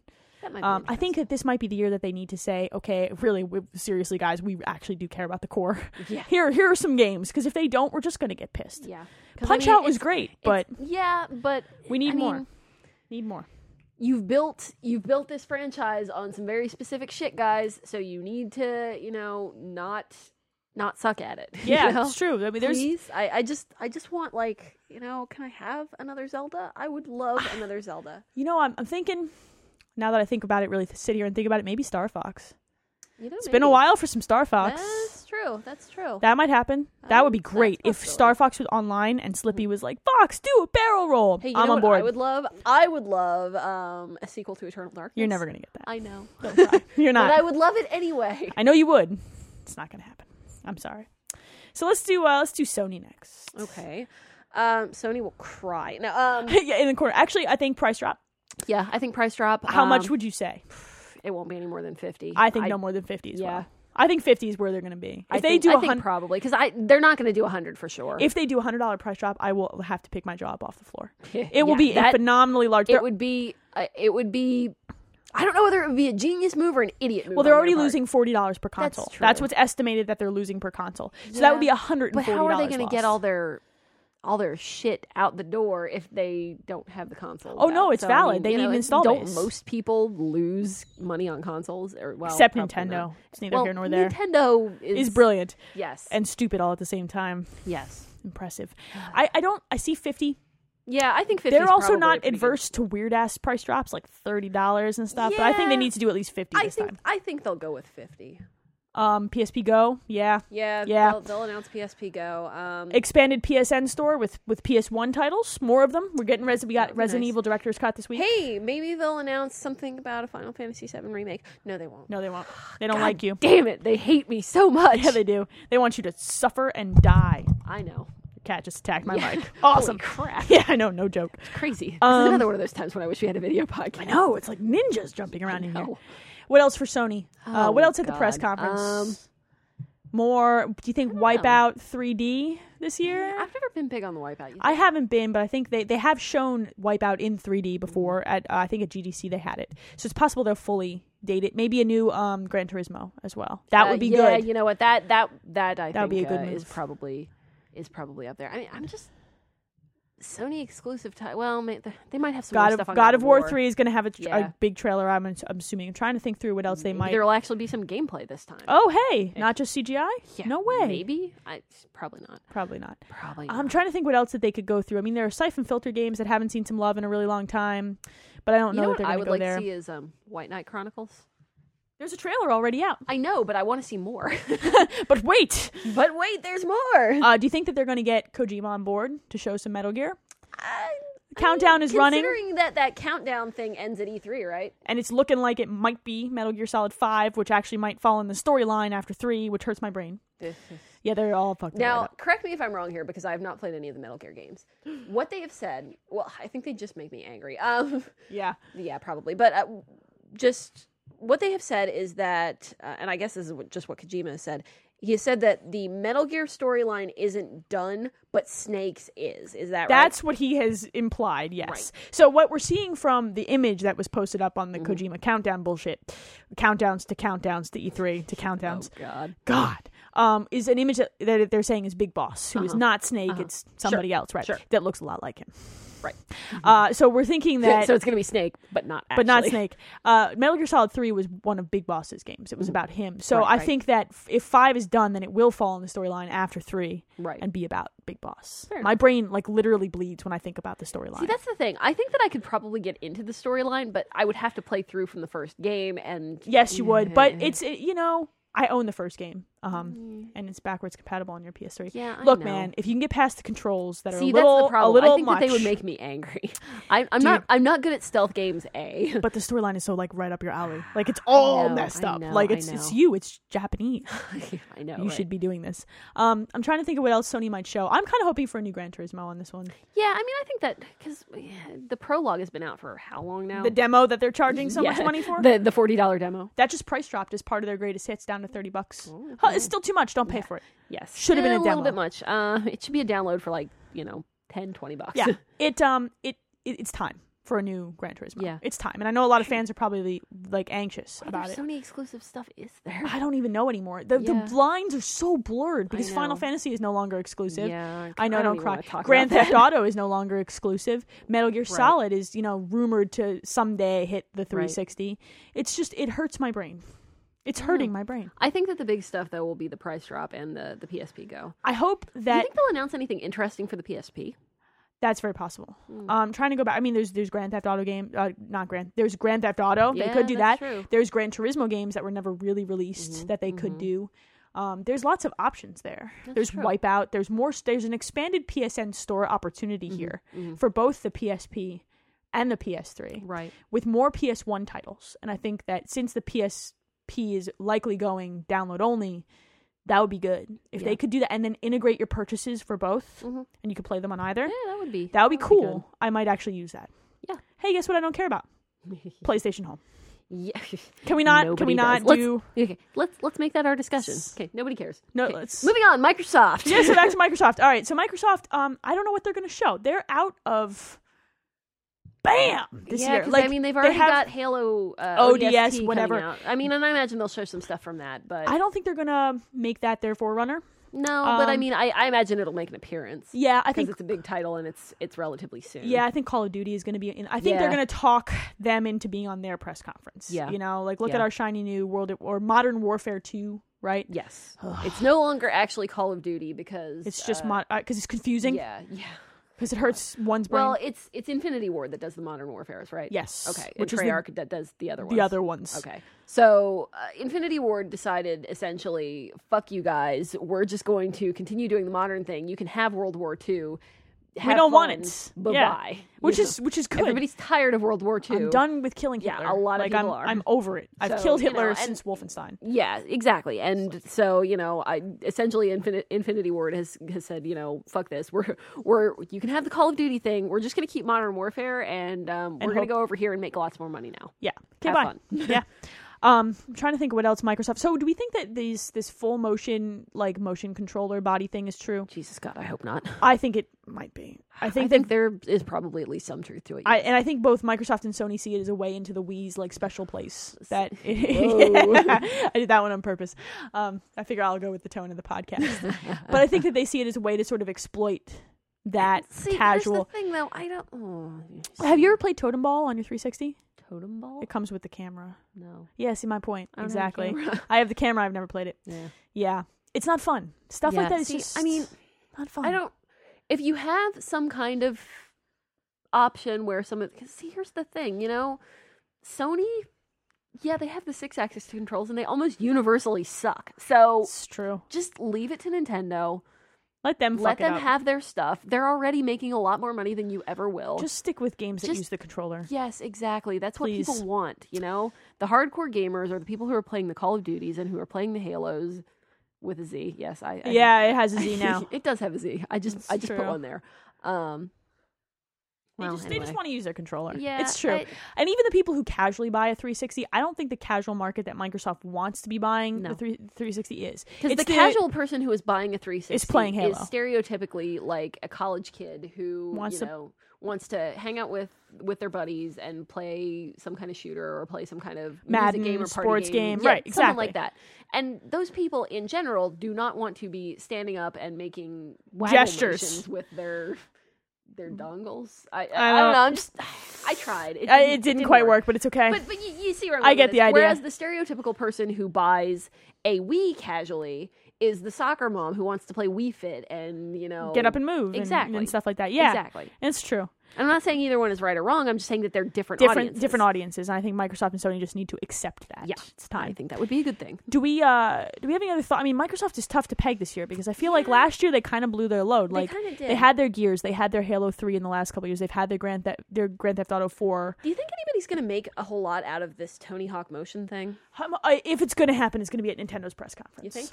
Speaker 2: That might be
Speaker 1: Um, I think
Speaker 2: interesting.
Speaker 1: that this might be the year that they need to say, okay, really, we, seriously, guys, we actually do care about the core.
Speaker 2: Yeah.
Speaker 1: here, here are some games because if they don't, we're just going to get pissed.
Speaker 2: yeah, 'Cause, I
Speaker 1: Punch
Speaker 2: mean,
Speaker 1: Out was
Speaker 2: it's-
Speaker 1: great, but
Speaker 2: it's- yeah, but
Speaker 1: we need
Speaker 2: I
Speaker 1: more.
Speaker 2: mean,
Speaker 1: need more.
Speaker 2: you've built you've built this franchise on some very specific shit, guys. So you need to, you know, not not suck at it. you
Speaker 1: Yeah,
Speaker 2: know?
Speaker 1: it's true. I mean, there's
Speaker 2: Please, I, I just I just want like you know, can I have another Zelda? I would love another Zelda.
Speaker 1: You know, I'm, I'm thinking now that I think about it, really sit here and think about it. Maybe Star Fox.
Speaker 2: You know,
Speaker 1: It's been a
Speaker 2: maybe.
Speaker 1: while for some Star Fox.
Speaker 2: That's true. That's true.
Speaker 1: That might happen. That would be
Speaker 2: Oh, That's
Speaker 1: great if
Speaker 2: possible. Mm-hmm.
Speaker 1: Star Fox was online and Slippy was like, "Fox, do a barrel roll."
Speaker 2: hey, you
Speaker 1: I'm
Speaker 2: know
Speaker 1: on
Speaker 2: what
Speaker 1: board.
Speaker 2: I would love. I would love um, a sequel to Eternal Darkness.
Speaker 1: You're never gonna get that.
Speaker 2: I know,
Speaker 1: You're
Speaker 2: but
Speaker 1: not. I
Speaker 2: I would love it anyway.
Speaker 1: know you would. It's not gonna happen. I'm sorry. So let's do uh, let's do Sony next.
Speaker 2: Okay. Um, Sony will cry. No, um,
Speaker 1: yeah, in the corner. Actually, I think price drop.
Speaker 2: yeah, I think price drop.
Speaker 1: How much
Speaker 2: um,
Speaker 1: would you say?
Speaker 2: it won't be any more than fifty?
Speaker 1: I think no more than fifty. As
Speaker 2: yeah.
Speaker 1: Well. I think fifty is where they're gonna be. If
Speaker 2: I
Speaker 1: they
Speaker 2: think,
Speaker 1: do
Speaker 2: I
Speaker 1: a
Speaker 2: think
Speaker 1: hundred,
Speaker 2: probably because I they're not going to do a hundred for sure.
Speaker 1: if they do a hundred dollar price drop, I will have to pick my job off the floor.
Speaker 2: Yeah,
Speaker 1: It will be a
Speaker 2: that-
Speaker 1: phenomenally large.
Speaker 2: it
Speaker 1: They're-
Speaker 2: would be uh, it would be I don't know whether it would be a genius move or an idiot move.
Speaker 1: well, they're
Speaker 2: on their
Speaker 1: already
Speaker 2: part.
Speaker 1: losing forty dollars per console. That's,
Speaker 2: true.
Speaker 1: what's estimated that they're losing per console. So that would be
Speaker 2: Yeah.
Speaker 1: a hundred.
Speaker 2: But how are they
Speaker 1: going to
Speaker 2: get all their all their shit out the door if they don't have the console?
Speaker 1: Oh, no, it's valid. They need an install
Speaker 2: Don't
Speaker 1: base.
Speaker 2: most people lose money on consoles? Or well,
Speaker 1: Except
Speaker 2: probably
Speaker 1: Nintendo.
Speaker 2: not.
Speaker 1: It's neither
Speaker 2: Well,
Speaker 1: here nor there.
Speaker 2: Nintendo is,
Speaker 1: Is brilliant
Speaker 2: Yes,
Speaker 1: and stupid all at the same time.
Speaker 2: yes,
Speaker 1: Impressive. I, I don't. I see fifty.
Speaker 2: yeah. I think 50
Speaker 1: They're also not adverse to weird ass price drops like thirty dollars and stuff. But I think they
Speaker 2: Yeah.
Speaker 1: need to do at least fifty
Speaker 2: I
Speaker 1: this
Speaker 2: think
Speaker 1: time.
Speaker 2: I think they'll go with fifty.
Speaker 1: Um, PSP Go, yeah,
Speaker 2: Yeah,
Speaker 1: Yeah.
Speaker 2: They'll, they'll announce PSP Go. Um,
Speaker 1: expanded PSN store with with PS1 titles, more of them. We're getting Res- we got
Speaker 2: be
Speaker 1: Resident
Speaker 2: nice.
Speaker 1: Evil Director's Cut this week.
Speaker 2: hey, maybe they'll announce something about a Final Fantasy VII remake. No, they won't.
Speaker 1: No, they won't. They don't
Speaker 2: God
Speaker 1: like you.
Speaker 2: Damn it! They hate me so much.
Speaker 1: Yeah, they do. They want you to suffer and die.
Speaker 2: I know.
Speaker 1: Your cat just attacked my
Speaker 2: Yeah.
Speaker 1: mic. Awesome.
Speaker 2: Holy crap.
Speaker 1: Yeah, I know, no joke.
Speaker 2: Crazy. this
Speaker 1: Um,
Speaker 2: is another one of those times when I wish we had a video podcast.
Speaker 1: No, it's like ninjas jumping around in here.
Speaker 2: know.
Speaker 1: What else for Sony? uh,
Speaker 2: Oh,
Speaker 1: what else at the
Speaker 2: God. Um,
Speaker 1: press conference? More? Do you think Wipeout 3D this year?
Speaker 2: I've never been big on the Wipeout. You
Speaker 1: I haven't been, but I think they, they have shown Wipeout in 3D before.
Speaker 2: Mm-hmm.
Speaker 1: At uh, I think at GDC they had it, so it's possible they'll fully date it. Maybe a new um, Gran Turismo as well. That
Speaker 2: Uh,
Speaker 1: would be
Speaker 2: yeah,
Speaker 1: good.
Speaker 2: you know what? That that that I
Speaker 1: That would
Speaker 2: think
Speaker 1: be a good
Speaker 2: uh, is
Speaker 1: move.
Speaker 2: probably is probably up there. I mean, I'm just Sony exclusive. Ti- well, may, they might have some
Speaker 1: God
Speaker 2: other
Speaker 1: of
Speaker 2: stuff on
Speaker 1: God of War, Three is going to have a, tr-
Speaker 2: Yeah. Mm-hmm.
Speaker 1: a big trailer. I'm, I'm assuming. I'm trying to think through what else they
Speaker 2: Maybe
Speaker 1: might.
Speaker 2: There will actually be some gameplay this time.
Speaker 1: Oh hey, not just CGI.
Speaker 2: Yeah,
Speaker 1: no way.
Speaker 2: Maybe I probably not. Um,
Speaker 1: Probably not.
Speaker 2: Probably.
Speaker 1: I'm
Speaker 2: not.
Speaker 1: trying to think what else that they could go through. I mean, there are siphon filter games that haven't seen some love in a really long time, but I don't
Speaker 2: you
Speaker 1: that
Speaker 2: know what
Speaker 1: they're
Speaker 2: I
Speaker 1: going
Speaker 2: would
Speaker 1: go
Speaker 2: like
Speaker 1: there.
Speaker 2: to see is um, White Knight Chronicles.
Speaker 1: There's a trailer already out,
Speaker 2: I know, but I want to see more.
Speaker 1: but wait.
Speaker 2: but wait, there's more.
Speaker 1: Uh, do you think that they're going to get Kojima on board to show some Metal Gear?
Speaker 2: I,
Speaker 1: countdown is running,
Speaker 2: Considering that that countdown thing ends at E3, right?
Speaker 1: and it's looking like it might be Metal Gear Solid Five, which actually might fall in the storyline after three, which hurts my brain. Yeah, they're all fucked
Speaker 2: Now,
Speaker 1: up.
Speaker 2: correct me if I'm wrong here because I have not played any of the Metal Gear games. What they have said, well, I think they just make me angry. Um,
Speaker 1: Yeah,
Speaker 2: yeah, probably. But uh, just what they have said is that, uh, and I guess this is what, just what Kojima said. He said that the Metal Gear storyline isn't done, but Snake's is. Is that right?
Speaker 1: That's what he has implied, yes. So what we're seeing from the image that was posted up on the
Speaker 2: Mm-hmm.
Speaker 1: Kojima countdown bullshit, countdowns to countdowns to E3 to countdowns.
Speaker 2: Oh, God.
Speaker 1: God. Um, is an image that, that they're saying is Big Boss, who is not Snake, it's somebody else, right?
Speaker 2: Uh-huh. sure.
Speaker 1: That looks a lot like him.
Speaker 2: Right.
Speaker 1: Uh, so we're thinking that
Speaker 2: so it's going to be Snake, but not actually.
Speaker 1: but not Snake. Uh, Metal Gear Solid Three was one of Big Boss's games. It was about him. So
Speaker 2: Mm. Right,
Speaker 1: I
Speaker 2: right.
Speaker 1: think that f- if five is done, then it will fall in the storyline after three,
Speaker 2: Right.
Speaker 1: and be about Big Boss.
Speaker 2: Fair
Speaker 1: My brain like literally bleeds when I think about the storyline.
Speaker 2: See, that's the thing. I think that I could probably get into the storyline, but I would have to play through from the first game and
Speaker 1: yes, you would, but it's it, you know I own the first game, um, and it's backwards compatible on your PS3.
Speaker 2: Mm. Yeah, I
Speaker 1: look,
Speaker 2: know.
Speaker 1: man, if you can get past the controls that are
Speaker 2: see
Speaker 1: a little
Speaker 2: that's the problem.
Speaker 1: a little
Speaker 2: I think
Speaker 1: much,
Speaker 2: that they would make me angry. I, I'm not. I'm not good at stealth games. A.
Speaker 1: but the storyline is so like right up your alley. Like it's all
Speaker 2: know,
Speaker 1: messed
Speaker 2: I
Speaker 1: up.
Speaker 2: know,
Speaker 1: like
Speaker 2: I
Speaker 1: it's it's
Speaker 2: know.
Speaker 1: you. It's Japanese.
Speaker 2: I know.
Speaker 1: you
Speaker 2: Oh, right?
Speaker 1: should be doing this. Um, I'm trying to think of what else Sony might show. I'm kind of hoping for a new Gran Turismo on this one.
Speaker 2: Yeah, I mean, I think that because the prologue has been out for how long now?
Speaker 1: The demo that they're charging so much
Speaker 2: Oh. Yeah,
Speaker 1: money for.
Speaker 2: the the forty dollar demo.
Speaker 1: that just price dropped as part of their greatest hits down to 30 bucks. Huh, it's still too much. Don't pay for it.
Speaker 2: Yes,
Speaker 1: Should have been
Speaker 2: Eh,
Speaker 1: a demo.
Speaker 2: little bit much. Uh, it should be a download for like you know 10, 20 bucks.
Speaker 1: Yeah. it um it, it it's time for a new Gran Turismo.
Speaker 2: Yeah.
Speaker 1: It's time. And I know a lot of fans are probably like anxious about
Speaker 2: There's
Speaker 1: it.
Speaker 2: so many exclusive stuff. Is there?
Speaker 1: I don't even know anymore. The
Speaker 2: Yeah.
Speaker 1: the lines are so blurred because Final
Speaker 2: know.
Speaker 1: Fantasy is no longer exclusive.
Speaker 2: Yeah,
Speaker 1: I know,
Speaker 2: I don't
Speaker 1: don't,
Speaker 2: even
Speaker 1: cry.
Speaker 2: wanna talk
Speaker 1: Grand
Speaker 2: about that.
Speaker 1: Theft Auto is no longer exclusive. Metal Gear Solid is, you know, rumored to someday hit the 360. It's just it hurts my brain. It's hurting my brain.
Speaker 2: I think that the big stuff though will be the price drop and the the PSP Go.
Speaker 1: I hope
Speaker 2: Do you
Speaker 1: that
Speaker 2: think they'll announce anything interesting for the PSP?
Speaker 1: that's very possible.
Speaker 2: Hmm.
Speaker 1: Um, trying to go back. I mean, there's there's Grand Theft Auto game, uh, not Grand. There's Grand Theft Auto. they
Speaker 2: Yeah,
Speaker 1: could do
Speaker 2: that's
Speaker 1: that.
Speaker 2: true. Mm-hmm,
Speaker 1: There's Gran Turismo games that were never really released that they could do. Um, there's lots of options there. there's Wipeout. There's more. s- There's an expanded PSN store opportunity
Speaker 2: Mm-hmm,
Speaker 1: here for both the PSP and the PS3.
Speaker 2: Right.
Speaker 1: with more PS1 titles. And I think that since the PSP is likely going download only, that would be good. If they could do that and then integrate your purchases for both and you could play them on either,
Speaker 2: Mm-hmm. Yeah, that would be
Speaker 1: that would be
Speaker 2: good.
Speaker 1: cool. I might actually use that.
Speaker 2: Yeah.
Speaker 1: Hey, guess what I don't care about? PlayStation Home.
Speaker 2: Yeah.
Speaker 1: Can we not- can
Speaker 2: Nobody
Speaker 1: we not
Speaker 2: does. Let's-
Speaker 1: do-
Speaker 2: okay, let's let's make that our discussion. Okay, nobody cares.
Speaker 1: No,
Speaker 2: Okay,
Speaker 1: let's-
Speaker 2: moving on. Microsoft.
Speaker 1: yeah, so back to Microsoft. All right, so Microsoft, um, I don't know what they're going to show. They're out of bam this
Speaker 2: yeah,
Speaker 1: year.
Speaker 2: 'cause, I mean they've
Speaker 1: they
Speaker 2: already
Speaker 1: have-
Speaker 2: got Halo uh,
Speaker 1: ODS,
Speaker 2: ODST coming
Speaker 1: whatever.
Speaker 2: out. I mean, and I imagine they'll show some stuff from that, but
Speaker 1: I don't think they're going to make that their forerunner.
Speaker 2: no. but I
Speaker 1: um,
Speaker 2: mean, I, I imagine it'll make an appearance.
Speaker 1: Yeah, I
Speaker 2: because
Speaker 1: think
Speaker 2: it's a big title and it's it's relatively soon.
Speaker 1: Yeah, I think Call of Duty is going to be in. I think they're
Speaker 2: Yeah.
Speaker 1: going to talk them into being on their press conference.
Speaker 2: Yeah.
Speaker 1: You know, like look at
Speaker 2: Yeah.
Speaker 1: our shiny new World or Modern Warfare 2, right?
Speaker 2: Yes, it's no longer actually Call of Duty because
Speaker 1: It's just
Speaker 2: uh,
Speaker 1: mod because it's confusing
Speaker 2: yeah, yeah.
Speaker 1: because it hurts one's brain.
Speaker 2: Well, it's it's Infinity Ward that does the Modern Warfares, right?
Speaker 1: Yes,
Speaker 2: Okay, and
Speaker 1: which is the-
Speaker 2: Treyarch that does the other ones.
Speaker 1: the other ones.
Speaker 2: Okay. So uh, Infinity Ward decided essentially, fuck you guys. We're just going to continue doing the modern thing. You can have World War II.
Speaker 1: we
Speaker 2: Have
Speaker 1: don't want
Speaker 2: fun.
Speaker 1: it.
Speaker 2: Bye
Speaker 1: Yeah.
Speaker 2: bye.
Speaker 1: Which is which is good.
Speaker 2: everybody's tired of World War II.
Speaker 1: I'm done with killing
Speaker 2: Yeah,
Speaker 1: Hitler.
Speaker 2: a lot of
Speaker 1: like,
Speaker 2: people
Speaker 1: I'm,
Speaker 2: are.
Speaker 1: I'm over it. I've
Speaker 2: So,
Speaker 1: killed
Speaker 2: you
Speaker 1: Hitler
Speaker 2: know, and-
Speaker 1: since Wolfenstein.
Speaker 2: Yeah, exactly. And so you know, I essentially Infin- Infinity Ward has has said, you know, fuck this. We're we're you can have the Call of Duty thing. We're just going to keep Modern Warfare, and um, we're going
Speaker 1: hope-
Speaker 2: to go over here and make lots more money now.
Speaker 1: Yeah. Okay,
Speaker 2: Have
Speaker 1: bye.
Speaker 2: fun.
Speaker 1: yeah. Um, I'm trying to think of what else Microsoft. So, do we think that these this full motion like motion controller body thing is true?
Speaker 2: Jesus God, I hope not.
Speaker 1: I think it might be. I
Speaker 2: I
Speaker 1: think that
Speaker 2: think there is probably at least some truth to it.
Speaker 1: I and I think both Microsoft and Sony see it as a way into the Wii's like special place. That I did that one on purpose. Um, I figure I'll go with the tone of the podcast, but I think that they see it as a way to sort of exploit that
Speaker 2: See,
Speaker 1: casual.
Speaker 2: Here's the thing, though, I don't. Oh,
Speaker 1: Have you ever played Totem Ball on your 360?
Speaker 2: totem ball?
Speaker 1: It comes with the camera.
Speaker 2: No.
Speaker 1: Yeah, see my point
Speaker 2: don't have a
Speaker 1: exactly.
Speaker 2: camera.
Speaker 1: I have the camera. I've never played it.
Speaker 2: Yeah.
Speaker 1: Yeah, it's not fun. Stuff like
Speaker 2: Yeah,
Speaker 1: that is
Speaker 2: see,
Speaker 1: just.
Speaker 2: I mean,
Speaker 1: not fun.
Speaker 2: I don't. If you have some kind of option where some of, cause see, here's the thing, you know, Sony, yeah, they have the six-axis controls, and they almost universally suck. So
Speaker 1: It's true.
Speaker 2: just leave it to Nintendo.
Speaker 1: Let them fuck
Speaker 2: Let
Speaker 1: it
Speaker 2: them
Speaker 1: up.
Speaker 2: have their stuff. They're already making a lot more money than you ever will.
Speaker 1: Just stick with games that
Speaker 2: Just-
Speaker 1: use the controller.
Speaker 2: Yes, exactly. That's
Speaker 1: Please.
Speaker 2: what people want, you know? The hardcore gamers are the people who are playing the Call of Duties and who are playing the Halos with a Z. Yes, I, I
Speaker 1: Yeah, it has a Z now.
Speaker 2: it does have a Z. I just
Speaker 1: It's
Speaker 2: I just
Speaker 1: true.
Speaker 2: put one there. Um
Speaker 1: They
Speaker 2: well,
Speaker 1: just, they
Speaker 2: anyway.
Speaker 1: just want to use their controller.
Speaker 2: Yeah,
Speaker 1: it's true.
Speaker 2: I-
Speaker 1: and even the people who casually buy a 360, I don't think the casual market that Microsoft wants to be buying
Speaker 2: No.
Speaker 1: the three, 360 is.
Speaker 2: Because
Speaker 1: It's
Speaker 2: the, casual person who is buying a 360
Speaker 1: Is playing Halo.
Speaker 2: is stereotypically like a college kid who
Speaker 1: Wants
Speaker 2: you
Speaker 1: to-
Speaker 2: know wants to hang out with with their buddies and play some kind of shooter or play some kind of
Speaker 1: Madden,
Speaker 2: music game or party
Speaker 1: sports game,
Speaker 2: Yeah,
Speaker 1: right,
Speaker 2: something like
Speaker 1: exactly.
Speaker 2: that. And those people in general do not want to be standing up and making waggle
Speaker 1: Gestures. Mm.
Speaker 2: motions with their their dongles. I,
Speaker 1: I
Speaker 2: I, I don't
Speaker 1: know.
Speaker 2: know. I'm just I tried. It didn't,
Speaker 1: Uh, it didn't, quite work, but it's okay.
Speaker 2: But but you, you see where I'm
Speaker 1: I
Speaker 2: going
Speaker 1: get
Speaker 2: with
Speaker 1: the
Speaker 2: this.
Speaker 1: idea.
Speaker 2: Whereas the stereotypical person who buys a Wii casually is the soccer mom who wants to play Wii Fit and you know
Speaker 1: Get up and move, and- and,
Speaker 2: Exactly.
Speaker 1: stuff like that. Yeah,
Speaker 2: Exactly.
Speaker 1: It's true.
Speaker 2: I'm not saying either one is right or wrong. I'm just saying that they're different
Speaker 1: Different
Speaker 2: audiences.
Speaker 1: different audiences. And I think Microsoft and Sony just need to accept that.
Speaker 2: Yeah,
Speaker 1: it's time.
Speaker 2: I think that would be a good thing.
Speaker 1: do we uh do we have any other thought? I mean, Microsoft is tough to peg this year because I feel like last year they kind of blew their load. like
Speaker 2: kinda did.
Speaker 1: they had their gears, they had their Halo Three in the last couple of years, they've had their Grand Theft their Grand Theft Auto Four.
Speaker 2: Do you think anybody's going to make a whole lot out of this Tony Hawk motion thing?
Speaker 1: Um, I- If it's going to happen, it's going to be at Nintendo's press conference.
Speaker 2: You think?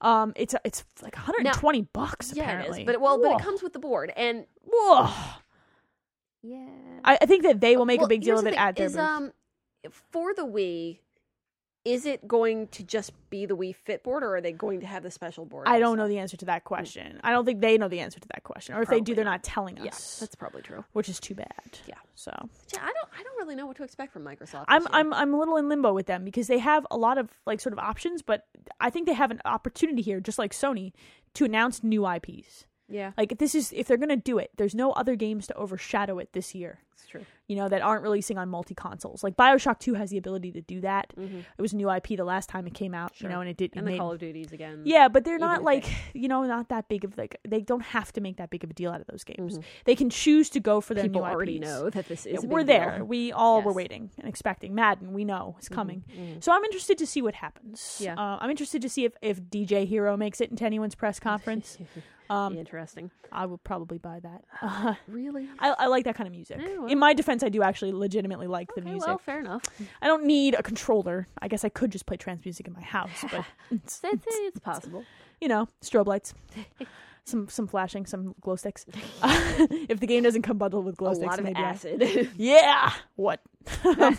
Speaker 1: Um, it's it's like 120 bucks apparently.
Speaker 2: Yeah, it is. But well, but
Speaker 1: Whoa.
Speaker 2: it comes with the board, and
Speaker 1: Whoa.
Speaker 2: yeah,
Speaker 1: I, I think that they will make
Speaker 2: Well,
Speaker 1: a big deal
Speaker 2: here's
Speaker 1: of
Speaker 2: the
Speaker 1: it
Speaker 2: thing,
Speaker 1: at their
Speaker 2: is,
Speaker 1: booth.
Speaker 2: um for the Wii. Is it going to just be the Wii Fit board, or are they going to have the special board?
Speaker 1: I
Speaker 2: also?
Speaker 1: don't know the answer to that question. I don't think they know the answer to that question, or if they do,
Speaker 2: Mm. Probably
Speaker 1: they're
Speaker 2: not.
Speaker 1: not telling us,
Speaker 2: Yes, that's probably true.
Speaker 1: which is too bad.
Speaker 2: Yeah.
Speaker 1: So
Speaker 2: Yeah, I don't. I don't really know what to expect from Microsoft.
Speaker 1: I'm
Speaker 2: this year.
Speaker 1: I'm I'm a little in limbo with them because they have a lot of like sort of options, but I think they have an opportunity here, just like Sony, to announce new IPs.
Speaker 2: Yeah,
Speaker 1: Like if this is if they're gonna do it, there's no other games to overshadow it this year.
Speaker 2: it's true.
Speaker 1: You know that aren't releasing on multi consoles. Like Bioshock Two has the ability to do that. It was a new IP the last time it came out. You know, and it did.
Speaker 2: Mm-hmm.
Speaker 1: it
Speaker 2: And the
Speaker 1: made-
Speaker 2: Call of Duties again.
Speaker 1: yeah, but they're
Speaker 2: even
Speaker 1: not
Speaker 2: if
Speaker 1: like
Speaker 2: they-
Speaker 1: you know not that big of like they don't have to make that big of a deal out of those games. They can choose to go for their
Speaker 2: Mm-hmm. people
Speaker 1: new
Speaker 2: already
Speaker 1: IPs.
Speaker 2: know that this
Speaker 1: Yeah,
Speaker 2: is. a
Speaker 1: we're
Speaker 2: big
Speaker 1: there.
Speaker 2: deal.
Speaker 1: We all were
Speaker 2: Yes. Mm-hmm.
Speaker 1: waiting and expecting. Madden, we know, is coming. So I'm interested to see what happens.
Speaker 2: Yeah.
Speaker 1: Uh, I'm interested to see if, if DJ Hero makes it into anyone's press conference. Um,
Speaker 2: Be interesting.
Speaker 1: I will probably buy that.
Speaker 2: Really?
Speaker 1: I, I like that kind of music.
Speaker 2: Yeah, well.
Speaker 1: In my defense, I do actually legitimately like the
Speaker 2: Okay,
Speaker 1: music.
Speaker 2: well, fair enough.
Speaker 1: I don't need a controller. I guess I could just play trance music in my house, but
Speaker 2: It's, it's, it's possible.
Speaker 1: you know, strobe lights. Some some flashing, some glow sticks. if the game doesn't come bundled with glow
Speaker 2: A
Speaker 1: sticks,
Speaker 2: lot of
Speaker 1: maybe I-
Speaker 2: acid.
Speaker 1: Yeah. What? All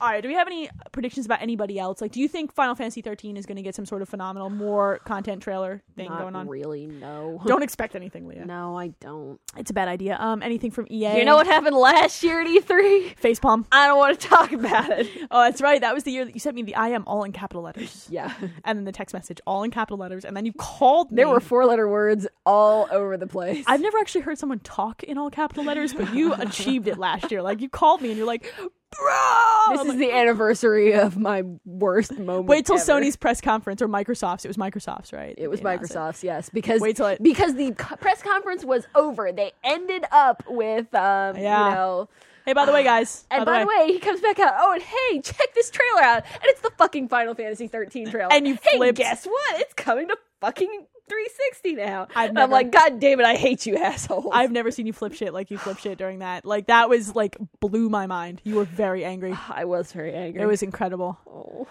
Speaker 1: right. Do we have any predictions about anybody else? Like, do you think Final Fantasy 13 is going to get some sort of phenomenal, more content trailer thing
Speaker 2: Not
Speaker 1: going on?
Speaker 2: really. No.
Speaker 1: Don't expect anything, Leah.
Speaker 2: No, I don't.
Speaker 1: It's a bad idea. Um, anything from EA?
Speaker 2: You know what happened last year at E3?
Speaker 1: Facepalm.
Speaker 2: I don't want to talk about it.
Speaker 1: Oh, that's right. That was the year that you sent me the I am all in capital letters,
Speaker 2: Yeah.
Speaker 1: and then the text message all in capital letters, and then you called me.
Speaker 2: There were four letter words all over the place.
Speaker 1: I've never actually heard someone talk in all capital letters, but you achieved it last year. Like you called me and you're like, "Bro,
Speaker 2: this is the anniversary of my worst moment.
Speaker 1: Wait till
Speaker 2: ever.
Speaker 1: Sony's press conference or Microsoft's. It was Microsoft's, right?
Speaker 2: It was
Speaker 1: They announced
Speaker 2: Microsoft's, yes, because
Speaker 1: Wait till it-
Speaker 2: because the co- press conference was over. They ended up with, um,
Speaker 1: Yeah.
Speaker 2: you know.
Speaker 1: Hey, by the way, guys.
Speaker 2: And by the way, he comes back out. Oh, and hey, check this trailer out, and it's the fucking Final Fantasy 13 trailer.
Speaker 1: And you
Speaker 2: hey,
Speaker 1: flipped.
Speaker 2: guess what? It's coming to fucking 360 now.
Speaker 1: I've
Speaker 2: and I'm
Speaker 1: never-
Speaker 2: like, God damn it, I hate you, assholes.
Speaker 1: I've never seen you flip shit like you flip shit during that. Like that was like blew my mind. You were very angry.
Speaker 2: I was very angry.
Speaker 1: It was incredible.
Speaker 2: Oh.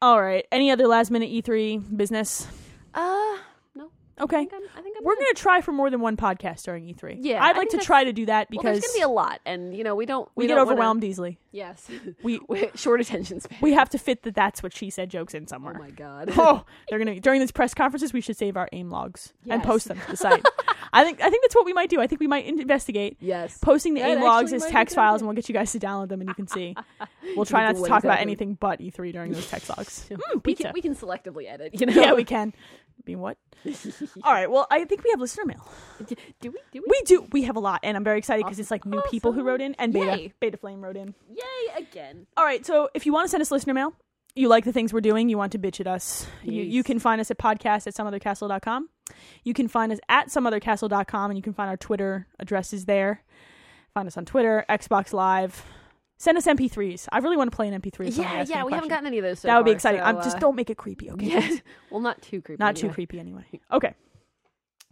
Speaker 1: All right. Any other last minute E3 business?
Speaker 2: Uh, no.
Speaker 1: Okay.
Speaker 2: I think I'm, I think I'm
Speaker 1: We're
Speaker 2: good.
Speaker 1: gonna try for more than one podcast during E3.
Speaker 2: Yeah,
Speaker 1: I'd like
Speaker 2: I think
Speaker 1: to
Speaker 2: that's-
Speaker 1: try to do that
Speaker 2: Well,
Speaker 1: because
Speaker 2: there's gonna be a lot, and you know we don't
Speaker 1: we,
Speaker 2: we,
Speaker 1: get
Speaker 2: don't wanna-
Speaker 1: overwhelmed easily.
Speaker 2: Yes,
Speaker 1: We-
Speaker 2: short attention span.
Speaker 1: We have to fit that. That's what she said. Jokes in
Speaker 2: oh
Speaker 1: somewhere.
Speaker 2: my god.
Speaker 1: oh, they're gonna during these press conferences. We should save our aim logs and
Speaker 2: Yes.
Speaker 1: post them to the site. I think I think that's what we might do. I think we might investigate.
Speaker 2: Yes.
Speaker 1: posting the
Speaker 2: That
Speaker 1: aim logs
Speaker 2: actually
Speaker 1: as
Speaker 2: might be
Speaker 1: text
Speaker 2: a good
Speaker 1: files,
Speaker 2: idea.
Speaker 1: and we'll get you guys to download them, and you can see. We'll try not to
Speaker 2: Exactly.
Speaker 1: talk about anything but E3 during those text logs. Mm,
Speaker 2: we
Speaker 1: pizza.
Speaker 2: can we can selectively edit. You know.
Speaker 1: yeah, we can. I mean, what? All right. Well, I think we have listener mail.
Speaker 2: do we? Do we?
Speaker 1: We do. We have a lot, and I'm very excited because it's like new people who
Speaker 2: Awesome.
Speaker 1: wrote in, and Beta,
Speaker 2: Yay.
Speaker 1: Beta Flame wrote in.
Speaker 2: Yay again.
Speaker 1: All right. So if you want to send us listener mail, you like the things we're doing, you want to bitch at us, you,
Speaker 2: Yes.
Speaker 1: you can find us at podcast at someothercastle.com. You can find us at someothercastle.com and you can find our Twitter addresses there. Find us on Twitter, Xbox Live. Send us MP3s. I really want to play an MP3. if somebody
Speaker 2: Yeah,
Speaker 1: asks me
Speaker 2: yeah.
Speaker 1: a
Speaker 2: We
Speaker 1: question.
Speaker 2: haven't gotten any of those. So
Speaker 1: That would be
Speaker 2: far,
Speaker 1: exciting.
Speaker 2: so,
Speaker 1: I'm just
Speaker 2: uh,
Speaker 1: don't make it creepy, okay?
Speaker 2: Yeah. Well, not too creepy.
Speaker 1: Not too
Speaker 2: anyway.
Speaker 1: creepy anyway. Okay.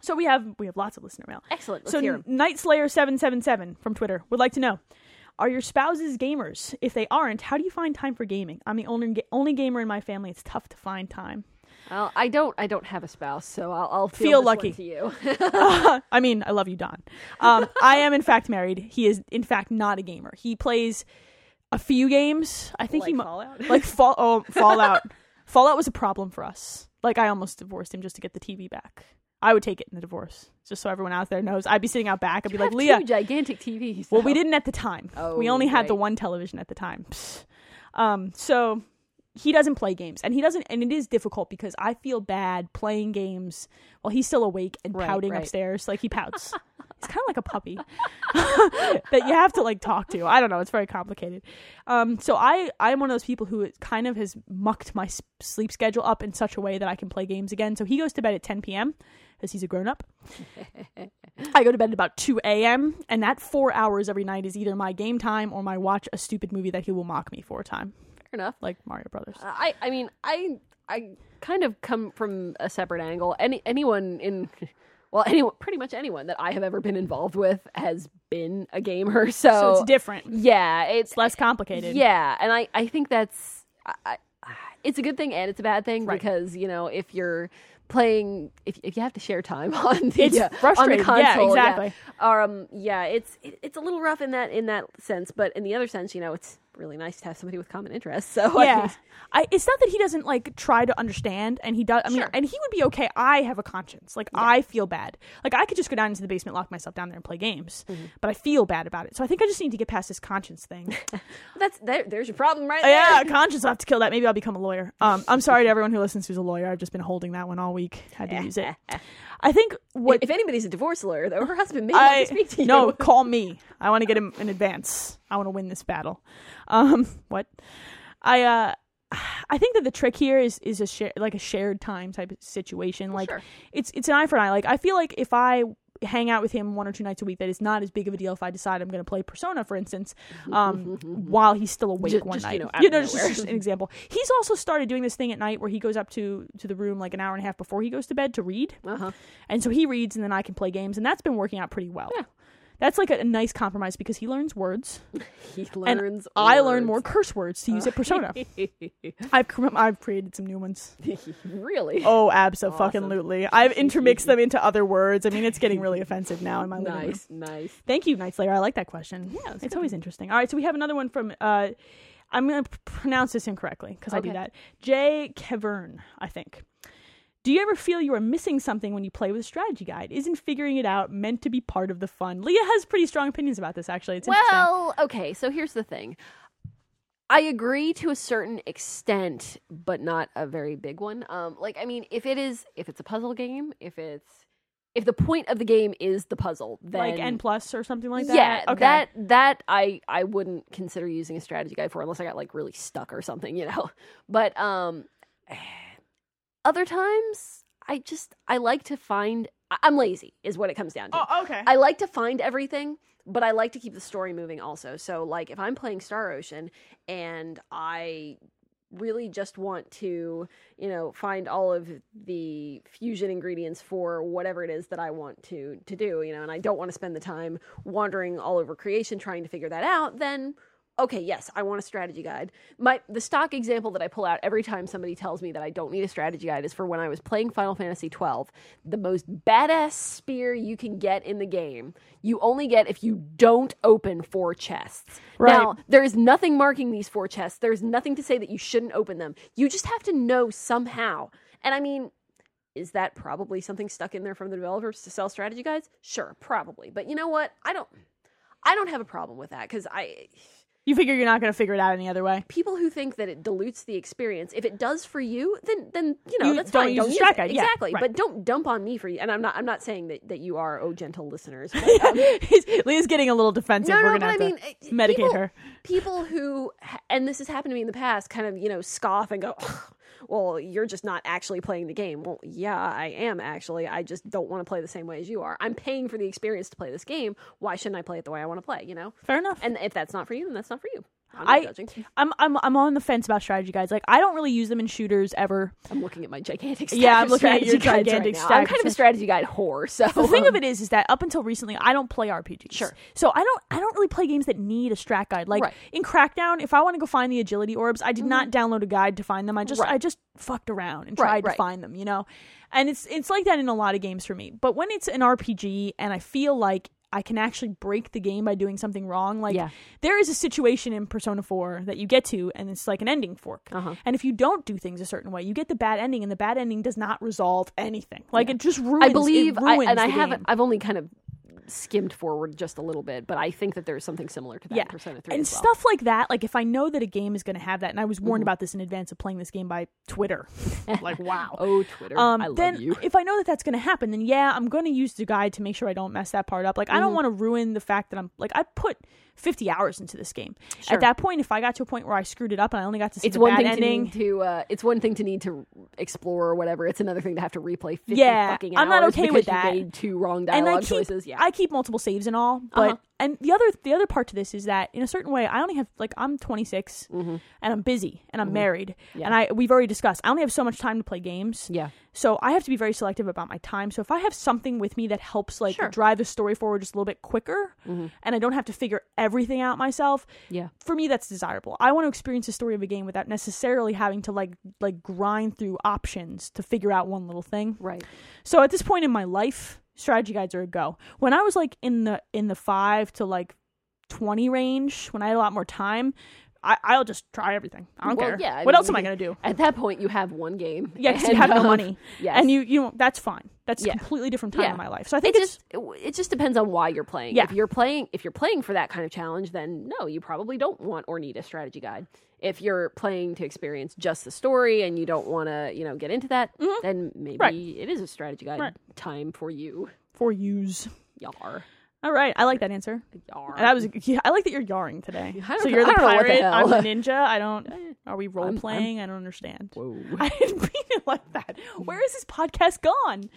Speaker 1: So we have we have lots of listener mail.
Speaker 2: Excellent. Let's
Speaker 1: so
Speaker 2: hear 'em.
Speaker 1: Night Slayer seven seven seven from Twitter would like to know: Are your spouses gamers? If they aren't, how do you find time for gaming? I'm the only only gamer in my family. It's tough to find time.
Speaker 2: Well, I don't. I don't have a spouse, so I'll, I'll
Speaker 1: Feel
Speaker 2: feel,
Speaker 1: lucky.
Speaker 2: to you.
Speaker 1: I mean, I love you, Don. Um, I am in fact married. He is in fact not a gamer. He plays a few games. I think he
Speaker 2: Like
Speaker 1: mu-
Speaker 2: Fallout?
Speaker 1: like fall oh, Fallout. Fallout was a problem for us. Like I almost divorced him just to get the TV back. I would take it in a divorce, just so everyone out there knows. I'd be sitting out back. I'd be like,
Speaker 2: Two
Speaker 1: Leah,
Speaker 2: gigantic TVs.
Speaker 1: Well, we
Speaker 2: though.
Speaker 1: didn't at the time.
Speaker 2: Oh,
Speaker 1: we only had the
Speaker 2: right.
Speaker 1: one television at the time. Psst. Um, so he doesn't play games, and he doesn't, and it is difficult because I feel bad playing games while he's still awake and
Speaker 2: Right,
Speaker 1: pouting
Speaker 2: right.
Speaker 1: upstairs. Like he pouts. He's kind of like a puppy that you have to like talk to. I don't know. It's very complicated. Um, so I I am one of those people who it kind of has mucked my s- sleep schedule up in such a way that I can play games again. So he goes to bed at 10 p.m. because he's a grown up. I go to bed at about 2 a.m. and that four hours every night is either my game time or my watch a stupid movie that he will mock me for time,
Speaker 2: Fair enough.
Speaker 1: like Mario Brothers.
Speaker 2: I I mean I I kind of come from a separate angle. Any anyone in well anyone pretty much anyone that I have ever been involved with has been a gamer. So,
Speaker 1: so it's different.
Speaker 2: yeah, it's
Speaker 1: It's less complicated.
Speaker 2: Oh, yeah, and I I think that's I, I, it's a good thing and it's a bad thing
Speaker 1: Right.
Speaker 2: because you know if you're playing if, if you have to share time on the
Speaker 1: It's
Speaker 2: uh,
Speaker 1: frustrating.
Speaker 2: on the
Speaker 1: Yeah,
Speaker 2: console
Speaker 1: exactly.
Speaker 2: yeah. um yeah it's it, it's a little rough in that in that sense but in the other sense you know it's really nice to have somebody with common interests so I
Speaker 1: yeah.
Speaker 2: think-
Speaker 1: I, it's not that he doesn't like try to understand, and he does. I mean,
Speaker 2: Sure.
Speaker 1: and he would be okay. I have a conscience. Like I feel bad. Like I could just go down into the basement, lock myself down there, and play games.
Speaker 2: Mm-hmm.
Speaker 1: But I feel bad about it. So I think I just need to get past this conscience thing.
Speaker 2: That's there, there's your problem right there.
Speaker 1: Oh, yeah, conscience. I will have to kill that. Maybe I'll become a lawyer. Um, I'm sorry to everyone who listens who's a lawyer. I've just been holding that one all week. Had to use it. I think what
Speaker 2: If anybody's a divorce lawyer, though, her husband may
Speaker 1: I
Speaker 2: not speak to you.
Speaker 1: no, call me. I want to get him in advance. I want to win this battle. Um, what? I uh, I think that the trick here is is a share like a shared time type of situation. Like
Speaker 2: sure.
Speaker 1: it's it's an eye for an eye. Like I feel like if I hang out with him one or two nights a week, that is not as big of a deal. If I decide I'm going to play Persona, for instance, um, while he's still awake
Speaker 2: Just-
Speaker 1: one
Speaker 2: just, you
Speaker 1: night.
Speaker 2: know, out of
Speaker 1: just-
Speaker 2: nowhere.
Speaker 1: just an example. He's also started doing this thing at night where he goes up to to the room like an hour and a half before he goes to bed to read.
Speaker 2: Uh-huh.
Speaker 1: And so he reads, and then I can play games, and that's been working out pretty well. That's like a, a nice compromise because he learns words,
Speaker 2: He
Speaker 1: and
Speaker 2: learns.
Speaker 1: I learn more
Speaker 2: words.
Speaker 1: curse words to use at Persona. I've cr- I've created some new ones.
Speaker 2: really
Speaker 1: Oh, abso fucking lutely. I've intermixed them into other words. I mean, it's getting really offensive now in my living room.
Speaker 2: nice, nice.
Speaker 1: Thank you, Night Slayer. I like that question. Yeah, it's always interesting. All right, so we have another one from. Uh, I'm going to pronounce this incorrectly because I do
Speaker 2: Okay.
Speaker 1: that. Jay Kevern, I think. Do you ever feel you are missing something when you play with a strategy guide? Isn't figuring it out meant to be part of the fun? Leah has pretty strong opinions about this. Actually, it's interesting.
Speaker 2: Well, okay. So here's the thing. I agree to a certain extent, but not a very big one. Um, like I mean, if it is, if it's a puzzle game, if it's, if the point of the game is the puzzle, then
Speaker 1: like N plus or something like that.
Speaker 2: yeah,
Speaker 1: okay.
Speaker 2: that that I I wouldn't consider using a strategy guide for unless I got like really stuck or something, you know. But um other times I just I like to find I- I'm lazy is what it comes down to.
Speaker 1: Oh, okay.
Speaker 2: I like to find everything, but I like to keep the story moving also. So like if I'm playing Star Ocean and I really just want to, you know, find all of the fusion ingredients for whatever it is that I want to to do, you know, and I don't want to spend the time wandering all over creation trying to figure that out, then okay, yes, I want a strategy guide. My the stock example that I pull out every time somebody tells me that I don't need a strategy guide is for when I was playing Final Fantasy 12. The most badass spear you can get in the game, you only get if you don't open four chests.
Speaker 1: Right.
Speaker 2: Now, there is nothing marking these four chests. There's nothing to say that you shouldn't open them. You just have to know somehow. And I mean, is that probably something stuck in there from the developers to sell strategy guides? Sure, probably. But you know what? I don't I don't have a problem with that cuz I
Speaker 1: you figure you're not going to figure it out any other way.
Speaker 2: people who think that it dilutes the experience, if it does for you, then then you know
Speaker 1: You
Speaker 2: that's
Speaker 1: don't
Speaker 2: fine.
Speaker 1: use
Speaker 2: don't
Speaker 1: the
Speaker 2: use
Speaker 1: strat
Speaker 2: it.
Speaker 1: guide, yeah,
Speaker 2: exactly.
Speaker 1: right.
Speaker 2: But don't dump on me for you. And I'm not I'm not saying that, that you are oh gentle listeners. but, um,
Speaker 1: Leah's getting a little defensive.
Speaker 2: no,
Speaker 1: We're
Speaker 2: no,
Speaker 1: gonna
Speaker 2: but I
Speaker 1: have
Speaker 2: mean,
Speaker 1: to
Speaker 2: it-
Speaker 1: medicate
Speaker 2: people,
Speaker 1: her.
Speaker 2: People who, and this has happened to me in the past, kind of you know scoff and go, "Ugh, well, you're just not actually playing the game. Well, yeah, I am actually. I just don't want to play the same way as you are. I'm paying for the experience to play this game. Why shouldn't I play it the way I want to play? You know.
Speaker 1: Fair enough.
Speaker 2: And if that's not for you, then that's not for you. I'm not
Speaker 1: I,
Speaker 2: judging.
Speaker 1: I'm, I'm, I'm on the fence about strategy guides. Like, I don't really use them in shooters ever.
Speaker 2: I'm looking at my gigantic. Stack
Speaker 1: Yeah, I'm
Speaker 2: of
Speaker 1: looking at your
Speaker 2: strategy guides
Speaker 1: gigantic
Speaker 2: right now. I'm
Speaker 1: stack.
Speaker 2: kind of a strategy guide whore. So
Speaker 1: The thing of it is, is that up until recently, I don't play RPGs.
Speaker 2: Sure.
Speaker 1: So I don't, I don't really play games that need a strat guide. Like
Speaker 2: Right. Mm-hmm.
Speaker 1: in Crackdown, if I want to go find the agility orbs, I did not download a guide to find them. I just,
Speaker 2: Right.
Speaker 1: I just fucked around and
Speaker 2: Right,
Speaker 1: tried
Speaker 2: right.
Speaker 1: to find them. You know, and it's, it's like that in a lot of games for me. But when it's an RPG, and I feel like I can actually break the game by doing something wrong, like
Speaker 2: Yeah.
Speaker 1: there is a situation in Persona 4 that you get to, and it's like an ending fork.
Speaker 2: Uh-huh.
Speaker 1: And if you don't do things a certain way, you get the bad ending, and the bad ending does not resolve anything. Like it just ruins.
Speaker 2: I
Speaker 1: it
Speaker 2: believe, I,
Speaker 1: ruins
Speaker 2: and I
Speaker 1: the
Speaker 2: haven't.
Speaker 1: game.
Speaker 2: I've only kind of skimmed forward just a little bit, but I think that there's something similar to that in Persona Three
Speaker 1: and
Speaker 2: as well.
Speaker 1: stuff like that. Like if I know that a game is going to have that, and I was
Speaker 2: Mm-hmm.
Speaker 1: warned about this in advance of playing this game by Twitter. like wow.
Speaker 2: Oh, Twitter!
Speaker 1: Um,
Speaker 2: I love
Speaker 1: then
Speaker 2: you.
Speaker 1: if I know that that's going to happen, then yeah, I'm going to use the guide to make sure I don't mess that part up. Like I
Speaker 2: Mm-hmm.
Speaker 1: don't want to ruin the fact that I'm like I put 50 hours into this game.
Speaker 2: Sure.
Speaker 1: At that point, if I got to a point where I screwed it up and I only got to see
Speaker 2: It's
Speaker 1: the
Speaker 2: one
Speaker 1: bad
Speaker 2: thing
Speaker 1: ending,
Speaker 2: to need to. Uh, it's one thing to need to explore or whatever. It's another thing to have to replay. 50
Speaker 1: Yeah,
Speaker 2: fucking
Speaker 1: I'm not
Speaker 2: hours
Speaker 1: okay
Speaker 2: because
Speaker 1: with
Speaker 2: you
Speaker 1: that.
Speaker 2: made two wrong dialogue
Speaker 1: and I keep
Speaker 2: choices. Yeah,
Speaker 1: I keep multiple saves and all, but
Speaker 2: Uh-huh.
Speaker 1: and the other the other part to this is that in a certain way I only have like I'm 26
Speaker 2: Mm-hmm.
Speaker 1: and I'm busy and I'm married and I we've already discussed I only have so much time to play games.
Speaker 2: Yeah.
Speaker 1: So I have to be very selective about my time. So if I have something with me that helps like
Speaker 2: Sure. Mm-hmm.
Speaker 1: drive the story forward just a little bit quicker and I don't have to figure everything out myself,
Speaker 2: yeah.
Speaker 1: for me that's desirable. I want to experience the story of a game without necessarily having to like like grind through options to figure out one little thing.
Speaker 2: Right.
Speaker 1: So at this point in my life, strategy guides are a go. When I was like in the in the five to like twenty range, when I had a lot more time, I, I'll just try everything. I don't
Speaker 2: Well,
Speaker 1: care.
Speaker 2: yeah, I
Speaker 1: what
Speaker 2: mean,
Speaker 1: else am
Speaker 2: we
Speaker 1: I
Speaker 2: can-
Speaker 1: gonna do?
Speaker 2: At that point, you have one game.
Speaker 1: Yeah, because you
Speaker 2: and,
Speaker 1: have no
Speaker 2: um,
Speaker 1: money.
Speaker 2: Yes.
Speaker 1: and you you know, that's fine. That's
Speaker 2: Yeah.
Speaker 1: a completely different time
Speaker 2: Yeah.
Speaker 1: in my life. So I
Speaker 2: it
Speaker 1: think it's
Speaker 2: just it, it just depends on why you're playing.
Speaker 1: Yeah.
Speaker 2: If you're playing if you're playing for that kind of challenge, then no, you probably don't want or need a strategy guide. If you're playing to experience just the story and you don't want to, you know, get into that, then maybe
Speaker 1: Mm-hmm. Right.
Speaker 2: it is a strategy guide
Speaker 1: Right.
Speaker 2: time for you.
Speaker 1: for use.
Speaker 2: Yar.
Speaker 1: All right, I like that answer.
Speaker 2: Yar.
Speaker 1: And I was yeah, I like that you're yarring today.
Speaker 2: I don't
Speaker 1: So
Speaker 2: know-
Speaker 1: you're the
Speaker 2: I don't know what the
Speaker 1: pirate. I'm the
Speaker 2: hell.
Speaker 1: ninja. I don't. Are we role playing? I don't understand. I didn't mean it like that. Where is this podcast gone?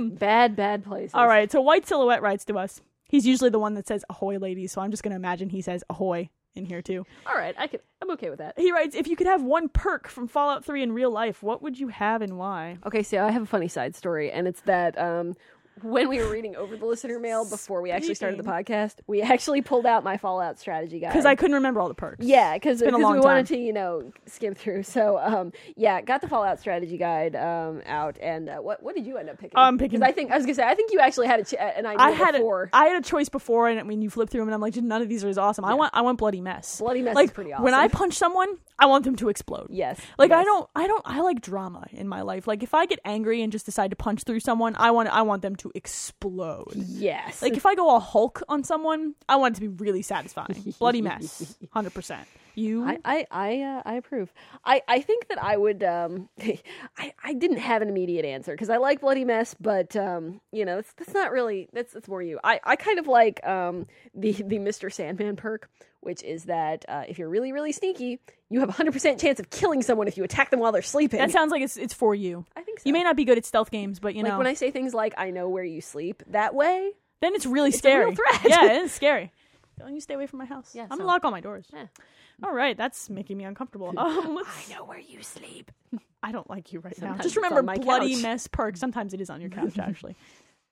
Speaker 2: bad bad places.
Speaker 1: Um, All right, so White Silhouette writes to us. He's usually the one that says ahoy, ladies, so I'm just going to imagine he says ahoy in here too.
Speaker 2: All right, I can I'm okay with that.
Speaker 1: He writes, If you could have one perk from Fallout 3 in real life, what would you have and why?
Speaker 2: Okay, so I have a funny side story, and it's that um, when we were reading over the listener mail before we actually started the podcast, we actually pulled out my Fallout strategy guide.
Speaker 1: Because I couldn't remember all the perks.
Speaker 2: yeah, because we
Speaker 1: been a long
Speaker 2: wanted to,
Speaker 1: time.
Speaker 2: you know, skim through. So, um, yeah, got the Fallout strategy guide um, out, and uh, what what did you end up picking?
Speaker 1: I'm picking-
Speaker 2: 'Cause I think I was gonna say I think you actually had a ch- an idea
Speaker 1: I had
Speaker 2: before.
Speaker 1: a, I had a choice before, and when you flip through them, and I'm like, "Dude, none of these are as awesome. I want I want bloody mess.
Speaker 2: Bloody Mess is
Speaker 1: like,
Speaker 2: pretty
Speaker 1: When I
Speaker 2: awesome.
Speaker 1: punch someone, I want them to explode.
Speaker 2: Yes,
Speaker 1: Like I
Speaker 2: yes.
Speaker 1: don't I don't I like drama in my life. Like if I get angry and just decide to punch through someone, I want I want them to explode.
Speaker 2: yes,
Speaker 1: Like if I go all Hulk on someone, I want it to be really satisfying. Bloody mess, hundred percent. You,
Speaker 2: I I I, uh, I approve. I, I think that I would. Um, I I didn't have an immediate answer because I like bloody mess, but um, you know, it's that's not really that's that's more you. I, I kind of like um the the Mister Sandman perk, which is that uh, if you're really really sneaky, you have a hundred percent chance of killing someone if you attack them while they're sleeping.
Speaker 1: that sounds like it's it's for you.
Speaker 2: I think so.
Speaker 1: You may not be good at stealth games, but you
Speaker 2: like
Speaker 1: know,
Speaker 2: when I say things like I know where you sleep that way.
Speaker 1: then it's really
Speaker 2: a
Speaker 1: scary.
Speaker 2: real threat.
Speaker 1: Yeah, it's scary. Don't you stay away from my house.
Speaker 2: Yeah,
Speaker 1: I'm gonna
Speaker 2: so-
Speaker 1: lock all my doors.
Speaker 2: Yeah.
Speaker 1: All right, that's making me uncomfortable. Um, let's-
Speaker 2: I know where you sleep.
Speaker 1: I don't like you right now.
Speaker 2: Sometimes
Speaker 1: Just
Speaker 2: it's on
Speaker 1: remember,
Speaker 2: my
Speaker 1: bloody
Speaker 2: couch.
Speaker 1: mess perk. Sometimes it is on your couch. Actually,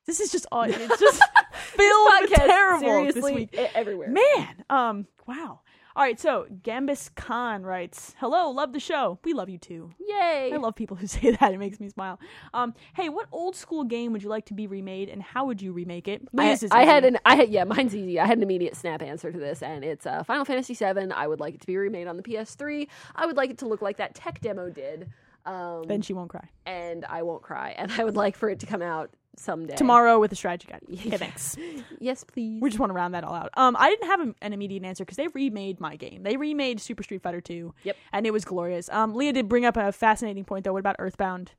Speaker 1: this is just all. It's just filled with
Speaker 2: Podcast,
Speaker 1: Oh, terrible this
Speaker 2: seriously,
Speaker 1: week.
Speaker 2: e- everywhere.
Speaker 1: Man, um, wow. All right, so Gambus Khan writes, "Hello, love the show. We love you too.
Speaker 2: Yay!
Speaker 1: I love people who say that. It makes me smile. Um, hey, what old school game would you like to be remade, and how would you remake it?
Speaker 2: I,
Speaker 1: Louise is
Speaker 2: I had
Speaker 1: reading.
Speaker 2: an I had yeah mine's easy. I had an immediate snap answer to this, and it's uh, Final Fantasy VII. I would like it to be remade on the PS3. I would like it to look like that tech demo did, um,
Speaker 1: Then she won't cry.
Speaker 2: and I won't cry. And I would like for it to come out someday.
Speaker 1: tomorrow with a strategy guide. Okay, thanks.
Speaker 2: Yes, please.
Speaker 1: We just want to round that all out. Um, I didn't have an- an immediate answer because they remade my game. They remade Super Street Fighter Two.
Speaker 2: Yep.
Speaker 1: and it was glorious. Um, Leah did bring up a fascinating point though. What about Earthbound?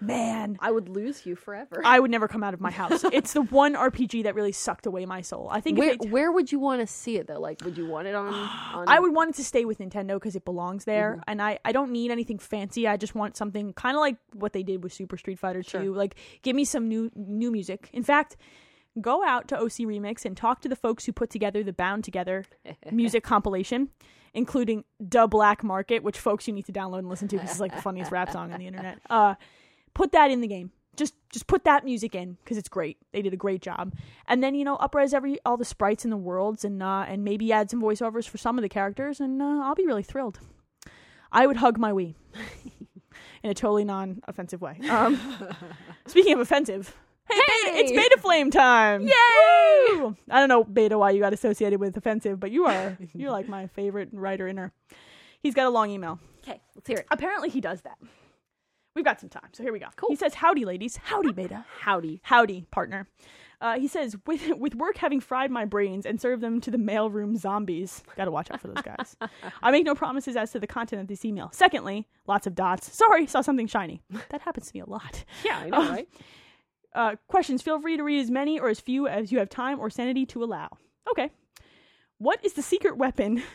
Speaker 1: Man,
Speaker 2: I would lose you forever.
Speaker 1: I would never come out of my house. it's the one RPG that really sucked away my soul. I think if
Speaker 2: where
Speaker 1: they t-
Speaker 2: where would you want to see it though? Like, would you want it on? on
Speaker 1: I would want it to stay with Nintendo because it belongs there,
Speaker 2: Mm-hmm.
Speaker 1: and I, I don't need anything fancy. I just want something kind of like what they did with Super Street Fighter
Speaker 2: Sure.
Speaker 1: Two. Like, give me some new new music. In fact, go out to OC Remix and talk to the folks who put together the Bound Together music compilation, including Da Black Market, which folks you need to download and listen to because it's like the funniest rap song on the internet. Uh, put that in the game. Just just put that music in because it's great. They did a great job. And then you know upres every all the sprites in the worlds and uh, and maybe add some voiceovers for some of the characters and uh, I'll be really thrilled. I would hug my Wii in a totally non-offensive way. Um, speaking of offensive, hey, Beta, it's
Speaker 2: Hey!
Speaker 1: Beta Flame time!
Speaker 2: Yay!
Speaker 1: Woo! I don't know Beta why you got associated with offensive, but you are you're like my favorite writer inner. He's got a long email.
Speaker 2: Okay, let's hear it.
Speaker 1: Apparently, he does that. We've got some time, so here we go.
Speaker 2: Cool.
Speaker 1: He says, "Howdy, ladies. Howdy, Beta.
Speaker 2: Howdy.
Speaker 1: Howdy, partner." Uh, he says, with, with work having fried my brains and served them to the mailroom zombies. Gotta watch out for those guys. I make no promises as to the content of this email. Secondly, lots of dots. Sorry, saw something shiny. That happens to me a lot.
Speaker 2: Yeah, I know, right?
Speaker 1: Uh, questions. Feel free to read as many or as few as you have time or sanity to allow. Okay. What is the secret weapon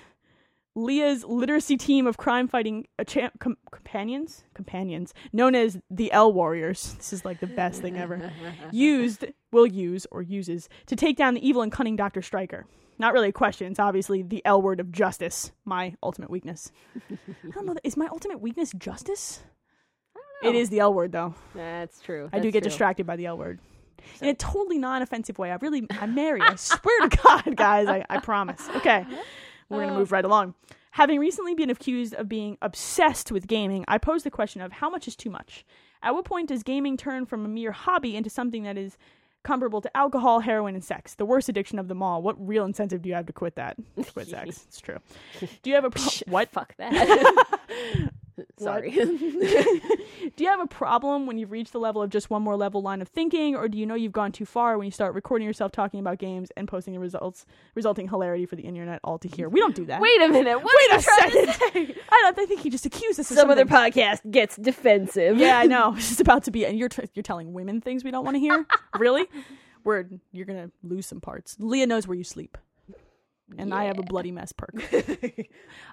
Speaker 1: Leah's literacy team of crime fighting uh, cha- com- companions, companions known as the L Warriors? This is like the best thing ever. used, will use, or uses to take down the evil and cunning Dr. Stryker. Not really a question. It's obviously the L word of justice, my ultimate weakness. I don't know. Is my ultimate weakness justice? It is the L word, though.
Speaker 2: That's true.
Speaker 1: I do
Speaker 2: That's
Speaker 1: get
Speaker 2: true.
Speaker 1: distracted by the L word. In a totally non offensive way. I really, I'm married. I swear to God, guys, I, I promise. Okay.
Speaker 2: Uh-huh.
Speaker 1: We're going to move right along. Having recently been accused of being obsessed with gaming, I pose the question of how much is too much? At what point does gaming turn from a mere hobby into something that is comparable to alcohol, heroin, and sex? The worst addiction of them all. What real incentive do you have to quit that? To quit sex. It's true. Do you have a. Pro- what?
Speaker 2: Fuck that. Sorry.
Speaker 1: Do you have a problem when you've reached the level of just one more level line of thinking, or do you know you've gone too far when you start recording yourself talking about games and posting the results, resulting hilarity for the internet all to hear? We don't do that.
Speaker 2: Wait a minute. What
Speaker 1: wait
Speaker 2: are
Speaker 1: a
Speaker 2: you trying to
Speaker 1: second.
Speaker 2: say?
Speaker 1: I don't. I think he just accused us of
Speaker 2: Some other
Speaker 1: something.
Speaker 2: podcast gets defensive.
Speaker 1: yeah, I know. It's about to be, and you're t- you're telling women things we don't want to hear. really? Word, you're gonna lose some parts. Leah knows where you sleep, and I have a bloody mess perk.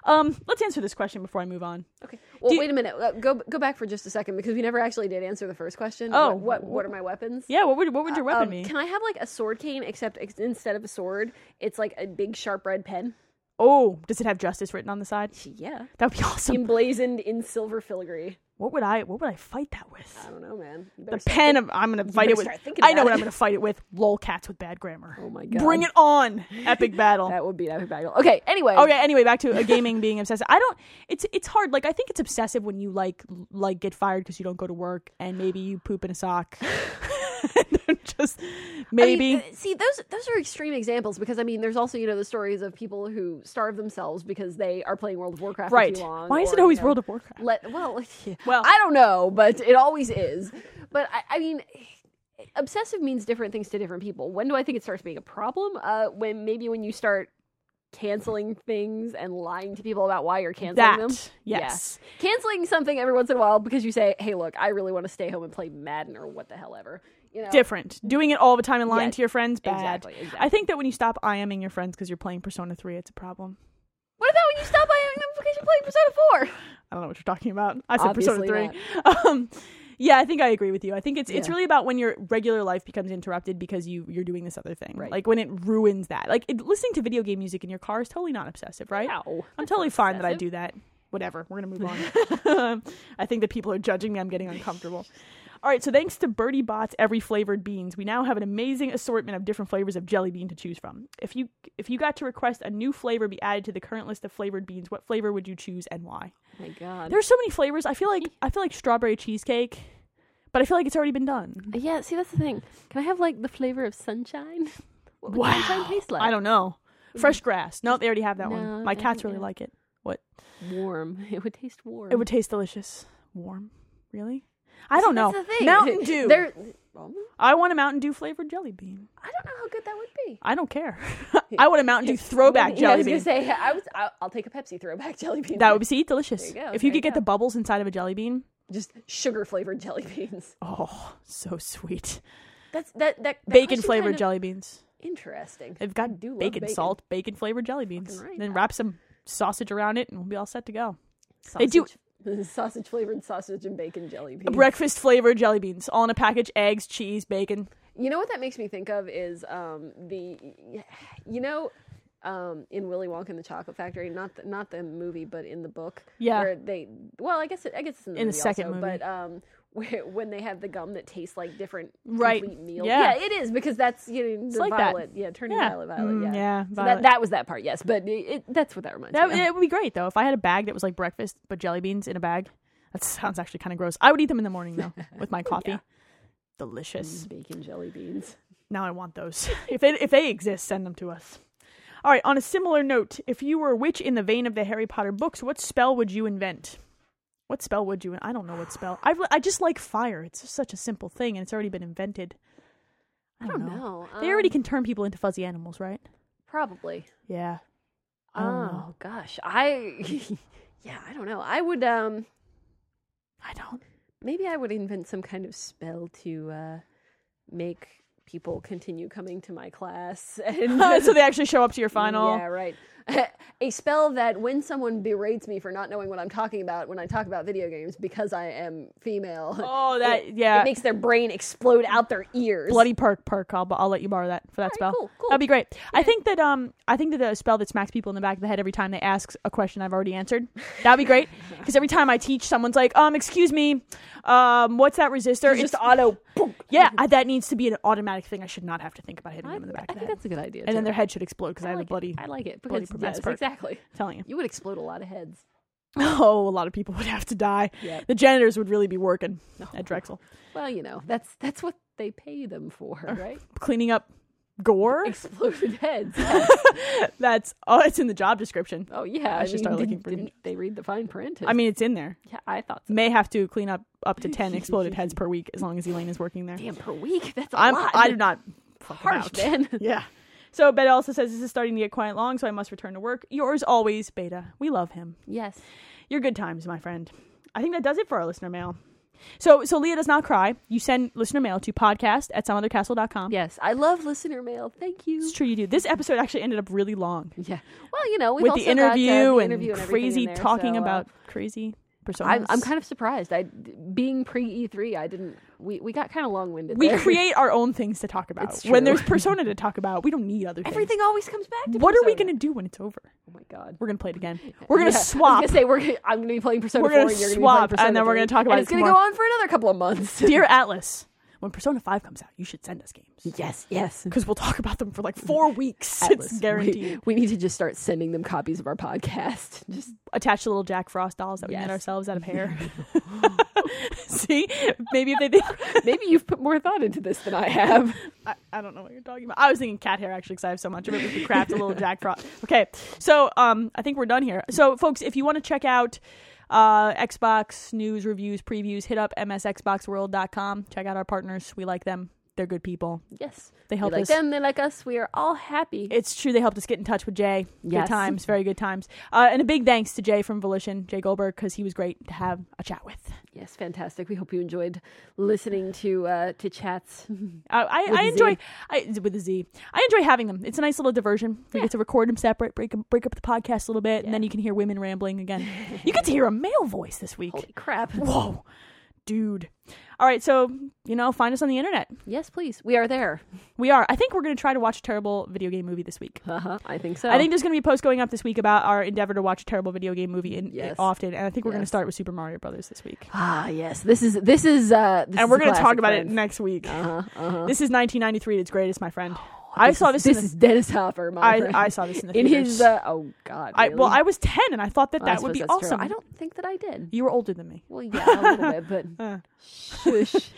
Speaker 1: um, let's answer this question before I move on.
Speaker 2: Okay. Well,
Speaker 1: Do-
Speaker 2: wait a minute. Uh, Go go back for just a second because we never actually did answer the first question.
Speaker 1: Oh.
Speaker 2: what what, what are my weapons?
Speaker 1: Yeah, what would what would your weapon
Speaker 2: Um,
Speaker 1: be?
Speaker 2: Can I have like a sword cane except ex- instead of a sword, it's like a big sharp red pen?
Speaker 1: oh, does it have justice written on the side?
Speaker 2: Yeah.
Speaker 1: That would be awesome.
Speaker 2: Emblazoned in silver filigree.
Speaker 1: What would I what would I fight that
Speaker 2: I
Speaker 1: with?
Speaker 2: don't know, man. Uh, You
Speaker 1: The
Speaker 2: better start
Speaker 1: pen of I'm gonna fight it
Speaker 2: better
Speaker 1: with
Speaker 2: start thinking
Speaker 1: I know
Speaker 2: about
Speaker 1: what
Speaker 2: it.
Speaker 1: I'm gonna fight it with. Lolcats with bad grammar. Oh
Speaker 2: my God.
Speaker 1: Bring it on. Epic battle.
Speaker 2: thinking- That would be that would be valuable. Okay. Anyway.
Speaker 1: Okay. Anyway, back to a gaming being obsessive. I don't. It's it's hard. Like I think it's obsessive when you like like get fired because you don't go to work and maybe you poop in a sock. Just
Speaker 2: I mean,
Speaker 1: maybe.
Speaker 2: uh, see, those those are extreme examples because I mean, there's also you know the stories of people who starve themselves because they are playing World of Warcraft for
Speaker 1: Right.
Speaker 2: too long.
Speaker 1: Why is it
Speaker 2: or, you
Speaker 1: always
Speaker 2: know,
Speaker 1: World of Warcraft?
Speaker 2: Let, well,
Speaker 1: Well-
Speaker 2: well, I don't know, but it always is. But I, I mean, obsessive means different things to different people. When do I think it starts being a problem? Uh, when maybe when you start canceling things and lying to people about why you're canceling
Speaker 1: That,
Speaker 2: them. Yeah.
Speaker 1: yes.
Speaker 2: canceling something every once in a while because you say, "Hey, look, I really want to stay home and play Madden or what the hell ever." You know,
Speaker 1: Different. Doing it all the time and lying
Speaker 2: uh, Yeah,
Speaker 1: to your friends, bad.
Speaker 2: exactly,
Speaker 1: I
Speaker 2: exactly.
Speaker 1: think that when you stop IMing your friends because you're playing Persona 3, it's a problem.
Speaker 2: What about when you stop by them because you played Persona 4?
Speaker 1: I don't know what you're talking about. I said Persona
Speaker 2: Obviously
Speaker 1: 3. Um, yeah, I think I agree with you. I think it's it's really about when your regular life becomes interrupted because you you're doing this other thing.
Speaker 2: Right.
Speaker 1: Like when it ruins that. Like it, listening to video game music in your car is totally not obsessive, right?
Speaker 2: No,
Speaker 1: I'm totally fine that I do that. Whatever. We're gonna move on. I think that people are judging me. I'm getting uncomfortable. All right, so thanks to Birdie Bot's every flavored beans, we now have an amazing assortment of different flavors of jelly bean to choose from. If you if you got to request a new flavor be added to the current list of flavored beans, what flavor would you choose and why?
Speaker 2: my god.
Speaker 1: There's so many flavors. I feel like I feel like strawberry cheesecake, but I feel like it's already been done.
Speaker 2: yeah, see that's the thing. Can I have like the flavor of sunshine? What would sunshine taste like?
Speaker 1: I don't know. Fresh grass. No, they already have that one.
Speaker 2: No,
Speaker 1: My
Speaker 2: they
Speaker 1: cats
Speaker 2: don't
Speaker 1: really
Speaker 2: have-
Speaker 1: like it. What?
Speaker 2: Warm. It would taste warm.
Speaker 1: It would taste delicious. Warm. Really? I don't know.
Speaker 2: That's the thing.
Speaker 1: Mountain Dew.
Speaker 2: They're, well,
Speaker 1: I want a Mountain Dew flavored jelly bean.
Speaker 2: I don't know how good that would be.
Speaker 1: I don't care. I want a Mountain Dew throwback
Speaker 2: yeah, I
Speaker 1: jelly
Speaker 2: was gonna
Speaker 1: bean.
Speaker 2: say I was. I'll, I'll take a Pepsi throwback jelly bean.
Speaker 1: That would be see delicious.
Speaker 2: There you go,
Speaker 1: If you
Speaker 2: there
Speaker 1: could
Speaker 2: you
Speaker 1: get
Speaker 2: go.
Speaker 1: the bubbles inside of a jelly bean,
Speaker 2: just sugar flavored jelly beans.
Speaker 1: oh, so sweet.
Speaker 2: That's that that, that
Speaker 1: Bacon
Speaker 2: question
Speaker 1: flavored
Speaker 2: kind of-
Speaker 1: jelly beans.
Speaker 2: Interesting.
Speaker 1: They've
Speaker 2: I
Speaker 1: got
Speaker 2: do love
Speaker 1: bacon, salt, bacon flavored jelly beans.
Speaker 2: right.
Speaker 1: Then wrap some sausage around it, and we'll be all set to go. They do-
Speaker 2: sausage flavored sausage and bacon jelly beans.
Speaker 1: Breakfast flavored jelly beans, all in a package: eggs, cheese, bacon.
Speaker 2: You know what that makes me think of is um, the, you know, um, in Willy Wonka and the Chocolate Factory, not the, not the movie, but in the book,
Speaker 1: Yeah.
Speaker 2: where they, well, I guess it, I guess it's in the,
Speaker 1: In the
Speaker 2: movie
Speaker 1: second
Speaker 2: also,
Speaker 1: movie.
Speaker 2: but um, where, when they have the gum that tastes like different
Speaker 1: Right.
Speaker 2: complete meals,
Speaker 1: Yeah.
Speaker 2: it is because that's you know the
Speaker 1: like that.
Speaker 2: violet, yeah, turning
Speaker 1: Yeah.
Speaker 2: violet, violet,
Speaker 1: Mm,
Speaker 2: yeah,
Speaker 1: yeah,
Speaker 2: So
Speaker 1: violet.
Speaker 2: that that was that part, yes, but it, it, that's what that reminds
Speaker 1: That
Speaker 2: me. of.
Speaker 1: it would be great though if I had a bag that was like breakfast, but jelly beans in a bag. That sounds actually kind of gross. I would eat them in the morning though with my coffee. Delicious.
Speaker 2: Bacon jelly beans.
Speaker 1: Now I want those. if they if they exist, send them to us. All right. On a similar note, if you were a witch in the vein of the Harry Potter books, what spell would you invent? What spell would you? I don't know what spell. I I just like fire. It's just such a simple thing, and it's already been invented. I don't,
Speaker 2: don't know.
Speaker 1: They already
Speaker 2: Um,
Speaker 1: can turn people into fuzzy animals, right?
Speaker 2: Probably.
Speaker 1: Yeah. I don't know.
Speaker 2: Oh gosh, I yeah, I don't know. I would um.
Speaker 1: I don't.
Speaker 2: Maybe I would invent some kind of spell to uh, make people continue coming to my class. And
Speaker 1: so they actually show up to your final.
Speaker 2: Yeah, right. A spell that when someone berates me for not knowing what I'm talking about when I talk about video games because I am female,
Speaker 1: Oh, that
Speaker 2: it,
Speaker 1: yeah.
Speaker 2: it makes their brain explode out their ears.
Speaker 1: bloody perk perk. I'll, I'll let you borrow that for that spell.
Speaker 2: cool, cool.
Speaker 1: That'd be great. I think that um I think that the spell that smacks people in the back of the head every time they ask a question I've already answered. That'd be great because every time I teach, someone's like, um, excuse me, um, what's that resistor?
Speaker 2: It's just auto.
Speaker 1: yeah, I, that needs to be an automatic thing. I should not have to think about hitting
Speaker 2: I,
Speaker 1: them in the back
Speaker 2: I
Speaker 1: of the
Speaker 2: think
Speaker 1: head.
Speaker 2: that's a good idea.
Speaker 1: And then
Speaker 2: too.
Speaker 1: their head should explode because I,
Speaker 2: I
Speaker 1: have
Speaker 2: like
Speaker 1: a bloody.
Speaker 2: It. I like it
Speaker 1: bloody
Speaker 2: because
Speaker 1: perverse
Speaker 2: yes,
Speaker 1: perk.
Speaker 2: exactly.
Speaker 1: Telling you,
Speaker 2: You would explode a lot of heads.
Speaker 1: oh, a lot of people would have to die.
Speaker 2: Yep.
Speaker 1: The janitors would really be working at Drexel,
Speaker 2: Well, you know that's that's what they pay them for, right?
Speaker 1: cleaning up gore.
Speaker 2: Exploded heads.
Speaker 1: That's oh, it's in the job description.
Speaker 2: Oh yeah,
Speaker 1: I should start looking for new
Speaker 2: didn't They read the fine print.
Speaker 1: I mean, it's in there.
Speaker 2: yeah, I thought so.
Speaker 1: may have to clean up up to 10 exploded heads per week as long as Elaine is working there.
Speaker 2: damn per week. That's a
Speaker 1: I'm
Speaker 2: lot.
Speaker 1: I do not fuck
Speaker 2: harsh,
Speaker 1: about.
Speaker 2: man.
Speaker 1: Yeah. So Beta also says this is starting to get quite long, so I must return to work. Yours always, Beta. We love him.
Speaker 2: yes,
Speaker 1: You're good times, my friend. I think that does it for our listener mail. So so Leah does not cry. You send listener mail to podcast at someothercastle.com.
Speaker 2: yes. I love listener mail. Thank you.
Speaker 1: It's true you do. This episode actually ended up really long.
Speaker 2: Yeah. Well, you know, we've
Speaker 1: with
Speaker 2: also
Speaker 1: the interview,
Speaker 2: got, uh, the
Speaker 1: and
Speaker 2: interview and everything
Speaker 1: crazy
Speaker 2: in there,
Speaker 1: talking
Speaker 2: so, uh,
Speaker 1: about crazy personas.
Speaker 2: I'm, I'm kind of surprised. I being pre E3, I didn't. We, we got kind of long winded.
Speaker 1: we create our own things to talk about.
Speaker 2: It's
Speaker 1: When
Speaker 2: true.
Speaker 1: there's persona to talk about, we don't need other things.
Speaker 2: Everything always comes back to
Speaker 1: What are we
Speaker 2: Persona.
Speaker 1: going to do when it's over?
Speaker 2: Oh my god.
Speaker 1: We're going to play it again. We're going to
Speaker 2: Yeah, I
Speaker 1: swap.
Speaker 2: was gonna say we're. Gonna, I'm gonna be playing Persona
Speaker 1: We're
Speaker 2: 4.
Speaker 1: gonna
Speaker 2: and you're
Speaker 1: swap,
Speaker 2: gonna be playing Persona
Speaker 1: and then we're gonna
Speaker 2: 3,
Speaker 1: talk about
Speaker 2: and
Speaker 1: it
Speaker 2: It's
Speaker 1: some
Speaker 2: gonna go
Speaker 1: more.
Speaker 2: on for another couple of months.
Speaker 1: Dear Atlas, when Persona 5 comes out, you should send us games.
Speaker 2: yes, yes.
Speaker 1: Because we'll talk about them for like four weeks.
Speaker 2: Atlas,
Speaker 1: it's guaranteed.
Speaker 2: We, we need to just start sending them copies of our podcast. Just
Speaker 1: Attach the little Jack Frost dolls that we made
Speaker 2: Yes.
Speaker 1: ourselves out of hair. See? Maybe if they did.
Speaker 2: maybe you've put more thought into this than I have.
Speaker 1: I, I don't know what you're talking about. I was thinking cat hair actually because I have so much of it. We could craft a little Jack Frost. Okay, so um, I think we're done here. So, folks, if you want to check out uh, Xbox news, reviews, previews, hit up msxboxworld.com. Check out our partners. We like them. They're good people.
Speaker 2: Yes,
Speaker 1: They help
Speaker 2: we like
Speaker 1: us.
Speaker 2: them. They like us. We are all happy.
Speaker 1: It's true. They helped us get in touch with Jay.
Speaker 2: Yes.
Speaker 1: Good times. Very good times. Uh, and a big thanks to Jay from Volition, Jay Goldberg, because he was great to have a chat with.
Speaker 2: yes, fantastic. We hope you enjoyed listening to uh, to chats.
Speaker 1: I, Uh, I, I
Speaker 2: a
Speaker 1: enjoy
Speaker 2: Z.
Speaker 1: I, with a Z. I enjoy having them. It's a nice little diversion. We get to record them separate, break 'em- break up the podcast a little bit, and then you can hear women rambling again. you get to hear a male voice this week.
Speaker 2: Holy crap!
Speaker 1: Whoa, dude! All right, so you know, find us on the internet.
Speaker 2: Yes, please. We are there.
Speaker 1: We are. I think we're going to try to watch a terrible video game movie this week.
Speaker 2: Uh-huh. I think so.
Speaker 1: I think there's going to be a post going up this week about our endeavor to watch a terrible video game movie in,
Speaker 2: Yes.
Speaker 1: often, and I think we're going to
Speaker 2: Yes.
Speaker 1: start with Super Mario Brothers this week.
Speaker 2: ah yes. This is this is uh. This
Speaker 1: and we're
Speaker 2: going to
Speaker 1: talk about it next week. This is 1993 at its greatest, my friend. I saw this.
Speaker 2: Uh-huh, Oh, This
Speaker 1: in
Speaker 2: is
Speaker 1: the,
Speaker 2: Dennis Hopper. My
Speaker 1: I,
Speaker 2: friend.
Speaker 1: I saw this in the
Speaker 2: in
Speaker 1: theaters.
Speaker 2: his. Uh, oh God.
Speaker 1: I well,
Speaker 2: really?
Speaker 1: I was ten, and I thought that
Speaker 2: Well, I
Speaker 1: that would be
Speaker 2: suppose that's true.
Speaker 1: awesome.
Speaker 2: I don't think that I did.
Speaker 1: You were older than me. Uh.
Speaker 2: Well, yeah, a little bit, but shush.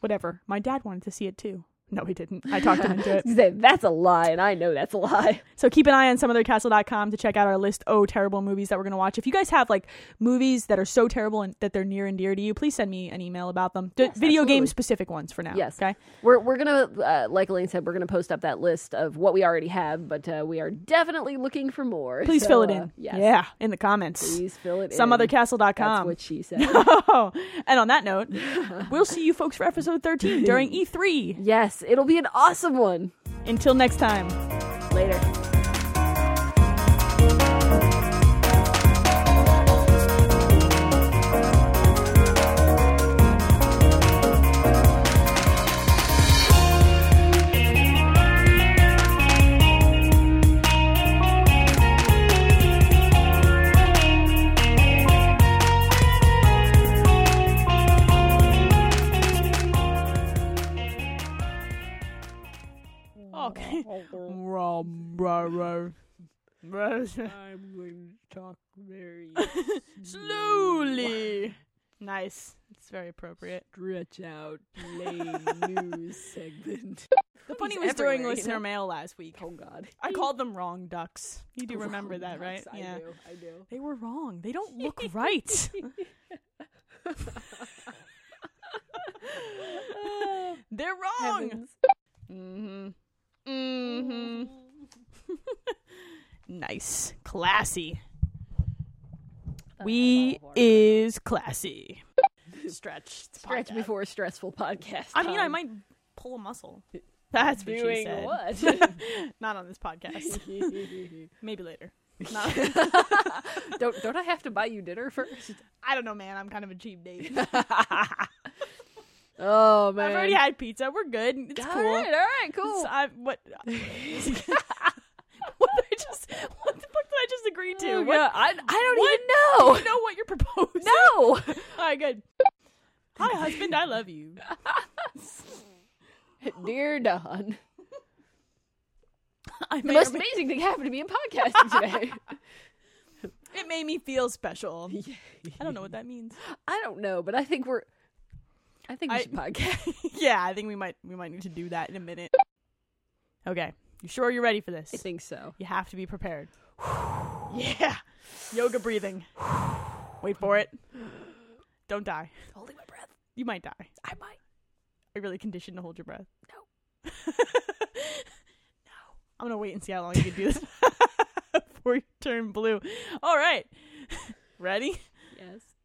Speaker 1: Whatever. My dad wanted to see it too. No, he didn't. I talked him into it.
Speaker 2: You say, that's a lie, and I know that's a lie.
Speaker 1: So keep an eye on someothercastle.com to check out our list oh terrible movies that we're going to watch. If you guys have like movies that are so terrible and that they're near and dear to you, please send me an email about them. D- video
Speaker 2: absolutely.
Speaker 1: game specific ones for now.
Speaker 2: Yes.
Speaker 1: Okay.
Speaker 2: We're, we're going to, uh, like Elaine said, we're going to post up that list of what we already have, but uh, we are definitely looking for more.
Speaker 1: Please
Speaker 2: So,
Speaker 1: fill it
Speaker 2: uh,
Speaker 1: in.
Speaker 2: yes.
Speaker 1: Yeah, in the comments.
Speaker 2: Please fill it in. That's
Speaker 1: someothercastle.com.
Speaker 2: what she said.
Speaker 1: Oh, and on that note, we'll see you folks for episode 13 during E3.
Speaker 2: yes, it'll be an awesome one.
Speaker 1: Until next time.
Speaker 2: Later.
Speaker 1: Okay. I'm going to talk very slowly. Nice. It's very appropriate.
Speaker 2: Stretch out lame news segment.
Speaker 1: The funny was during
Speaker 2: everywhere, you
Speaker 1: listener
Speaker 2: know?
Speaker 1: mail last week.
Speaker 2: Oh, God.
Speaker 1: I called them wrong ducks. You do remember
Speaker 2: Wrong
Speaker 1: that, right?
Speaker 2: ducks, I do. I do.
Speaker 1: They were wrong. They don't look right. They're wrong.
Speaker 2: Heavens. Mm-hmm.
Speaker 1: Mhm. Mhm. nice. Classy. We is classy. Stretch. It's a
Speaker 2: Stretch
Speaker 1: podcast.
Speaker 2: before a stressful podcast.
Speaker 1: I mean, I
Speaker 2: Um,
Speaker 1: might pull a muscle. That's what she
Speaker 2: doing
Speaker 1: said.
Speaker 2: what?
Speaker 1: Not on this podcast. Maybe later. Not-
Speaker 2: don't don't I have to buy you dinner first?
Speaker 1: I don't know, man. I'm kind of a cheap date.
Speaker 2: Oh man,
Speaker 1: I've already had pizza. We're good. It's
Speaker 2: All
Speaker 1: cool.
Speaker 2: right, all right, cool.
Speaker 1: So I, what? what did I just? What the fuck did I just agree to?
Speaker 2: Oh,
Speaker 1: What-
Speaker 2: God, I I
Speaker 1: what-
Speaker 2: don't
Speaker 1: You know what you're proposing?
Speaker 2: even know. No.
Speaker 1: All right, good. Hi, husband. I love you.
Speaker 2: Dear Don,
Speaker 1: I
Speaker 2: the
Speaker 1: made,
Speaker 2: most amazing thing happened to me in podcasting today.
Speaker 1: it made me feel special. I don't know what that means.
Speaker 2: I don't know, but I think we're. I think we
Speaker 1: I-
Speaker 2: should podcast.
Speaker 1: yeah, I think we might we might need to do that in a minute. Okay, you sure you're ready for this?
Speaker 2: I think so.
Speaker 1: You have to be prepared. yeah, yoga breathing. Wait for it. Don't die.
Speaker 2: Holding my breath,
Speaker 1: You might die.
Speaker 2: I might.
Speaker 1: Are you really conditioned to hold your breath?
Speaker 2: No.
Speaker 1: no. I'm gonna wait and see how long you can do this before you turn blue. All right. Ready?
Speaker 2: Yes.